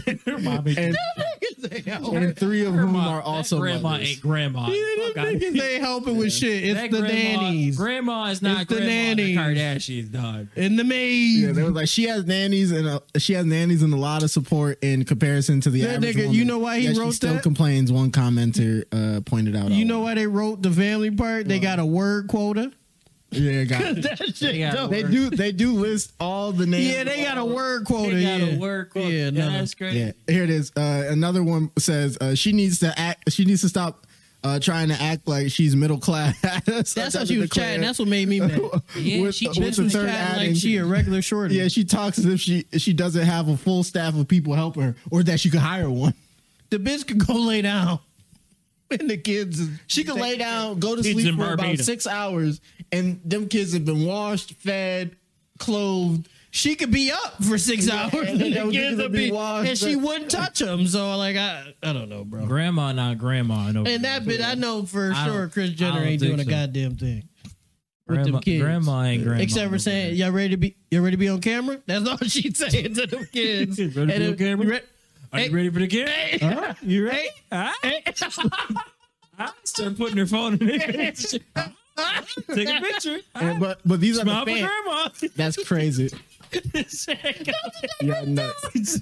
S3: and,
S1: niggas ain't helping.
S3: and three of whom
S5: Grandma,
S3: are also
S5: that grandma
S3: mothers.
S1: [laughs]
S5: ain't grandma.
S1: Them
S5: Fuck outta here.
S1: niggas ain't helping with shit. It's
S5: That
S1: the
S5: grandma,
S1: nannies
S5: Grandma is not
S1: It's the
S5: grandma. The,
S1: nannies.
S5: Kardashians, dog.
S1: and the maids.
S3: Yeah, they was like she has nannies and a, she has nannies and a lot of support in comparison to the
S1: That
S3: average
S1: nigga,
S3: woman.
S1: you know why he
S3: Yet
S1: wrote
S3: she still
S1: that?
S3: complains. One commenter uh, pointed out.
S1: you know why they wrote the family part? They got a word quota. [laughs]
S3: Yeah, got it.
S1: That shit.
S5: They got
S1: dope.
S5: a
S3: they do. They do list all the names.
S1: yeah, they got a word quota.
S5: They gotta
S1: yeah.
S5: work. on-
S1: Yeah, no.
S5: that's great.
S3: Yeah, here it is. Uh, another one says uh, she needs to act. She needs to stop uh, trying to act like she's middle class. [laughs]
S1: That's how she was chatting. That's what made [laughs] me mad.
S5: Yeah, she
S1: Bitch was chatting like she a regular shorty.
S3: yeah, she talks as if she she doesn't have a full staff of people helping her, or that she could hire one.
S1: The bitch could go lay down. [laughs] And the kids is-
S3: She could lay down, go to
S5: Kids
S3: sleep
S5: in
S3: for about
S5: Barbados.
S3: six hours, and them kids have been washed, fed, clothed,
S1: she could be up for six hours and, [laughs]
S3: and them
S1: kids would
S3: niggas would be
S1: be-
S3: washed
S1: and she
S3: up.
S1: wouldn't touch them. So like I, I don't know, bro.
S5: Grandma, not grandma. I know.
S1: And that bit, I know for
S5: I don't-
S1: sure Chris
S5: I
S1: Jenner
S5: don't
S1: ain't
S5: think
S1: doing a
S5: so.
S1: goddamn thing with
S5: grandma,
S1: them kids.
S5: grandma ain't grandma.
S1: Except for
S5: over
S1: saying,
S5: there.
S1: y'all ready to be, y'all ready to be on camera? That's all she's [laughs] saying to them kids.
S5: [laughs] Ready to be
S1: And
S5: on
S1: if-
S5: camera?
S1: re-
S5: "Are you ready for the kid?"
S1: Hey,
S5: You ready? Hey. [laughs] I start putting her phone in there. [laughs] Take a picture.
S3: And- but but these
S5: Smile
S3: are the
S5: for
S3: fans.
S5: grandma.
S1: [laughs]
S5: [laughs]
S3: That's crazy. Yeah, nuts.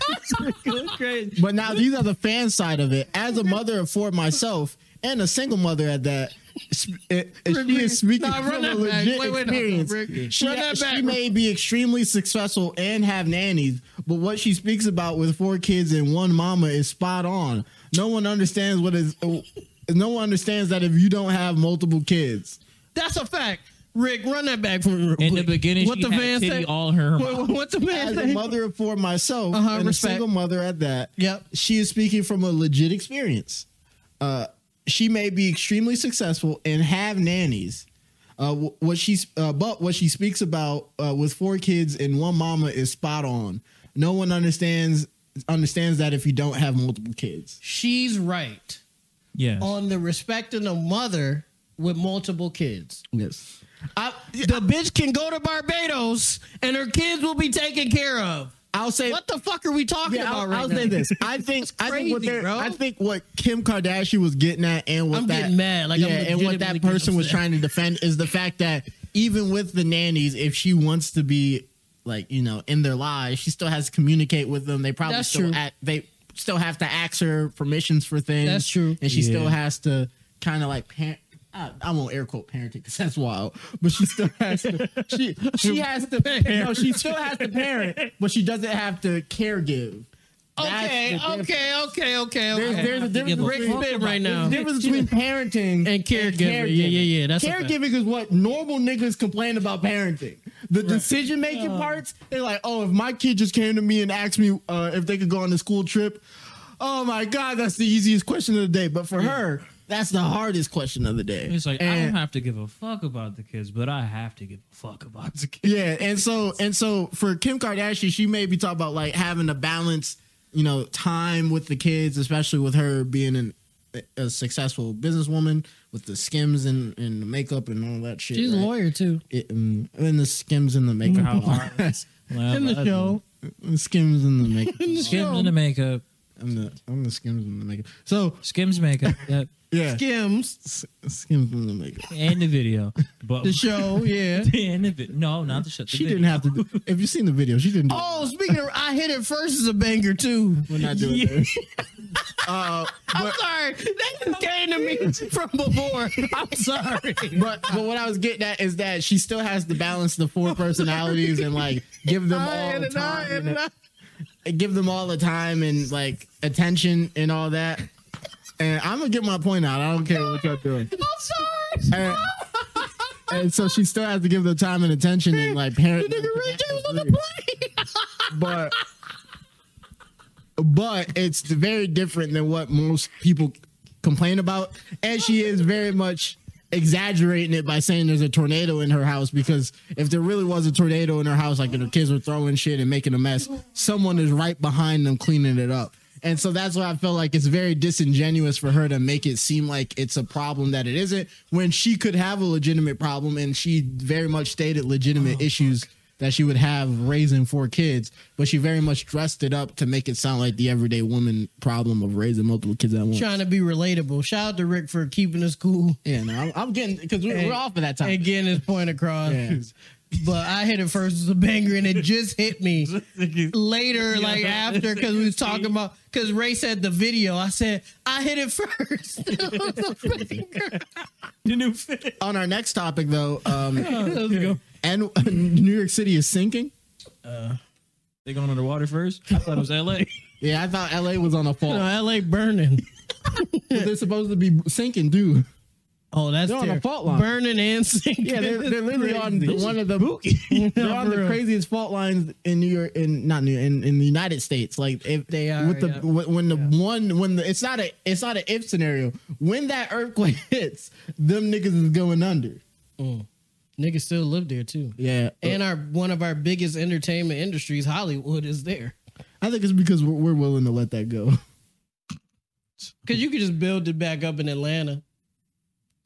S5: crazy.
S3: But now these are the fan side of it. As a mother of four myself and a single mother at that, s- it, it- she is speaking
S1: Nah, run
S3: from a
S1: that back.
S3: legit
S1: Wait, wait, no, no,
S3: experience.
S1: Rick.
S3: she,
S1: Run that back.
S3: she may be extremely successful and have nannies, but what she speaks about with four kids and one mama is spot on. No one understands what is. No one understands that if you don't have multiple kids,
S1: [laughs] That's a fact. Rick, run that back from
S5: In the beginning, what she the had titty
S1: say?
S5: all her.
S1: [laughs] What, what- what the man [laughs]
S3: as
S1: say?
S3: a mother of four myself
S1: Uh-huh,
S3: and
S1: respect.
S3: a single mother at that,
S1: Yep.
S3: she is speaking from a legit experience. Uh, she may be extremely successful and have nannies. Uh, wh- what she's uh, but what she speaks about uh, with four kids and one mama is spot on. No one understands understands that if you don't have multiple kids.
S1: She's right
S5: Yes.
S1: on the respecting a mother with multiple kids.
S3: Yes.
S1: I, the bitch can go to Barbados and her kids will be taken care of.
S3: I'll say
S1: What the fuck are we talking
S3: Yeah,
S1: about
S3: I'll,
S1: right
S3: I'll
S1: now?
S3: say this.
S5: [laughs]
S3: I think I think what
S1: crazy,
S3: they're-
S1: bro.
S3: I think what Kim Kardashian was getting at and what
S1: I'm
S3: that,
S1: getting mad, like, I'm
S3: yeah, and what
S1: legitimately
S3: that
S1: getting
S3: person was
S1: upset.
S3: trying to defend is the fact that even with the nannies, if she wants to be like you know in their lives, she still has to communicate with them. They probably
S1: That's true.
S3: still Act, they still have to ask her permissions for things.
S1: That's true.
S3: and she still
S5: Yeah.
S3: has to kind of like parent. I, I won't air quote parenting because that's wild, but she still has to. She she has to. No, she still has to parent, but she doesn't have to care give. That's the
S1: Okay,
S3: difference.
S1: okay, okay, okay, okay.
S3: There's, there's a difference.
S1: Rick
S3: between-
S1: spit right
S3: there's
S1: now.
S3: a difference between parenting
S1: And caregiving. Yeah, yeah, yeah, that's a fact.
S3: caregiving is what normal niggas complain about parenting. The decision making parts, they're like, oh, if my kid just came to me and asked me uh, if they could go on a school trip, oh my god, that's the easiest question of the day. But for her, that's the hardest question of the day.
S5: It's like I
S3: And-
S5: don't have to give a fuck about the kids, but I have to give a fuck about the kids.
S3: Yeah, and so and so for Kim Kardashian, she may be talking about like having to balance, you know, time with the kids, especially with her being an, a successful businesswoman with the skims and and the makeup and all that shit.
S1: She's a
S3: right?
S1: lawyer too.
S3: It- mm, and the skims and the makeup,
S1: [laughs]
S5: How hard it
S1: In the show.
S3: skims and [laughs] the makeup.
S1: [laughs]
S5: Skims in the makeup.
S3: I'm the I'm the skims and the makeup. So
S5: Skims
S1: [laughs]
S5: makeup. Yep.
S3: yeah,
S1: Skims,
S3: S- skims and the makeup.
S5: And the video. But
S1: the show, yeah.
S5: [laughs] and the vi- no, not the show. The
S3: She
S5: video.
S3: didn't have to. Do, if you've seen the video, she didn't. Do
S1: Oh, speaking of, I hit it first is a banger too.
S3: We're not doing that.
S1: I'm sorry, that just came to me from before. I'm sorry.
S3: [laughs] But but what I was getting at is that she still has to balance the four personalities and like give them all the time, and give them all the time and like attention and all that. And I'm gonna get my point out. I don't care what y'all doing.
S1: I'm sorry.
S3: And, and so she still has to give them time and attention and like parent.
S1: Nigga, Rick James on the plane.
S3: but but it's very different than what most people complain about and she is very much exaggerating it by saying there's a tornado in her house because if there really was a tornado in her house like and her kids were throwing shit and making a mess someone is right behind them cleaning it up and so that's why I feel like it's very disingenuous for her to make it seem like it's a problem that it isn't when she could have a legitimate problem and she very much stated legitimate issues that she would have raising four kids, but she very much dressed it up to make it sound like the everyday woman problem of raising multiple kids at once.
S1: Trying to be relatable. Shout out to Rick for keeping us cool
S3: Yeah, no, I'm, I'm getting because we're,
S1: And-
S3: we're off of that
S1: and
S3: time.
S1: getting his point across.
S3: Yeah.
S1: But I hit it first as a banger, and it just hit
S3: [laughs]
S1: me later, like after, because we was talking about. Because Ray said the video, I said I hit it first. [laughs] It was a banger.
S5: the
S1: [laughs]
S5: new fit.
S3: On our next topic, though, um,
S5: Let's go.
S3: and [laughs] New York City is sinking.
S5: They going underwater first? I thought it was LA.
S3: Yeah, I thought LA was on a fall.
S1: No, L.A. burning.
S3: But they're supposed to be sinking, dude.
S1: Oh, that's
S3: They're on the
S1: terrible.
S3: fault line.
S1: Burning and sinking.
S3: Yeah, they're, they're literally on
S1: This is
S3: one of the [laughs] they're on
S1: For
S3: the
S1: real.
S3: craziest fault lines in New York, in not New in, in the United States. Like if
S1: They are,
S3: with the
S1: yeah.
S3: when when the one when the it's not a it's not an [laughs] if scenario. When that earthquake hits, them niggas is going under.
S1: Mm. Niggas still live there too.
S3: Yeah,
S1: And our one of our biggest entertainment industries, Hollywood, is there.
S3: I think it's because we're, we're willing to let that go.
S1: Because you could just build it back up in Atlanta.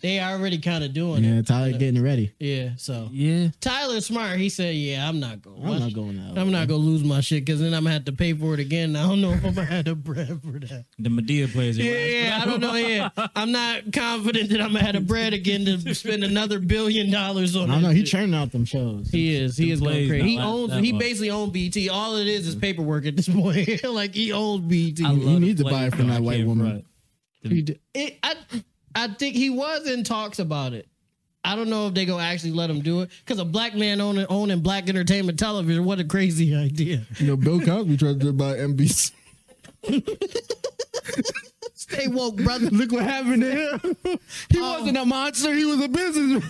S1: They already kind of doing
S3: Yeah,
S1: it.
S3: Tyler getting ready.
S1: [laughs] Yeah. So
S2: Yeah.
S1: Tyler Smart, he said, "Yeah, I'm not going.
S3: I'm not going out.
S1: I'm not gonna lose my shit because then I'm gonna have to pay for it again. I don't know if I'm gonna have the bread for
S3: [laughs]
S1: that.
S5: The Medea plays it.
S1: Yeah, yeah, I don't know. Yeah, I'm not confident that I'm gonna have the bread again to spend another billion dollars on.
S3: I don't
S1: that
S3: know. He
S1: shit.
S3: churning out them shows.
S1: He is. He is going
S5: plays
S1: crazy.
S5: not
S1: He
S5: last
S1: owns.
S5: that
S1: He
S5: much.
S1: basically owns BT. All it is is paperwork at this point. [laughs] like he owns BT.
S5: I love
S3: You
S5: the
S3: need to
S5: plays,
S3: buy it from
S5: though.
S3: that
S5: I
S3: white
S5: can't
S3: woman.
S5: front.
S1: He did- It, I, I think he was in talks about it. I don't know if they gonna actually let him do it because a black man owning owning black entertainment television. What a crazy idea!
S3: You know, Bill Cosby tried to buy NBC.
S1: Stay woke, [laughs] brother. Um,
S3: Look what happened to him.
S1: [laughs]
S3: He wasn't a monster. [laughs] He was a businessman.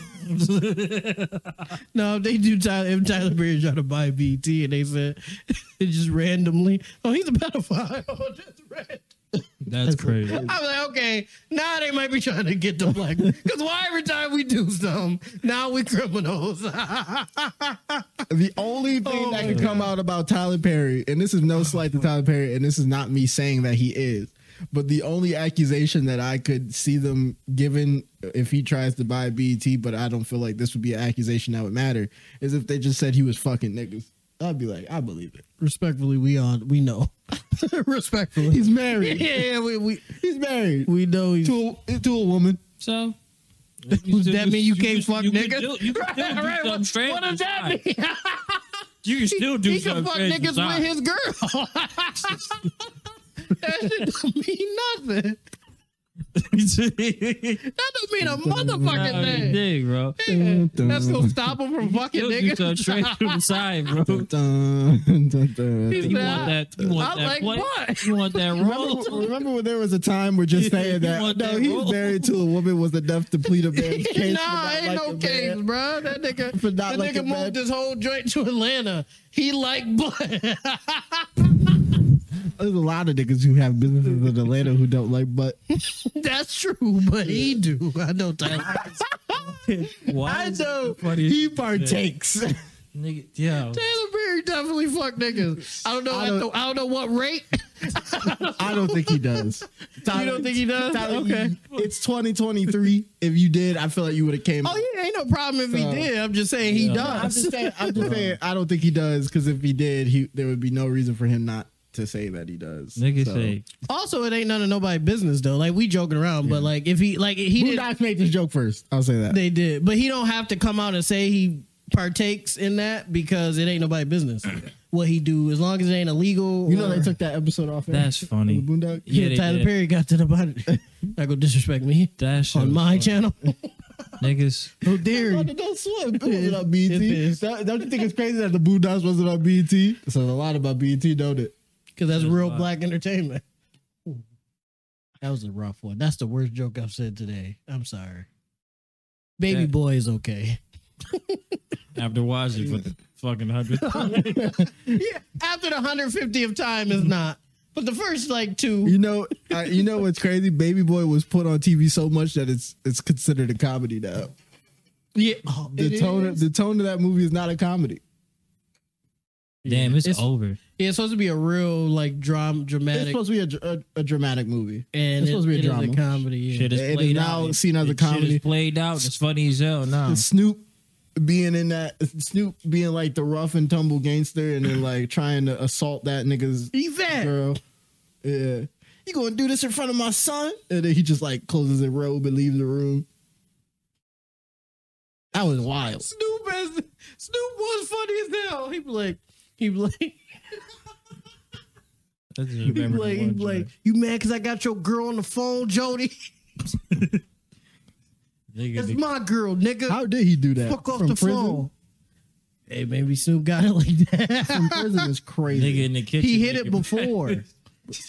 S1: No, if they do Tyler, if Tyler Perry try to buy BT and they said [laughs] it just randomly, oh, he's a pedophile. [laughs] Oh, just random.
S5: That's crazy.
S1: I was like, okay, now they might be trying to get the black. Because why every time we do something, now we criminals. [laughs]
S3: The only thing that
S1: Oh.
S3: can come out about Tyler Perry, and this is no slight to Tyler Perry, and this is not me saying that he is, but the only accusation that I could see them given if he tries to buy BET, but I don't feel like this would be an accusation that would matter, is if they just said he was fucking niggas. I'd be like, I believe it.
S1: Respectfully, we on we know. [laughs]
S5: [laughs]
S1: Respectfully,
S3: He's
S1: [laughs]
S3: married.
S1: yeah, yeah, we we
S3: He's married
S1: we know he's.
S3: to a, to a
S1: [laughs]
S3: woman.
S5: So
S1: Does that mean you can't fuck
S5: you
S1: niggas?
S5: Can do,
S1: [laughs]
S5: you can still do
S1: Right,
S5: something
S1: what-
S5: straight.
S1: what does that
S5: mean?
S1: [laughs]
S5: You can still do
S1: He can
S5: something
S1: fuck
S5: straight
S1: niggas
S5: inside.
S1: with his girl. [laughs] that shit don't mean nothing. That don't mean a motherfucking thing.
S5: Dig, bro.
S1: That's gonna stop him from fucking
S5: Still do something straight
S1: niggas.
S5: through the side, bro.
S3: Dun, dun, dun.
S1: He's [laughs]
S5: You
S1: Nah,
S5: want that? You want
S1: I'm
S5: that
S1: like,
S5: plate?
S1: what?
S5: You
S1: [laughs]
S5: want that
S3: Remember,
S5: roll?
S3: [laughs] remember when there was a time where just
S5: Yeah, you
S3: saying that
S5: want
S3: no,
S5: that
S3: he's
S5: role.
S3: married to a woman was enough to plead a [laughs] man's case.
S1: [laughs]
S3: for
S1: nah,
S3: not
S1: ain't no
S3: liking a
S1: case,
S3: man.
S1: bro. That nigga,
S3: [laughs] For not
S1: that
S3: like a
S1: nigga
S3: man.
S1: moved his whole joint to Atlanta. He like blood. [laughs]
S3: There's a lot of niggas who have businesses in Atlanta who don't like butt.
S1: That's true, but he do. I know Tyler. [laughs]
S5: Why
S3: I
S5: is that
S3: know
S5: the funniest
S3: he partakes.
S5: nigga? Yeah.
S1: Taylor Perry definitely fuck niggas. I don't know.
S3: I
S1: I don't,
S3: don't-
S1: at the, I don't know what [laughs] rate.
S3: I don't think he [laughs] does. Tyler,
S1: don't think he does?
S3: Tyler,
S1: Okay.
S3: you- it's 2023. If you did, I feel like you would have came.
S1: Oh yeah, ain't no problem if
S3: So-
S1: he did. I'm just saying he
S5: Yeah.
S3: I'm
S1: does.
S3: just saying. I'm just saying. I don't think he does because if he did, he there would be no reason for him not to say that he does.
S5: Nigga
S3: So-
S5: say
S1: Also, it ain't none of nobody's business though. Like we joking around, but like if he like he
S3: Who
S1: did,
S3: not made this joke first? I'll say that.
S1: they did, but he don't have to come out and say he partakes in that because it ain't nobody's [clears throat] business what he do as long as it ain't illegal.
S3: You know
S1: or-
S3: they took that episode off. air?
S5: That's funny.
S3: The Boondock.
S1: Yeah,
S5: they
S1: Tyler
S5: did.
S1: Perry got to the body. [laughs] Not gonna disrespect me
S5: That shit
S1: on
S5: was
S1: my
S5: funny.
S1: channel.
S5: niggas.
S1: How dare
S3: Oh,
S1: you?
S3: the Don't swim. It wasn't on BET.
S1: It is.
S3: Don't- Don't you think it's crazy that the Boondocks wasn't on BET? It says a lot about BET, don't it?
S1: Because that's real
S5: wild.
S1: black entertainment. That was a rough one. That's the worst joke I've said today. I'm sorry. Baby
S5: Yeah.
S1: boy is okay.
S5: After watching for the fucking hundredth
S1: [laughs]
S5: time.
S1: [laughs] yeah, after the 150th time is not. But the first like two.
S3: You know, uh, you know what's crazy? Baby Boy was put on TV so much that it's it's considered a comedy now.
S1: Yeah. Oh,
S3: The
S1: it
S3: tone
S1: is.
S3: the tone of that movie is not a comedy.
S5: Damn, it's,
S1: It's-
S5: over.
S1: Yeah, it's supposed to be a real like drama
S3: It's
S1: dramatic
S3: supposed to be a dr- a, a, dramatic movie.
S1: and it-
S3: it's supposed to be a
S1: it is
S3: drama.
S1: comedy. yeah.
S5: Shit is
S1: [laughs]
S3: It is
S5: played
S3: now
S5: out.
S3: seen as a
S5: Shit is
S3: comedy.
S5: played out. and It's funny as hell. Nah.
S3: And Snoop being in that Snoop being like the rough and tumble gangster and then like trying to assault that nigga's
S1: Yvette.
S3: girl. Yeah. You gonna do this in front of my son? And then he just like closes the robe and leaves the room. That was wild.
S1: Snoop as Snoop was funny as hell. He be like, he be like,
S3: [laughs]
S1: he [laughs]
S5: That's just
S1: be
S5: remember
S1: like,
S5: the
S1: he
S5: one
S1: be like,
S5: joint.
S1: you mad because I got your girl on the phone, Jody? [laughs]
S5: Nigga,
S1: It's
S5: the-
S1: my girl, nigga.
S3: How did he do that?
S1: Fuck off
S3: From
S1: the
S3: prison?
S1: phone. Hey, maybe Snoop got it like
S3: From
S1: that.
S3: prison is
S5: nigga
S3: crazy.
S5: in the kitchen.
S1: [laughs] he hit
S5: nigga.
S1: it
S5: [laughs]
S3: [laughs]
S1: before.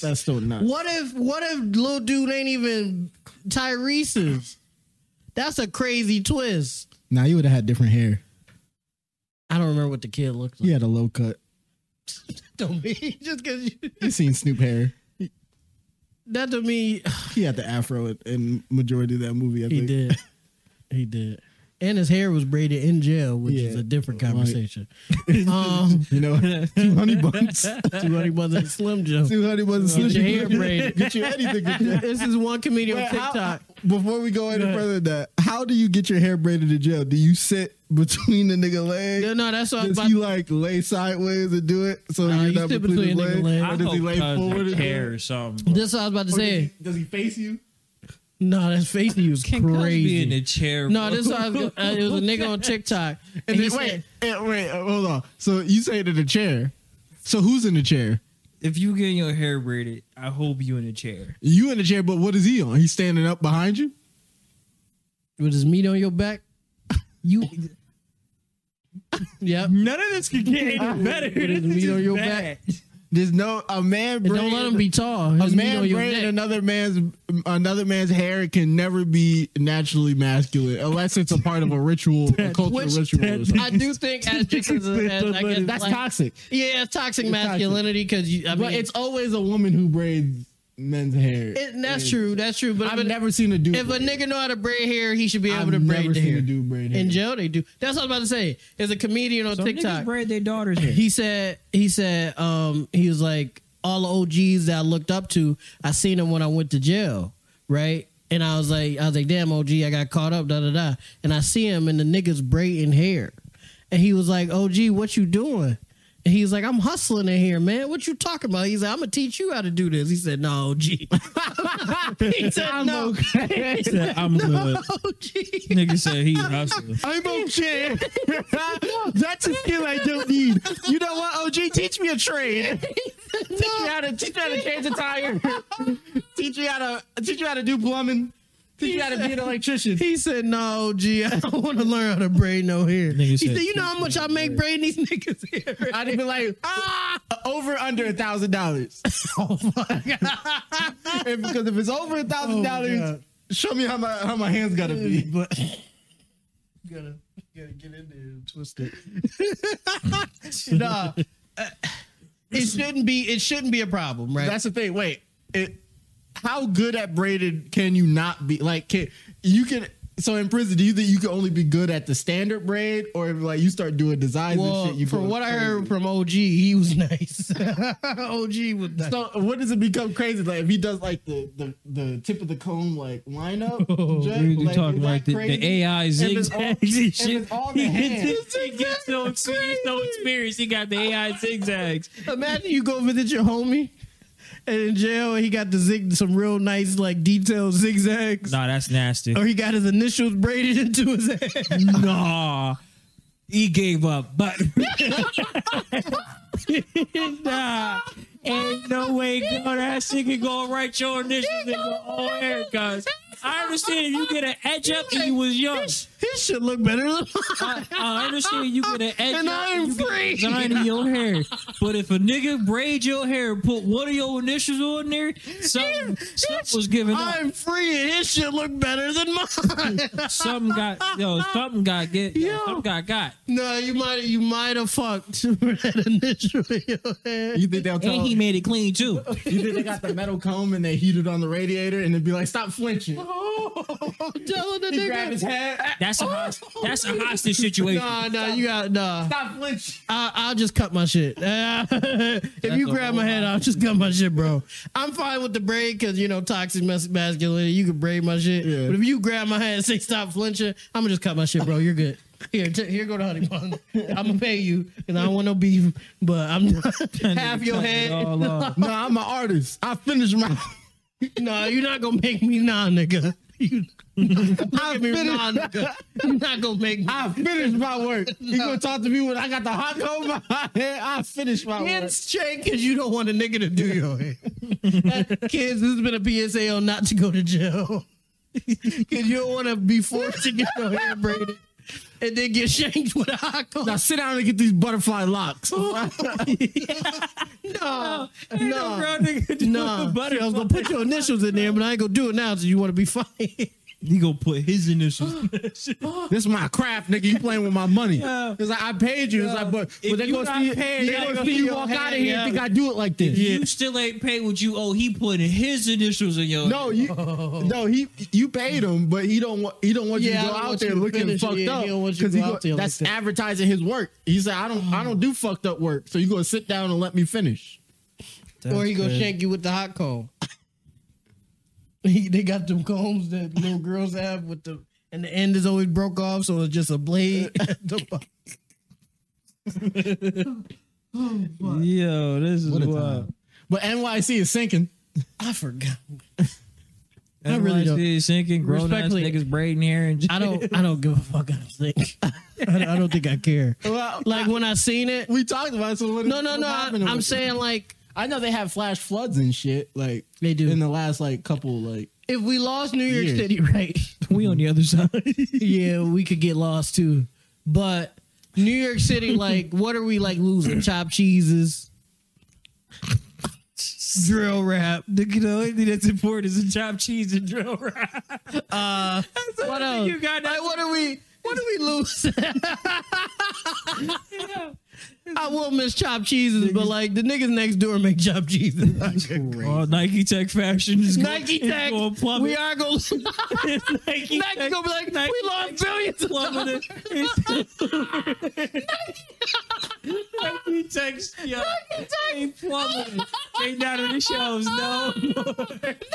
S3: That's so nuts.
S1: What if what if little dude ain't even Tyrese's? That's a crazy twist.
S3: Now you would have had different hair.
S1: I don't remember what the kid looked like.
S3: You had a low cut.
S1: Don't
S3: [laughs]
S1: mean just cause you
S3: You seen Snoop hair.
S1: that to me
S3: He had the afro in, in majority of that movie, I
S1: he
S3: think.
S1: did. He did. and his hair was braided in jail, which is
S3: Yeah.
S1: a different
S3: Right. [laughs]
S1: conversation. um, [laughs]
S3: You know, two honey buns,
S1: two hundred wasn't Slim Jim.
S3: two honey buns.
S1: Get your
S3: Slim
S1: hair
S3: Jim.
S1: braided.
S3: Get your anything.
S1: [laughs]
S3: Get your,
S1: this is one comedian
S3: Wait,
S1: on
S3: how-
S1: TikTok.
S3: before we go any further, than that how do you get your hair braided in jail? Do you sit between the nigga legs?
S1: no, no, that's what I was
S3: Does
S1: about.
S3: he like lay sideways and do it so
S1: Nah,
S3: you're
S1: you
S3: not
S1: sit
S3: between his
S1: between nigga
S3: legs?
S1: leg.
S5: I
S3: Or does he lay
S5: hope
S3: forward
S5: forward
S3: and do it?
S5: hair or something.
S1: This is what I was about to
S3: Or does he-
S1: say.
S3: Does he face you?
S1: No, that's face news.
S5: Ken Cosby in the
S1: Crazy.
S5: chair.
S1: No,
S5: bro.
S1: this is what I was. go- Uh, it was a nigga
S3: [laughs]
S1: on TikTok.
S3: And
S1: he
S3: then, wait,
S1: said-
S3: eh, wait, uh, hold on. So you say it in the chair. So who's in the chair?
S5: if you get your hair braided, I hope you in a chair.
S3: You in the chair, but what is he on? He's standing up behind you.
S1: with his meat on your back.
S3: [laughs]
S5: You
S1: Yep.
S5: none of this could get any better.
S1: his
S5: This
S1: meat
S5: is
S1: on your
S5: bad.
S3: There's no a man.
S1: And
S3: Braid,
S1: don't let him be tall. His meat
S3: a man
S1: on your
S3: braiding
S1: neck.
S3: another man's another man's hair can never be naturally masculine unless it's a part of a ritual, a cultural
S1: Which-
S3: ritual. Or something.
S1: I do think
S3: [laughs]
S1: as just as, a- as I guess
S3: That's
S1: like-
S3: toxic.
S1: Yeah, it's toxic masculinity because I mean
S3: But it's always a woman who braids men's hair.
S1: it, that's true. That's true. But
S3: I've
S1: if, a-
S3: never seen a dude.
S1: if a
S3: braid.
S1: nigga know how to braid hair, he should be able
S3: I've
S1: to braid the
S3: never seen
S1: hair.
S3: a dude braid hair.
S1: In jail, they do. That's what I was about to say. There's a comedian on
S5: Some niggas
S1: TikTok.
S5: braid their daughters hair.
S1: He said he said um he was like all the OGs that I looked up to, I seen them when I went to jail, right? And I was like, I was like, damn OG, I got caught up, da da da. And I see him and the niggas braiding hair, and he was like, OG, what you doing? And he was like, I'm hustling in here, man. What you talking about? He's like, I'm gonna teach you how to do this. He said, No, OG. [laughs] he said, No,
S5: He said, I'm good.
S1: OG.
S5: [laughs] Nigga said he hustling.
S1: [laughs]
S3: I'm okay. [laughs] That's a skill I don't need. You know what, OG? Teach me
S1: [laughs]
S3: a trade. teach me how to teach me how to change a tire. teach me how to teach me how to do plumbing. Teach me how to be an electrician.
S1: He said, "No, OG, I don't want to learn how to braid no hair." he
S5: said,
S1: said, "You know how much I make braiding these [laughs] niggas hair?
S3: I'd be like, [laughs] ah, over under a thousand dollars.
S1: [laughs] Oh my god, Oh
S3: If- Because if it's over a thousand dollars,
S1: God.
S3: show me how my how my hands gotta
S1: [laughs]
S3: be.
S1: but
S3: gotta gotta get in there and twist it. nah,
S1: it shouldn't be. It shouldn't be a problem, right?
S3: that's the thing. Wait, it, how good at braided can you not be? Like, can you can? So in prison, do you think you can only be good at the standard braid, or if, like you start doing designs
S1: well,
S3: and shit? You
S1: from
S3: go
S1: what I
S3: crazy?
S1: heard from OG, he was [laughs] nice. OG was nice.
S3: So what does it become crazy? Like if he does like the the, the tip of the comb
S5: [laughs]
S3: like lineup, Jay,
S5: We're
S3: like,
S5: Oh, talking
S3: is
S5: like
S3: that
S5: the, the
S3: crazy?
S5: AI
S3: it's all- if
S5: zigzags and
S3: it's
S5: shit.
S3: all
S5: He
S3: the
S5: gets,
S3: hands.
S5: he gets so experienced, so experienced. He got the AI zigzags.
S1: Imagine you go visit your homie. And in jail, he got the zig some real nice like detailed zigzags,
S5: Nah, that's nasty.
S1: or he got his initials braided [laughs] into his head.
S5: [laughs] nah, he gave up. But [laughs] nah, ain't no way girl, that shit can go right your initials and go all haircuts. I understand you get an edge up when you was young.
S1: His shit look better than
S5: I, I understand you get an edge
S1: And
S5: up.
S1: I'm
S5: you get
S1: free.
S5: a design in your hair. But if a nigga braid your hair and put one of your initials on there, something, something was given up.
S1: I'm free and his shit look better than mine.
S5: Something got yo, something got get yo,
S1: Yo.
S5: something got got.
S1: [laughs] no, you might you might have fucked [laughs] for that initial in your head.
S3: You think they'll tell?
S5: And he made it clean too.
S3: you think they got the metal comb and they heat it on the radiator and it'd be like, stop flinching.
S5: Oh,
S1: I'm telling the
S3: He grab his
S1: nigga.
S3: head. "Ah,
S5: That's a host- that's a hostage situation.
S1: Nah, nah, you got nah.
S3: Stop flinching.
S1: I, I'll just cut my shit. [laughs] if you
S5: a
S1: grab
S5: whole
S1: my head, I'll just cut my shit, bro. I'm fine with the braid because you know toxic mas- masculinity. You can braid my shit,
S3: Yeah.
S1: but if you grab my head and say stop flinching, I'm gonna just cut my shit, bro. You're good. Here, t- here go the honey [laughs] bun. I'm gonna pay you, and I don't want no beef, but I'm [laughs] half your
S5: Cut it
S1: head.
S5: [laughs] all off.
S3: Nah, I'm an artist. I finished my.
S1: No, you're not gonna make me nah, nigga. [laughs] You,
S3: I
S1: give me
S3: finished,
S1: nah, nigga. You're not gonna make me.
S3: I finished my
S5: [laughs]
S3: work. You gonna talk to me when I got the hot comb in my head? I finished my work.
S1: Kids check because you don't want a nigga to do your hair. Kids, this has been a PSA on not to go to jail. [laughs] Because you don't want to be forced to get your hair braided and then get shanked with a hot comb.
S3: Now sit down and get these butterfly locks.
S5: Oh
S1: No,
S5: Ain't no
S1: no,
S5: grown nigga doing
S1: no.
S5: the
S1: See, I was
S5: butterfly.
S1: going to put your initials in there, but I ain't going to do it now so you want to be funny.
S5: He gonna put his initials. [gasps] in that [laughs] shit.
S3: This is my craft, nigga. You playing with my money?
S5: Yeah.
S3: Cause I, I paid you. It's like, but,
S5: If
S3: but they
S5: you
S3: gonna
S5: not
S3: see,
S5: paid, they
S3: they gonna
S5: gonna
S3: see
S5: see
S3: you
S5: your
S3: walk
S5: hand,
S3: out of here
S5: yeah.
S3: and think I do it like this.
S5: You still ain't paid what you owe. He putting his initials in your.
S3: No, you, no, he, you paid him, but he don't want, he don't want
S1: Yeah, I
S3: you to
S1: don't
S3: go out
S1: want
S3: there
S1: you to
S3: looking
S1: finish it.
S3: fucked
S1: Yeah,
S3: up
S1: he don't want you to
S3: he
S1: go
S3: go-
S1: out there like
S3: that's
S1: that.
S3: advertising his work. He said, I don't, I don't do fucked up work. So you gonna sit down and let me finish?
S1: or he gonna shank you with the hot comb. He, they got them combs that little girls have with the and the end is always broke off, so it's just a blade. [laughs] at the bottom.
S5: Yo, this is
S3: What a time. But NYC is sinking.
S1: I forgot.
S5: I
S1: really
S5: really
S1: don't-
S5: do. Sinking grown ass
S1: Respectfully-
S5: niggas braiding hair and.
S1: I don't. I don't give a fuck. I think. [laughs] I, don't- I don't think I care.
S3: Well,
S1: Like when I seen it.
S3: we talked about. It, so what,
S1: No, no,
S3: what
S1: no. I,
S3: happened with
S1: I'm
S3: it?
S1: saying like
S3: I know they have flash floods and shit. Like
S1: They do.
S3: in the last like couple like
S1: if we lost New York
S3: Years.
S1: City, [laughs] right?
S5: we on the other side. [laughs]
S1: yeah, we could get lost too. But New York City, like, what are we like losing? Chopped cheeses.
S5: drill rap. The, you know, anything that's important is a chopped cheese and drill rap.
S1: What
S5: I
S1: else?
S5: think [laughs] you got
S1: like,
S5: that.
S1: what are we? What do we lose? [laughs] I will miss chopped cheeses, but like the niggas next door make chopped
S5: [laughs]
S1: cheeses.
S5: Oh, Nike Tech fashion is
S1: Nike
S5: going,
S1: Tech,
S5: Going plummet.
S1: we are [laughs] going.
S5: [laughs] Nike
S1: Nike gonna be like,
S5: Nike
S1: we lost billions. Of dollars.
S5: plummeted. [laughs] Nike Tech, yeah, they plummeted. They down in the shelves.
S1: [laughs]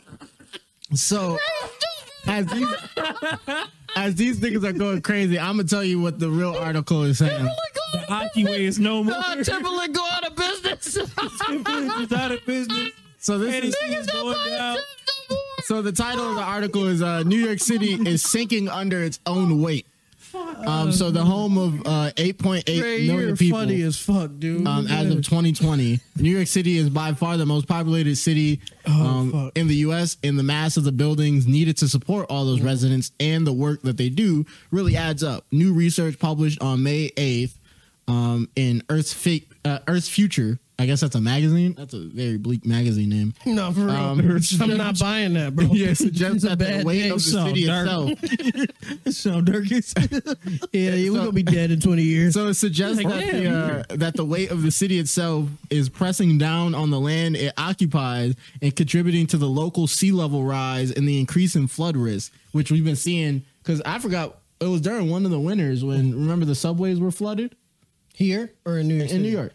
S5: No,
S3: So as these as these niggas are going crazy, I'm gonna tell you what the real article is saying.
S5: hockey way is no more.
S1: Uh, Timberland go out of business.
S5: it's out of business.
S3: So this is,
S5: Anything's going down.
S3: so the title of the article is uh, New York City is sinking under its own weight. Um, so the home of uh, 8.8
S1: Ray,
S3: million
S1: you're
S3: people.
S1: funny as fuck, dude.
S3: um, as
S1: [laughs]
S3: of 2020. New York City is by far the most populated city
S1: Oh,
S3: um, in the U.S. and the mass of the buildings needed to support all those residents and the work that they do really adds up. New research published on May 8th um, in Earth's Fa- uh, Earth's Future. I guess that's a magazine. That's a very bleak magazine name.
S1: no, for real.
S3: um,
S1: [laughs] I'm not buying that, bro.
S3: Yeah, it [laughs] suggests that the
S1: bad
S3: weight
S1: name.
S3: of the
S1: Sound
S3: city
S1: dark.
S3: itself.
S5: So Dirk is
S1: [laughs]
S5: [laughs]
S1: Yeah, yeah, we're gonna be dead in 20 years.
S3: So it suggests
S5: Like,
S3: that, the,
S5: damn.
S3: uh, that the weight of the city itself is pressing down on the land it occupies and contributing to the local sea level rise and the increase in flood risk, which we've been seeing. Because I forgot it was during one of the winters when remember the subways were flooded
S1: [laughs] Here or in New York?
S3: in New York.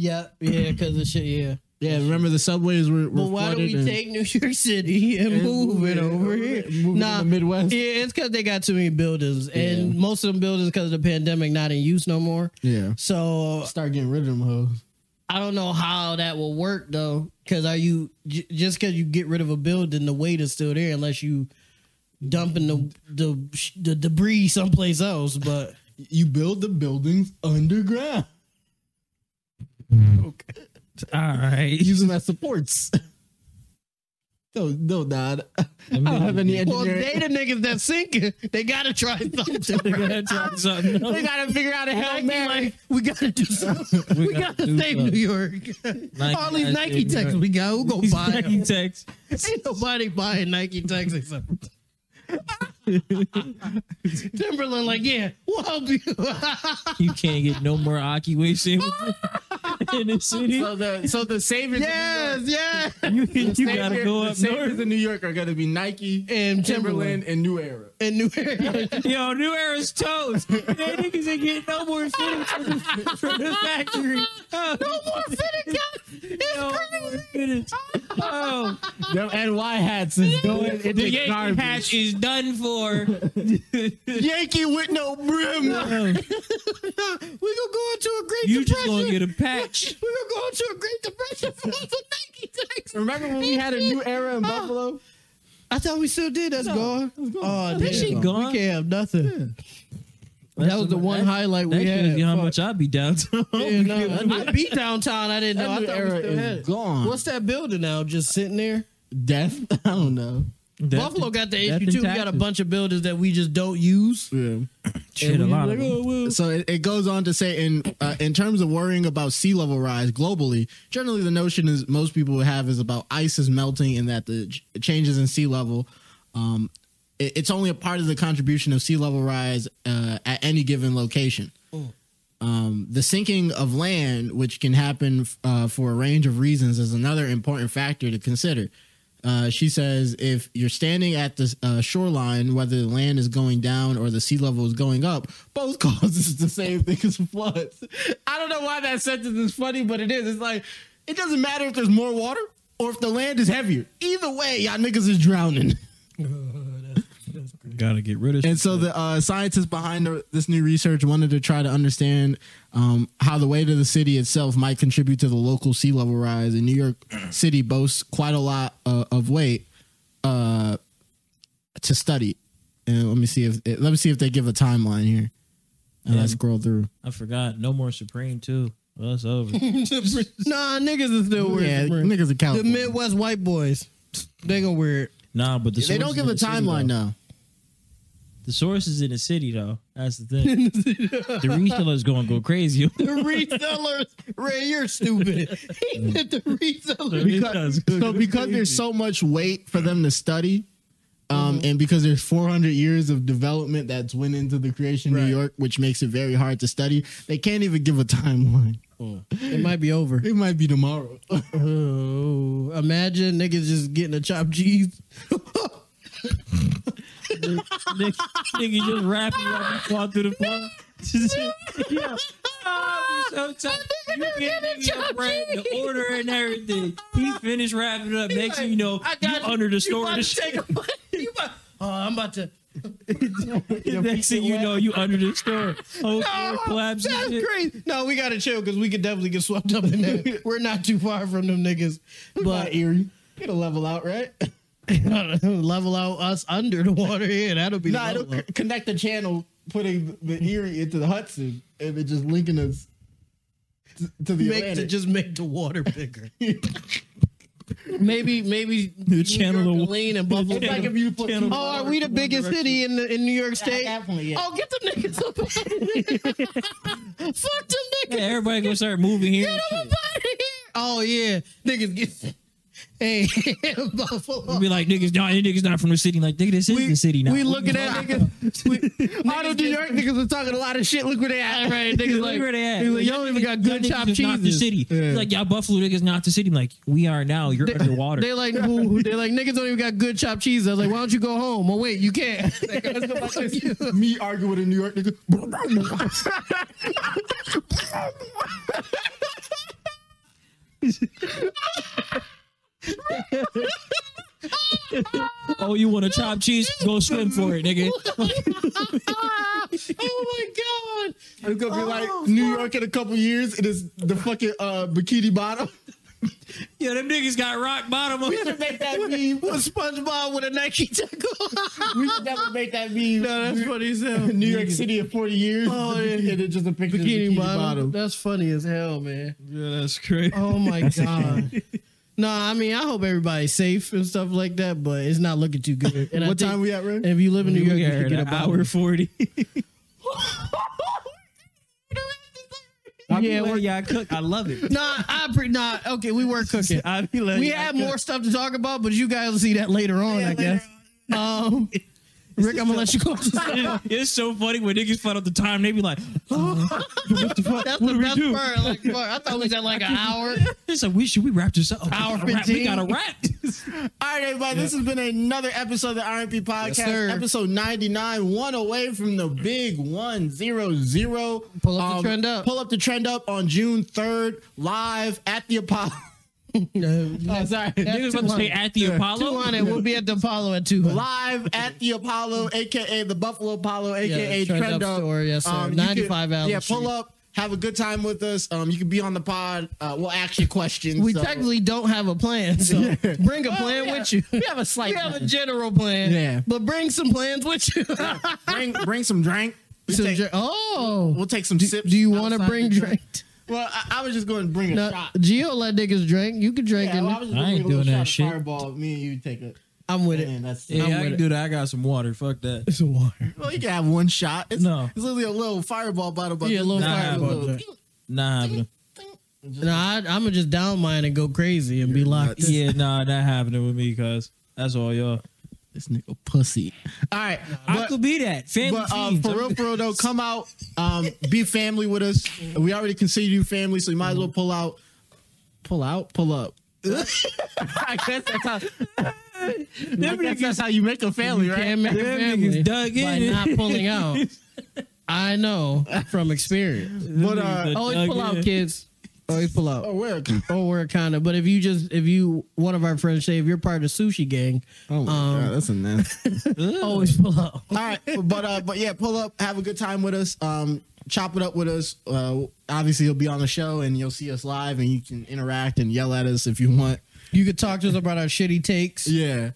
S1: Yeah, yeah, because of shit. Yeah.
S3: Yeah, remember the subways were. were
S1: But why do
S3: flooded
S1: we
S3: and-
S1: take New York City and,
S3: and
S1: move it over here?
S3: Move it to the Midwest.
S1: Yeah, it's because they got too many buildings, and
S3: Yeah.
S1: most of them buildings because of the pandemic not in use no more.
S3: Yeah,
S1: So
S3: start getting rid of them hoes.
S1: I don't know how that will work though, because are you j- just because you get rid of a building, the weight is still there unless you dumping the the the debris someplace else. But
S3: You build the buildings underground [laughs]
S5: all right. [laughs]
S3: Use them as supports. [laughs] No, no, nah. I don't have any
S1: Oh, well,
S3: engineering.
S1: they the niggas that sinking, they gotta try something. right?
S5: Gotta try something else.
S1: They gotta figure out a hell man. Like, we gotta do something. we,
S5: gotta
S1: gotta,
S5: do
S1: save
S5: something.
S1: New York. All these Nike texts we got, who gonna buy
S5: Nike
S1: them?
S5: Techs.
S1: Ain't nobody buying Nike Techs except. Timberland, like, yeah, we'll help you. [laughs]
S5: You can't get no more Aki Wave sandwiches in the city.
S3: So the so the saviors.
S1: yes, yes.
S5: You, you
S3: Savior-
S5: gotta go
S3: the
S5: up
S3: saviors
S5: north.
S3: in New York are gonna be Nike
S1: And Timberland
S3: Timberland and New Era.
S1: and New [laughs] York.
S5: Yo, New Era's toast. They niggas ain't getting no more fitting from the, from the factory. Oh, no more fitting, No more fittings. Oh,
S3: Them NY hats is going in
S5: the Yankee patch is done for.
S3: Yankee with no brim.
S5: Oh,
S1: we gonna go into a great
S5: you just
S1: depression.
S5: gonna get a patch.
S1: we gonna go into a great depression for lots of Nike Techs.
S3: Remember when we had a New
S1: [laughs]
S3: Era in Buffalo?
S1: I thought we still did. That's gone. Oh,
S5: That shit
S1: damn.
S5: gone.
S1: We can't have nothing. That was the one highlight
S5: That
S1: we
S5: shows
S1: had.
S5: you how
S1: Fuck.
S5: much I be [laughs] downtown.
S1: Yeah, no, I beat downtown. I didn't know.
S3: That
S1: I
S3: New
S1: thought we
S3: Era
S1: still had
S3: is
S1: it.
S3: gone.
S5: [laughs]
S1: What's that building now? Just sitting there.
S3: death? I don't know.
S1: Buffalo got the
S5: death
S1: issue
S5: and
S1: too. We got a
S5: taxes.
S1: bunch of buildings that we just don't use.
S3: Yeah.
S5: Shit,
S1: And
S5: a
S1: we
S5: lot
S1: like,
S5: of them.
S1: oh, well.
S3: So it, it goes on to say, in uh, in terms of worrying about sea level rise globally, generally the notion is most people would have is about ice is melting and that the ch- changes in sea level, um, it- it's only a part of the contribution of sea level rise uh, at any given location. Um, the sinking of land, which can happen uh, for a range of reasons, is another important factor to consider. Uh, she says if you're standing at the uh, shoreline, whether the land is going down or the sea level is going up, both [laughs] causes the same thing as floods. I don't know why that sentence is funny, but it is. It's like it doesn't matter if there's more water or if the land is heavier. Either way, y'all niggas is drowning. [laughs]
S5: oh. Gotta get rid of
S3: And so the uh, scientists behind the, this new research wanted to try to understand um, how the weight of the city itself might contribute to the local sea level rise. And
S1: [clears throat]
S3: New York City boasts quite a lot uh, of weight uh, to study. And let me see if eh, let me see if they give a timeline here. And I scroll through.
S5: I forgot. No more Supreme too. Well, that's
S1: [laughs]
S5: over. [laughs]
S1: nah, niggas is still weird.
S3: Yeah, niggas are
S1: the
S3: California.
S1: Midwest white boys, they gonna wear it.
S5: nah, but the
S3: they don't
S5: sources
S3: give
S5: in
S3: a
S5: the city,
S3: timeline
S5: though.
S3: now.
S5: The source is in the city though. That's [laughs] the thing. the retailer's gonna go [laughs] crazy.
S1: The resellers, Ray, you're stupid.
S3: [laughs]
S1: He did the resellers.
S3: Because,
S1: [laughs]
S3: so because there's so much weight for them to study, um, and because there's 400 years of development that's went into the creation of New York, which makes it very hard to study, they can't even give a timeline.
S1: It might be over.
S3: It might be tomorrow. [laughs]
S1: Oh, imagine niggas just getting a chopped cheese.
S5: nigga, nigga just rapping like you fall through the [laughs] phone. yeah. Oh, I'm so tired. You get nigga bread, the order and everything. He finished wrapping up. Next thing you know, you under the Uh, store. and shit. [laughs]
S1: Oh, I'm about to.
S5: Next thing you know, you under the store. Oh, floor collapse and
S1: That's
S5: shit.
S1: crazy. No, we gotta chill because we could definitely get swept up in
S5: [laughs]
S1: there. We're not too far from them niggas,
S3: but
S1: but [laughs]
S3: Erie, get a level out, right?
S1: level out us under the water here. That'll be. the
S3: nah, it'll
S1: level out.
S3: c- connect the channel, putting the Erie into the Hudson, and it's just linking us to, to the
S1: make to
S3: Atlantic.
S1: just make the water [laughs] bigger. maybe maybe
S5: The channel
S1: New York,
S5: of-
S1: Lane
S5: [laughs]
S1: and Buffalo.
S3: it's
S1: [laughs]
S3: like if you put
S5: Channel-
S3: two
S1: Oh, are
S3: waters
S1: we the
S3: in one
S1: biggest
S3: direction.
S1: city in the, in New York State?
S3: Definitely, yeah.
S1: Oh, get them niggas up out of [laughs] here. Fuck them niggas.
S5: Yeah, everybody gonna start moving here. and
S1: Get them
S5: shit.
S1: up out of here. Oh yeah, niggas get. Hey, [laughs] Buffalo.
S5: Be like niggas, nah, you niggas not from the city. Like nigga, this is the city now.
S1: We looking at niggas. We, all them New York niggas are talking a lot of shit. Look where they at right. Niggas
S5: Look
S1: like,
S5: where they at.
S1: niggas like,
S5: Y'all
S1: y'all don't even got good
S5: niggas
S1: chopped
S5: is Not the
S1: cheeses.
S5: city.
S3: Yeah.
S5: Like y'all Buffalo niggas not the city. I'm like we are now. You're underwater.
S1: They
S3: [laughs]
S1: like who- they like niggas don't even got good chopped cheese. I was like, why don't you go home? Oh wait, you can't. [laughs]
S3: Me arguing with a New York nigga. [laughs]
S5: Oh, you want a chopped cheese? Go swim for it, nigga.
S1: oh my god.
S3: It's gonna be like New York in a couple years. It is the fucking uh, bikini [laughs] bottom.
S5: Yeah, them niggas got rock bottom. on-
S3: make that meme.
S1: With SpongeBob with a Nike tackle.
S3: [laughs] We should never make that meme.
S1: no, [laughs] that's funny as hell.
S3: New York City in 40 years.
S1: Oh, yeah.
S3: [laughs] And it's just a picture
S1: Bikini,
S3: of bikini
S1: bottom.
S3: bottom.
S1: That's funny as hell,
S3: [laughs]
S1: man.
S5: Yeah, that's crazy.
S1: Oh my god. No, I mean I hope everybody's safe and stuff like that, but it's not looking too good. And I
S3: What
S1: think
S3: time we at, Ray?
S1: if you live in New
S5: You
S1: York, you
S5: got
S1: should get
S5: an
S1: a
S5: hour
S1: hour. [laughs]
S5: forty.
S1: Yeah, we're-
S5: I cook. I
S1: [laughs]
S5: love it.
S1: Nah, I pre- nah. Okay, we were cooking.
S5: [laughs] I be like,
S1: we have more stuff to talk about, but you guys will see that later on, I guess. Um, Rick, I'm gonna let you go. That's
S5: [laughs] It's so funny when niggas find out the time. They be like, [laughs]
S1: the best part. Like, fuck, I thought we
S3: [laughs]
S1: was at like an hour.
S5: "It's like we should we wrap this up." Oh,
S1: Hour
S5: we gotta wrap- We
S1: 15.
S5: gotta wrap.
S1: [laughs]
S3: All right, everybody. This has been another episode of the RMP Podcast.
S1: sir.
S3: episode 99. One away from the big 100.
S1: Pull up the trend up.
S3: Um, Pull up the trend up on June 3rd, live at the Apollo. [laughs]
S1: No,
S3: Oh, sorry.
S5: Niggas about to say at the
S1: two
S5: Apollo.
S1: hundred. We'll be at the Apollo at two hundred.
S3: live
S1: [laughs]
S3: at the Apollo, aka the Buffalo Apollo, aka
S1: Yeah,
S3: Trend,
S1: Trend Up
S3: Up. Um,
S1: Store, yes, sir.
S3: you
S1: 95 Allen
S3: Yeah, pull
S1: Street.
S3: up, have a good time with us. Um, you can be on the pod. Uh, we'll ask you questions.
S1: We
S3: so-
S1: technically don't have a plan, so bring a
S3: Well,
S1: plan
S3: [laughs] Oh, yeah, [laughs]
S1: with you. [laughs]
S3: We have a slight.
S1: We have a
S3: plan.
S1: general plan,
S3: Yeah.
S1: but bring some plans with you. [laughs]
S3: bring bring some drink. We
S1: Some
S3: take,
S1: dr- oh,
S3: we'll take some sips.
S1: do you want to
S3: outside
S1: bring
S3: the
S1: drink?
S3: Well, I, I was just going to bring a
S1: No,
S3: shot.
S1: Gio let niggas drink. You can drink
S3: Yeah,
S1: in
S3: well, I
S1: there.
S3: was just
S5: I
S3: gonna
S5: ain't
S3: bring a little
S5: doing that
S3: shot of
S5: shit.
S3: Fireball. Me and you take a
S1: I'm with it.
S3: Man, that's
S5: Yeah,
S1: I'm
S5: I
S1: with
S5: can
S1: it.
S5: do that. I got some water. Fuck that.
S1: It's water.
S3: Well, you can have one shot. It's,
S5: No.
S3: it's literally a little fireball bottle. But
S1: Yeah, a little
S5: Nah,
S1: fireball
S5: but-
S1: joint.
S5: Nah, happening.
S1: [laughs] Nah, I, I'm gonna just down mine and go crazy and be locked. in.
S5: Yeah, nah, not happening with me, cuz. That's all y'all.
S3: This nigga pussy. All right,
S5: I
S3: but,
S5: could be that. Family
S3: but um,
S5: teams.
S3: for real, for real though, come out, um, be family with us. We already consider you family, so you might as well pull out, pull out, pull up. I guess that's how. I guess that's how you make a family, right?
S1: Can't make a
S5: Them
S1: family
S5: niggas dug
S1: by
S5: in.
S1: not pulling out. [laughs] I know from experience.
S3: But uh,
S1: Always Oh, pull out, kids. Always pull out.
S3: oh, where?
S1: Or we're kind of. But if you just, if you, one of our friends say, if you're part of the sushi gang,
S3: Oh my
S1: Um,
S3: god, that's a nasty.
S1: always pull out.
S3: All right, but uh, but yeah, pull up, have a good time with us, um, chop it up with us. Uh, obviously, you'll be on the show and you'll see us live, and you can interact and yell at us if you want.
S1: You could talk to us about our shitty takes.
S3: Yeah,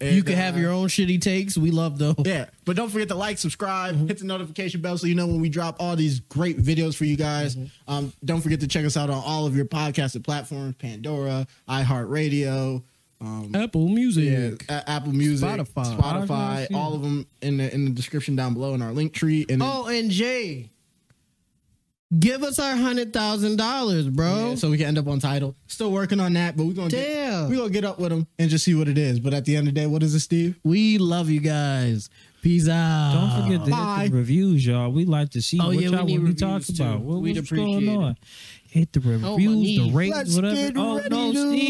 S1: you could
S3: uh,
S1: have your own shitty takes. We love those.
S3: Yeah, but don't forget to like, subscribe,
S1: Mm-hmm.
S3: hit the notification bell so you know when we drop all these great videos for you guys.
S1: Mm-hmm.
S3: Um, don't forget to check us out on all of your podcasting platforms: Pandora, iHeartRadio, um,
S1: Apple Music.
S3: Yeah, A- Apple Music,
S1: Spotify.
S3: Spotify, all of them in the in the description down below in our link tree. And
S1: Oh, and Jay, give us our hundred thousand dollars, bro.
S3: Yeah, so we can end up on title. Still working on that, but we're gonna
S1: Damn.
S3: get, we gonna get up with them and just see what it is. But at the end of the day, what is it, Steve?
S1: we love you guys. Peace out.
S5: Don't forget to
S3: Bye.
S5: hit the reviews, y'all. We like to see
S1: Oh,
S5: what
S1: yeah, we
S5: y'all
S1: need
S5: want to talk
S1: reviews, too.
S5: about. What,
S1: We'd
S5: what's
S1: appreciate
S5: going
S1: it. Oh,
S5: on? Hit the reviews,
S1: knees.
S5: the ratings,
S3: Let's
S5: whatever.
S3: get
S5: oh
S3: ready
S5: no,
S3: to